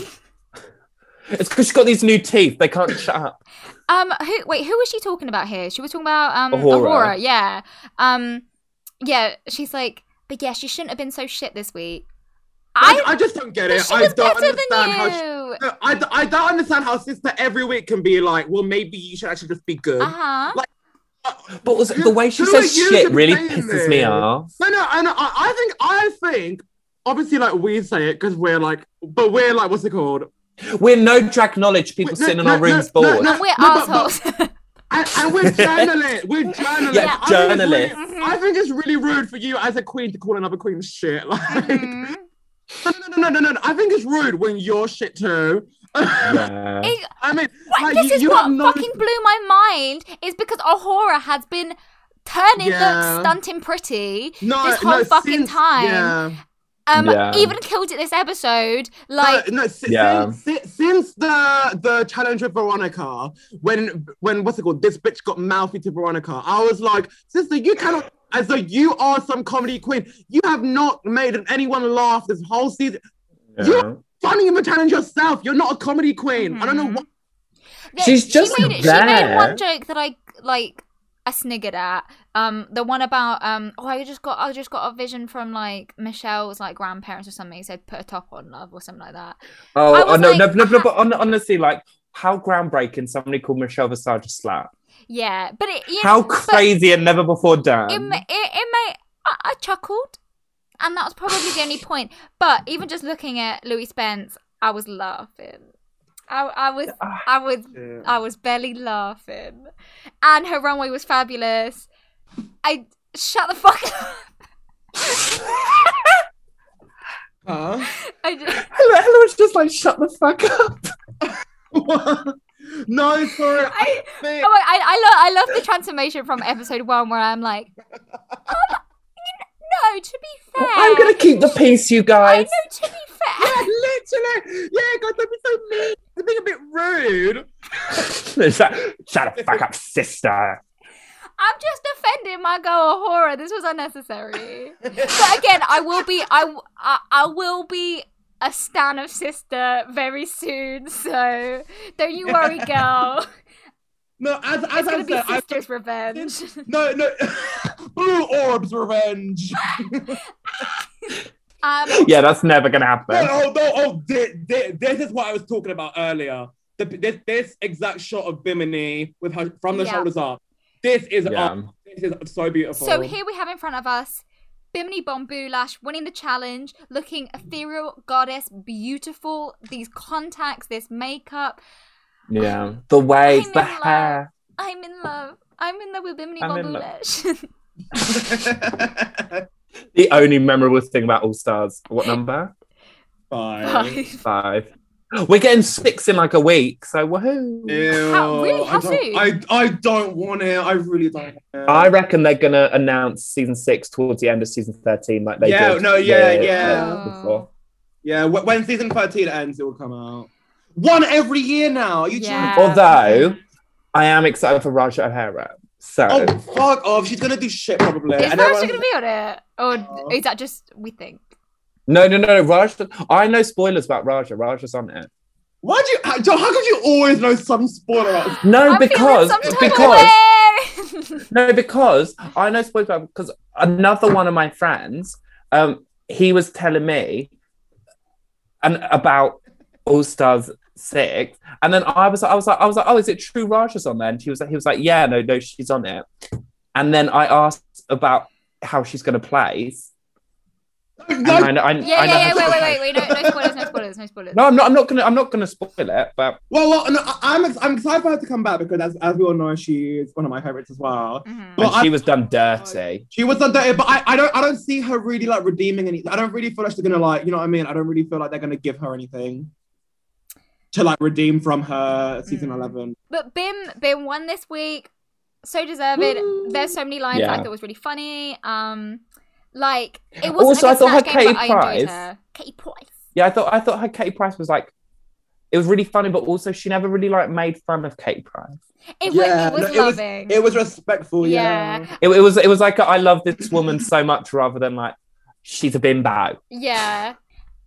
[SPEAKER 4] it's because she's got these new teeth; they can't shut up.
[SPEAKER 3] Um, who? Wait, who was she talking about here? She was talking about um Aurora.
[SPEAKER 4] Aurora.
[SPEAKER 3] yeah. Um, yeah. She's like, but yeah, she shouldn't have been so shit this week.
[SPEAKER 5] I,
[SPEAKER 3] I,
[SPEAKER 5] I just don't get
[SPEAKER 3] but
[SPEAKER 5] it.
[SPEAKER 3] she
[SPEAKER 5] I
[SPEAKER 3] was
[SPEAKER 5] don't
[SPEAKER 3] better than
[SPEAKER 5] understand how. She,
[SPEAKER 3] you.
[SPEAKER 5] No, I, I don't understand how sister every week can be like, well, maybe you should actually just be good.
[SPEAKER 3] Uh huh.
[SPEAKER 4] But also,
[SPEAKER 5] Who-
[SPEAKER 4] the way she
[SPEAKER 5] who
[SPEAKER 4] says
[SPEAKER 5] are you
[SPEAKER 4] shit
[SPEAKER 5] to
[SPEAKER 4] really
[SPEAKER 5] blame
[SPEAKER 4] pisses
[SPEAKER 5] this?
[SPEAKER 4] me off.
[SPEAKER 5] No, no, and I, I think I think obviously like we say it because we're like, but we're like, what's it called?
[SPEAKER 4] We're no drag knowledge people
[SPEAKER 5] Wait, no,
[SPEAKER 4] sitting in
[SPEAKER 5] no,
[SPEAKER 4] our
[SPEAKER 5] no,
[SPEAKER 4] rooms
[SPEAKER 5] no,
[SPEAKER 4] bored.
[SPEAKER 5] no,
[SPEAKER 3] And we're
[SPEAKER 5] but- but-
[SPEAKER 3] assholes.
[SPEAKER 5] And, and we're journalists. We're journalists.
[SPEAKER 4] Yeah,
[SPEAKER 5] I think it's really- mm-hmm.
[SPEAKER 4] journalists.
[SPEAKER 5] I think it's really rude for you as a queen to call another queen shit. Like,
[SPEAKER 3] Mhm.
[SPEAKER 5] no, no, no, no, no, no. I think it's rude when you're shit too.
[SPEAKER 4] Yeah.
[SPEAKER 3] It-
[SPEAKER 5] I mean,
[SPEAKER 3] What-
[SPEAKER 5] like,
[SPEAKER 3] this
[SPEAKER 5] you,
[SPEAKER 3] is
[SPEAKER 5] you
[SPEAKER 3] what
[SPEAKER 5] have no-
[SPEAKER 3] fucking blew my mind is because Ahura has been turning
[SPEAKER 5] Yeah.
[SPEAKER 3] the stunting pretty
[SPEAKER 5] no,
[SPEAKER 3] this whole
[SPEAKER 5] no,
[SPEAKER 3] fucking
[SPEAKER 5] since-
[SPEAKER 3] time.
[SPEAKER 5] Yeah.
[SPEAKER 3] um
[SPEAKER 4] Yeah.
[SPEAKER 3] even killed it this episode like
[SPEAKER 5] no, no, si-
[SPEAKER 4] Yeah.
[SPEAKER 5] since, si- since the the challenge with Veronica, when when what's it called? This bitch got mouthy to Veronica. I was like, sister, you cannot. As though you are some comedy queen, you have not made anyone laugh this whole season.
[SPEAKER 4] Yeah.
[SPEAKER 5] Funny in the challenge yourself. You're not a comedy queen. I don't know
[SPEAKER 3] Mhm.
[SPEAKER 5] what.
[SPEAKER 3] Yeah,
[SPEAKER 4] She's just
[SPEAKER 3] she made, She made
[SPEAKER 4] there.
[SPEAKER 3] one joke that I like. I sniggered at um the one about um oh I just got I just got a vision from like Michelle's like grandparents or something. He said put a top on love or something like that. I
[SPEAKER 4] Oh,
[SPEAKER 3] was
[SPEAKER 4] oh, no,
[SPEAKER 3] like,
[SPEAKER 4] no, no, no,
[SPEAKER 3] "Ah."
[SPEAKER 4] but on, honestly, like, how groundbreaking somebody called Michelle Visage a slap.
[SPEAKER 3] Yeah, but it you
[SPEAKER 4] How
[SPEAKER 3] know,
[SPEAKER 4] crazy and never before done.
[SPEAKER 3] It ma- it, it made I, I chuckled, and that was probably the only point. But even just looking at Louis Spence, I was laughing. I, I was
[SPEAKER 4] Ah.
[SPEAKER 3] I was I was barely laughing. And her runway was fabulous. I shut the fuck up.
[SPEAKER 5] Huh?
[SPEAKER 3] I just,
[SPEAKER 4] Hello, Helen was just like, shut the fuck up.
[SPEAKER 5] no, sorry.
[SPEAKER 3] I, Oh
[SPEAKER 5] I,
[SPEAKER 3] my, I, I love I love the transformation from episode one where I'm like, um, you know, no, to be fair,
[SPEAKER 4] I'm gonna keep the peace, you
[SPEAKER 3] I know
[SPEAKER 4] guys.
[SPEAKER 3] to be fair.
[SPEAKER 5] Literally, yeah, God, don't be so mean. You're being a bit rude.
[SPEAKER 4] It's like, shut the fuck up, sister.
[SPEAKER 3] I'm just offending my girl horror. This was unnecessary. But again, I will be I, w- I I will be a stan of sister very soon. So don't you worry, girl.
[SPEAKER 5] No, as as
[SPEAKER 3] It's
[SPEAKER 5] I
[SPEAKER 3] gonna be
[SPEAKER 5] said, I,
[SPEAKER 3] sisters' revenge.
[SPEAKER 5] no, no, blue orbs revenge.
[SPEAKER 3] Um,
[SPEAKER 4] Yeah, that's never gonna
[SPEAKER 5] No,
[SPEAKER 4] happen.
[SPEAKER 5] oh, no, oh, this, this is what I was talking about earlier. The, this, this exact shot of Bimini with her from the
[SPEAKER 3] Yeah.
[SPEAKER 5] shoulders up. This is
[SPEAKER 4] Yeah.
[SPEAKER 5] art. This is so beautiful.
[SPEAKER 3] So here we have in front of us Bimini Bombu Lash winning the challenge, looking ethereal, goddess, beautiful. These contacts, this makeup.
[SPEAKER 4] Yeah. The waves,
[SPEAKER 3] I'm
[SPEAKER 4] the
[SPEAKER 3] in love.
[SPEAKER 4] hair.
[SPEAKER 3] I'm in love. I'm in love with Bimini
[SPEAKER 4] I'm in
[SPEAKER 3] Bombu
[SPEAKER 4] love.
[SPEAKER 3] Lash.
[SPEAKER 4] The only memorable thing about All Stars. What number?
[SPEAKER 5] Fine.
[SPEAKER 3] Five.
[SPEAKER 4] Five. We're getting six in like a week, so woohoo.
[SPEAKER 5] Ew,
[SPEAKER 3] How- really? How
[SPEAKER 5] I don't, I, I don't want it. I really don't. Want it.
[SPEAKER 4] I reckon they're gonna announce season six towards the end of season thirteen, like they
[SPEAKER 5] Yeah,
[SPEAKER 4] did.
[SPEAKER 5] no, yeah,
[SPEAKER 4] with,
[SPEAKER 5] yeah.
[SPEAKER 4] uh, before.
[SPEAKER 5] Yeah, wh- when season 13 ends, it will come out. One every year now. Are you
[SPEAKER 3] Yeah.
[SPEAKER 4] Although I am excited for Raja O'Hara. So
[SPEAKER 5] joking? Oh, fuck off. She's going to do shit probably.
[SPEAKER 3] Is
[SPEAKER 5] And
[SPEAKER 3] Raja
[SPEAKER 5] everyone-
[SPEAKER 3] going to be on it?
[SPEAKER 5] Oh.
[SPEAKER 3] Or is that just we think?
[SPEAKER 4] no, no, no, no. Raja. I know spoilers about Raja. Raja's on it.
[SPEAKER 5] Why do you, how, Joe, how could you always know some spoiler? out-
[SPEAKER 4] No,
[SPEAKER 3] I'm feeling
[SPEAKER 4] because
[SPEAKER 3] some type of
[SPEAKER 4] because
[SPEAKER 3] way.
[SPEAKER 4] no, because I know spoilers about because another one of my friends, um, he was telling me, and about All Stars Six, and then I was I was like I was like oh is it true Raja's on there? And he was like he was like yeah no no she's on it, and then I asked about how she's going to place. and
[SPEAKER 5] No,
[SPEAKER 4] I know, I, I know
[SPEAKER 3] yeah, yeah, yeah.
[SPEAKER 4] how
[SPEAKER 3] Wait,
[SPEAKER 4] she-
[SPEAKER 3] wait, wait, wait. No, no spoilers, no spoilers, no spoilers.
[SPEAKER 4] No, I'm not. I'm not gonna. I'm not gonna spoil it. But
[SPEAKER 5] well, well no, I- I'm, ex- I'm excited for her to come back because, as, as we all know, she's one of my favorites as well.
[SPEAKER 3] Mhm.
[SPEAKER 5] Well,
[SPEAKER 4] and she
[SPEAKER 5] I-
[SPEAKER 4] was done dirty.
[SPEAKER 5] She was on that, but I, I don't I don't see her really like redeeming anything. I don't really feel like she's gonna like you know what I mean. I don't really feel like they're gonna give her anything to like redeem from her season
[SPEAKER 3] Mm.
[SPEAKER 5] eleven.
[SPEAKER 3] But Bim Bim won this week. So deserved. There's so many lines that I
[SPEAKER 4] Yeah.
[SPEAKER 3] thought was really funny. Um like it wasn't
[SPEAKER 4] Also,
[SPEAKER 3] a
[SPEAKER 4] I thought her
[SPEAKER 3] snap game,
[SPEAKER 4] Katie
[SPEAKER 3] but I enjoyed
[SPEAKER 4] Price-
[SPEAKER 3] her. Katie Price.
[SPEAKER 4] Yeah, I thought. I thought her Kate Price was like. It was really funny, but also she never really like made fun of Kate Price.
[SPEAKER 3] It
[SPEAKER 5] Yeah,
[SPEAKER 3] was, it was
[SPEAKER 5] no, it was-
[SPEAKER 3] loving.
[SPEAKER 5] It was respectful,
[SPEAKER 3] yeah.
[SPEAKER 5] yeah.
[SPEAKER 3] yeah.
[SPEAKER 4] It, it was. It was like a, I love this woman so much, rather than like she's a bimbo.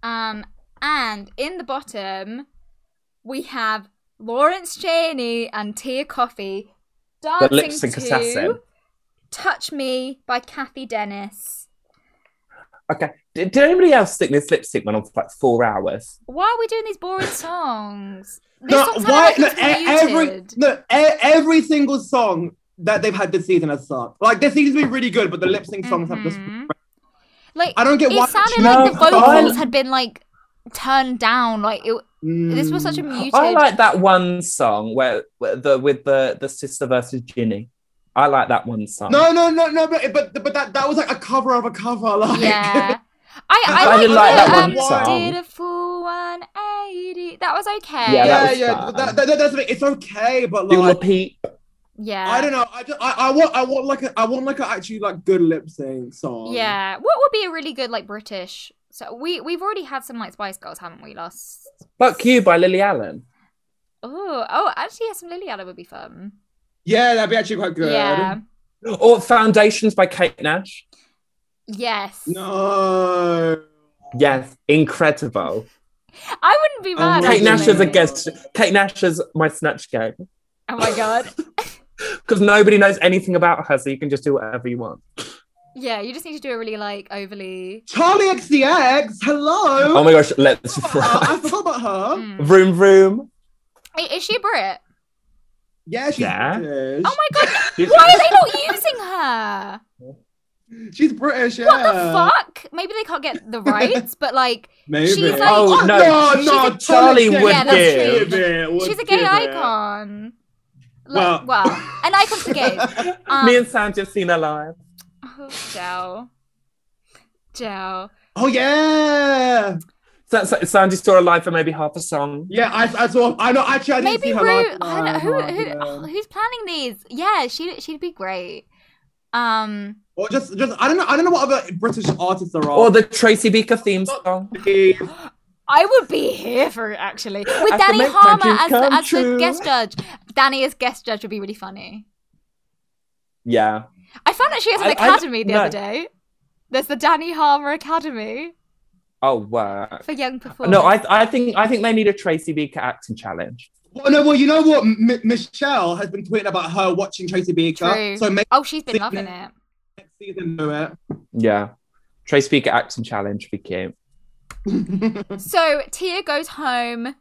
[SPEAKER 3] Um and in the bottom we have Lawrence Cheney and Tia Coffey dancing
[SPEAKER 4] The lip sync
[SPEAKER 3] to
[SPEAKER 4] assassin.
[SPEAKER 3] Touch Me by Kathy Dennis.
[SPEAKER 4] Okay. Did, did anybody else think this lipstick went on for like four hours?
[SPEAKER 3] Why are we doing these boring songs? These
[SPEAKER 5] No,
[SPEAKER 3] songs have
[SPEAKER 5] why?
[SPEAKER 3] nothing
[SPEAKER 5] No,
[SPEAKER 3] to
[SPEAKER 5] e-
[SPEAKER 3] be
[SPEAKER 5] every
[SPEAKER 3] muted.
[SPEAKER 5] no, e- every single song that they've had this season has sucked. Like this season's been really good, but the lip sync songs have just.
[SPEAKER 3] Mhm. like
[SPEAKER 5] I don't get why.
[SPEAKER 3] it sounded
[SPEAKER 4] No,
[SPEAKER 3] like the
[SPEAKER 4] but I-
[SPEAKER 3] vocals had been like turned down. Like it, Mm. this was such a muted.
[SPEAKER 4] I like that one song where, where the with the the sister versus Ginny. I like that one song.
[SPEAKER 5] Mm. No, no, no, no, but but, but that, that was like a cover of a cover, like.
[SPEAKER 3] yeah. I,
[SPEAKER 5] I
[SPEAKER 3] I,
[SPEAKER 5] didn't
[SPEAKER 3] like
[SPEAKER 5] like
[SPEAKER 3] the,
[SPEAKER 5] that
[SPEAKER 3] um,
[SPEAKER 5] one song.
[SPEAKER 3] Did a full 180. That was okay.
[SPEAKER 4] Yeah,
[SPEAKER 5] Yeah,
[SPEAKER 4] that
[SPEAKER 5] yeah,
[SPEAKER 4] was fun.
[SPEAKER 5] but that, that, that's the thing. It's okay, but
[SPEAKER 4] Do
[SPEAKER 5] like,
[SPEAKER 4] repeat.
[SPEAKER 3] Yeah.
[SPEAKER 5] I don't know. I, just, I, I want, I want like a, I want like a actually like good lip sync song.
[SPEAKER 3] Yeah. What would be a really good like British? So we we've already had some like Spice Girls, haven't we? Last.
[SPEAKER 4] Fuck you by Lily Allen.
[SPEAKER 3] Oh, oh, actually, yeah, some Lily Allen would be fun.
[SPEAKER 5] yeah, that'd be actually quite good.
[SPEAKER 3] Yeah.
[SPEAKER 4] Or Foundations by Kate Nash.
[SPEAKER 3] Yes.
[SPEAKER 5] No.
[SPEAKER 4] Yes, incredible.
[SPEAKER 3] I wouldn't be
[SPEAKER 5] Oh
[SPEAKER 3] mad.
[SPEAKER 5] my
[SPEAKER 4] Kate Nash is a
[SPEAKER 3] actually.
[SPEAKER 4] guest. Kate Nash is my snatch game
[SPEAKER 3] Oh my god.
[SPEAKER 4] because nobody knows anything about her, so you can just do whatever you want.
[SPEAKER 3] Yeah, you just need to do a really like overly.
[SPEAKER 5] Charlie XCX. Hello.
[SPEAKER 4] Oh my gosh, let's
[SPEAKER 5] I forgot about her. I forgot about her.
[SPEAKER 3] Mm.
[SPEAKER 4] room room.
[SPEAKER 3] I- Is she a Brit?
[SPEAKER 5] Yeah, she's
[SPEAKER 4] Yeah.
[SPEAKER 5] British.
[SPEAKER 3] Oh my god! Why are they not using her?
[SPEAKER 5] She's British, yeah.
[SPEAKER 3] What the fuck? Maybe they can't get the rights, but like
[SPEAKER 5] Maybe.
[SPEAKER 3] She's like-
[SPEAKER 4] Oh,
[SPEAKER 5] Oh,
[SPEAKER 4] no,
[SPEAKER 5] no,
[SPEAKER 3] she's
[SPEAKER 5] no,
[SPEAKER 3] a-
[SPEAKER 4] Charlie would
[SPEAKER 3] Yeah, that's true.
[SPEAKER 4] give.
[SPEAKER 3] she's a gay icon. Like,
[SPEAKER 5] Well-
[SPEAKER 3] well, an icon for gays. Um,
[SPEAKER 4] Me and Sam just seen her live.
[SPEAKER 3] oh, Joe. Joe.
[SPEAKER 5] Oh yeah,
[SPEAKER 4] So, so Sandy saw her live for maybe half a song.
[SPEAKER 5] yeah. I, I saw. I know. Actually, I didn't
[SPEAKER 3] Maybe
[SPEAKER 5] see her
[SPEAKER 3] Ru.
[SPEAKER 5] live.
[SPEAKER 3] I don't know, who,
[SPEAKER 5] live,
[SPEAKER 3] who,
[SPEAKER 5] yeah.
[SPEAKER 3] oh, who's planning these? Yeah, she she'd be great. Um.
[SPEAKER 5] Or just, just I don't know. I don't know what other British artists there are.
[SPEAKER 4] Or the Tracy Beaker theme song.
[SPEAKER 3] I would be here for it actually with
[SPEAKER 4] I can
[SPEAKER 3] Danny
[SPEAKER 4] make my
[SPEAKER 3] Harmer
[SPEAKER 4] dream
[SPEAKER 3] as, the-
[SPEAKER 4] come
[SPEAKER 3] as the
[SPEAKER 4] true.
[SPEAKER 3] guest judge. Danny as guest judge would be really funny.
[SPEAKER 4] Yeah.
[SPEAKER 3] I found out she has an
[SPEAKER 4] I- I-
[SPEAKER 3] academy the
[SPEAKER 4] no.
[SPEAKER 3] other day. There's the Danny Harmer Academy
[SPEAKER 4] Oh, wow.
[SPEAKER 3] for young performers.
[SPEAKER 4] No, I, I think I think they need a Tracy Beaker acting challenge.
[SPEAKER 5] Well, no, well, you know what? M- Michelle has been tweeting about her watching Tracy Beaker.
[SPEAKER 3] True.
[SPEAKER 5] So maybe
[SPEAKER 3] oh, she's been loving it.
[SPEAKER 5] next season do it.
[SPEAKER 4] Yeah. Tracy Beaker acting challenge would be cute.
[SPEAKER 3] So Tia goes home.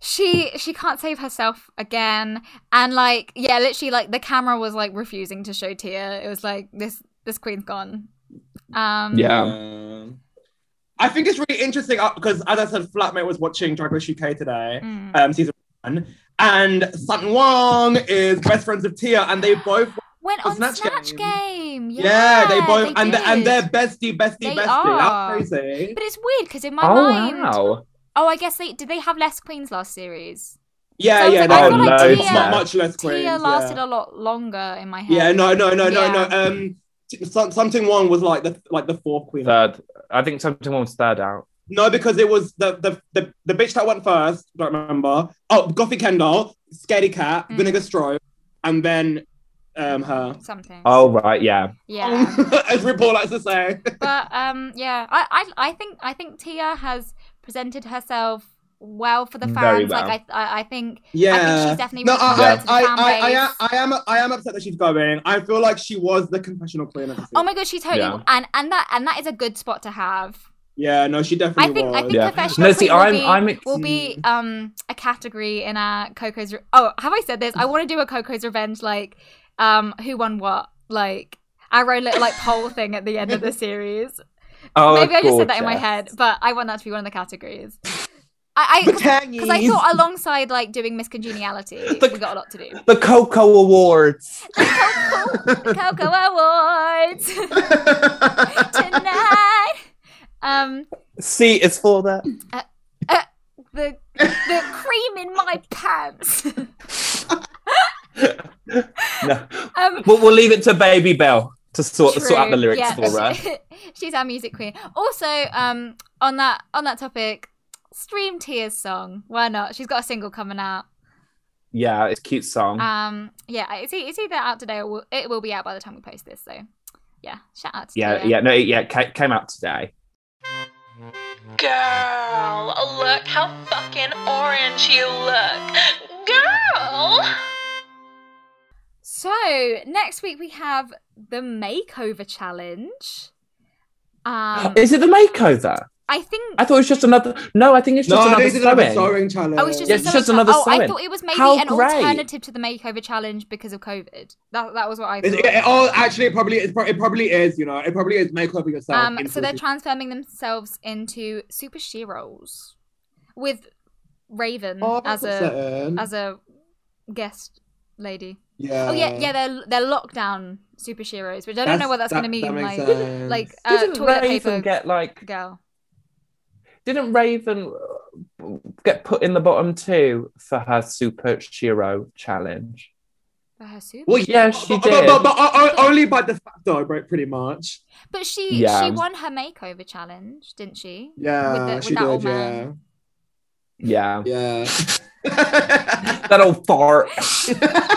[SPEAKER 3] She she can't save herself again, and like yeah, literally like the camera was like refusing to show Tia. It was like this this queen's gone. Um,
[SPEAKER 4] Yeah.
[SPEAKER 5] I think it's really interesting because, as I said, flatmate was watching Drag Race UK today,
[SPEAKER 3] mm.
[SPEAKER 5] um, season one, and Sun Wang is best friends of Tia, and they both.
[SPEAKER 3] went on Snatch,
[SPEAKER 5] Oh, Snatch
[SPEAKER 3] game.
[SPEAKER 5] Game.
[SPEAKER 3] Yeah,
[SPEAKER 5] Yeah, they both and
[SPEAKER 3] did.
[SPEAKER 5] and they're bestie, bestie,
[SPEAKER 3] They
[SPEAKER 5] bestie.
[SPEAKER 3] are.
[SPEAKER 5] That's crazy.
[SPEAKER 3] But it's weird because in my
[SPEAKER 4] Oh
[SPEAKER 3] mind,
[SPEAKER 4] wow.
[SPEAKER 3] oh, I guess they did. They have less queens last series.
[SPEAKER 5] Yeah,
[SPEAKER 3] Sounds
[SPEAKER 5] yeah.
[SPEAKER 3] like-
[SPEAKER 5] no,
[SPEAKER 4] I feel like
[SPEAKER 5] it's
[SPEAKER 4] Tia-
[SPEAKER 5] not much less queens.
[SPEAKER 3] Tia
[SPEAKER 5] yeah.
[SPEAKER 3] lasted a lot longer in my head.
[SPEAKER 5] Yeah, no, no, no, no,
[SPEAKER 3] Yeah.
[SPEAKER 5] no. Um, t- some, something wrong was like the like the fourth queen.
[SPEAKER 4] Third. I think something was third out.
[SPEAKER 5] No, because it was the the the, the bitch that went first. Don't remember. Oh, Gothy Kendall, Scaredy Cat,
[SPEAKER 3] Mm.
[SPEAKER 5] Vinegar Stroh, and then um her.
[SPEAKER 3] something.
[SPEAKER 4] Oh right, yeah.
[SPEAKER 5] Oh,
[SPEAKER 3] yeah.
[SPEAKER 5] As RuPaul likes to say.
[SPEAKER 3] but um, yeah, I, I, I think, I think Tia has presented herself well for the
[SPEAKER 4] Mm, Very
[SPEAKER 3] fans. Like, I, I, I think,
[SPEAKER 5] Yeah.
[SPEAKER 3] I think she's definitely
[SPEAKER 5] no,
[SPEAKER 3] really
[SPEAKER 5] I,
[SPEAKER 3] good
[SPEAKER 5] I,
[SPEAKER 3] to the
[SPEAKER 5] I, I,
[SPEAKER 3] fan
[SPEAKER 5] I, I am I am upset that she's going. I feel like she was the confessional queen. Of the
[SPEAKER 3] oh
[SPEAKER 5] season.
[SPEAKER 3] my god, she totally,
[SPEAKER 4] Yeah.
[SPEAKER 3] and and that, and that is a good spot to have.
[SPEAKER 5] yeah, no, she definitely
[SPEAKER 3] I think I
[SPEAKER 5] was.
[SPEAKER 3] think
[SPEAKER 4] Yeah.
[SPEAKER 3] professional
[SPEAKER 4] No, see,
[SPEAKER 3] queen will
[SPEAKER 4] I'm-
[SPEAKER 3] be,
[SPEAKER 4] I'm Mm. ex-
[SPEAKER 3] will be um a category in our Coco's. Re- oh, have I said this? I want to do a Coco's revenge like um who won what like our own little like poll thing at the end of the series.
[SPEAKER 4] Oh,
[SPEAKER 3] Maybe I just said that in my
[SPEAKER 4] gorgeous.
[SPEAKER 3] head, but I want that to be one of the categories. I because
[SPEAKER 5] Because
[SPEAKER 3] I thought alongside like doing Miss Congeniality,
[SPEAKER 4] The-
[SPEAKER 3] we got a lot to do.
[SPEAKER 4] The Coco Awards.
[SPEAKER 3] Coco Awards tonight. Um,
[SPEAKER 4] C is for that.
[SPEAKER 3] the the cream in my pants.
[SPEAKER 4] No.
[SPEAKER 3] Um,
[SPEAKER 4] But we'll leave it to Baby Bell to sort,
[SPEAKER 3] True.
[SPEAKER 4] sort out the lyrics
[SPEAKER 3] Yeah.
[SPEAKER 4] for her.
[SPEAKER 3] She's our music queen. Also, um, on that on that topic, stream Tia's song. Why not? She's got a single coming out.
[SPEAKER 4] Yeah, it's a cute song.
[SPEAKER 3] Um, yeah, it's, e- it's either out today or will, it will be out by the time we post this. So, yeah, shout out to
[SPEAKER 4] yeah,
[SPEAKER 3] Tia.
[SPEAKER 4] yeah, no, it- yeah, it ca- came out today.
[SPEAKER 2] Girl, look how fucking orange you look. Girl!
[SPEAKER 3] So next week we have the makeover challenge. Um,
[SPEAKER 4] is it the makeover?
[SPEAKER 3] I think
[SPEAKER 4] I thought it was just another. No, I think it's
[SPEAKER 5] No,
[SPEAKER 4] just
[SPEAKER 5] I
[SPEAKER 4] another
[SPEAKER 5] think it's another
[SPEAKER 4] sewing.
[SPEAKER 5] sewing challenge.
[SPEAKER 3] Oh, it's just,
[SPEAKER 4] Yeah, it's
[SPEAKER 3] another
[SPEAKER 4] just
[SPEAKER 3] chal-
[SPEAKER 4] another
[SPEAKER 3] Oh, I
[SPEAKER 4] sewing.
[SPEAKER 3] thought it was maybe
[SPEAKER 4] How
[SPEAKER 3] an
[SPEAKER 4] great.
[SPEAKER 3] alternative to the makeover challenge because of COVID. That that was what I
[SPEAKER 5] It,
[SPEAKER 3] thought.
[SPEAKER 5] it, it- oh, actually, it probably is. It probably is. You know, it probably is makeover yourself.
[SPEAKER 3] Um,
[SPEAKER 5] in
[SPEAKER 3] so they're
[SPEAKER 5] Fiji.
[SPEAKER 3] transforming themselves into superheroes with Raven
[SPEAKER 5] Oh,
[SPEAKER 3] as
[SPEAKER 5] that's
[SPEAKER 3] a
[SPEAKER 5] upsetting.
[SPEAKER 3] as a guest lady.
[SPEAKER 5] yeah.
[SPEAKER 3] oh yeah, yeah, they're they're lockdown superheroes, which I don't know what that's
[SPEAKER 5] that-
[SPEAKER 3] going to mean.
[SPEAKER 5] that
[SPEAKER 3] like
[SPEAKER 5] makes sense.
[SPEAKER 3] like uh,
[SPEAKER 4] Didn't
[SPEAKER 3] toilet paper
[SPEAKER 4] Raven get like?
[SPEAKER 3] girl.
[SPEAKER 4] Didn't Raven uh, get put in the bottom two for her super Shiro challenge?
[SPEAKER 3] For her super.
[SPEAKER 5] Well,
[SPEAKER 4] Yeah, she
[SPEAKER 5] but, but,
[SPEAKER 4] did.
[SPEAKER 5] but, but, o- o- only by the fact, though, right? Pretty much.
[SPEAKER 3] but she
[SPEAKER 4] Yeah.
[SPEAKER 3] she won her makeover challenge, didn't she?
[SPEAKER 5] Yeah,
[SPEAKER 3] With the-
[SPEAKER 5] she
[SPEAKER 3] with that old
[SPEAKER 5] did. Yeah,
[SPEAKER 3] man.
[SPEAKER 4] Yeah,
[SPEAKER 5] yeah.
[SPEAKER 4] that old fart.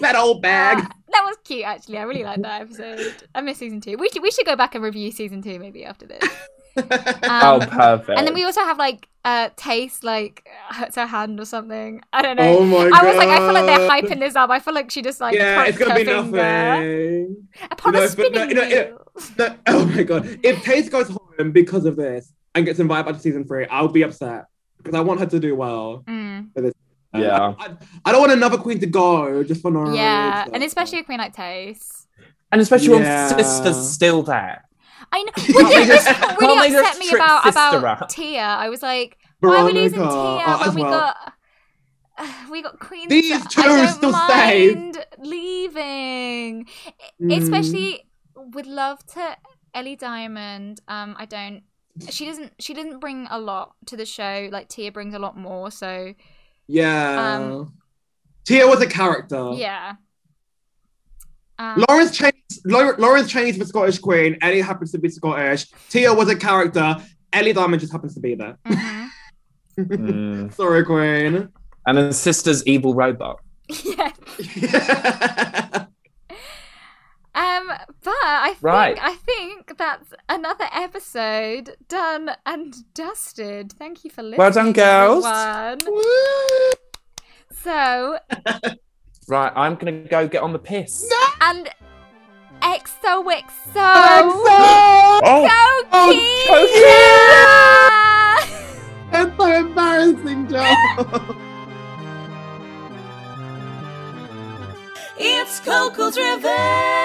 [SPEAKER 5] that old bag.
[SPEAKER 3] Ah, that was cute, actually. I really liked that episode. I miss season two. We should we should go back and review season two maybe after this. Um,
[SPEAKER 4] oh, perfect.
[SPEAKER 3] And then we also have like uh taste like hurts her hand or something. I don't know.
[SPEAKER 5] oh my god.
[SPEAKER 3] I was like, I feel like they're hyping this up. I feel like she just like
[SPEAKER 5] Yeah, it's
[SPEAKER 3] cracked her
[SPEAKER 5] gonna be
[SPEAKER 3] finger
[SPEAKER 5] nothing.
[SPEAKER 3] upon
[SPEAKER 5] No,
[SPEAKER 3] a
[SPEAKER 5] it's- but no,
[SPEAKER 3] spinning
[SPEAKER 5] no, it-
[SPEAKER 3] wheel.
[SPEAKER 5] No, oh my god! If Taze goes home because of this and gets invited back to season three, I'll be upset because I want her to do well.
[SPEAKER 3] Mm,
[SPEAKER 5] Um,
[SPEAKER 4] Yeah.
[SPEAKER 5] I, I don't want another queen to go just for no.
[SPEAKER 3] yeah,
[SPEAKER 5] reason.
[SPEAKER 3] and especially a queen like Taste.
[SPEAKER 4] And especially
[SPEAKER 5] Yeah.
[SPEAKER 4] when sister's still there.
[SPEAKER 3] I know. Well,
[SPEAKER 4] they
[SPEAKER 3] it was
[SPEAKER 4] just- can't
[SPEAKER 3] really
[SPEAKER 4] they just
[SPEAKER 3] upset me
[SPEAKER 4] trip
[SPEAKER 3] about
[SPEAKER 4] sister
[SPEAKER 3] about
[SPEAKER 4] up?
[SPEAKER 3] Tia. I was like, why are we losing Tia
[SPEAKER 5] Veronica,
[SPEAKER 3] when we
[SPEAKER 5] well.
[SPEAKER 3] got we got Queen?
[SPEAKER 5] These two
[SPEAKER 3] I don't
[SPEAKER 5] still stayed.
[SPEAKER 3] mind leaving, E,
[SPEAKER 5] Mm.
[SPEAKER 3] especially with love to Ellie Diamond. Um, I don't. She doesn't. She didn't bring a lot to the show. Like Tia brings a lot more. So
[SPEAKER 5] Yeah.
[SPEAKER 3] Um,
[SPEAKER 5] Tia was a character.
[SPEAKER 3] yeah. Um,
[SPEAKER 5] Lawrence Cheney's, Law- Lawrence Cheney's the Scottish Queen. Ellie happens to be Scottish. Tia was a character. Ellie Diamond just happens to be there.
[SPEAKER 3] mhm.
[SPEAKER 4] Mm.
[SPEAKER 5] Sorry, Queen.
[SPEAKER 4] And then sister's evil robot.
[SPEAKER 3] yeah. Um, but I think
[SPEAKER 4] Right.
[SPEAKER 3] I think that's another episode done and dusted. Thank you for listening.
[SPEAKER 4] Well done, girls.
[SPEAKER 3] everyone. So
[SPEAKER 4] Right, I'm gonna go get on the piss.
[SPEAKER 3] and XOXO. XO.
[SPEAKER 4] Oh,
[SPEAKER 3] Go Keira!
[SPEAKER 5] That's so embarrassing, Joe.
[SPEAKER 1] It's Coco's Revenge.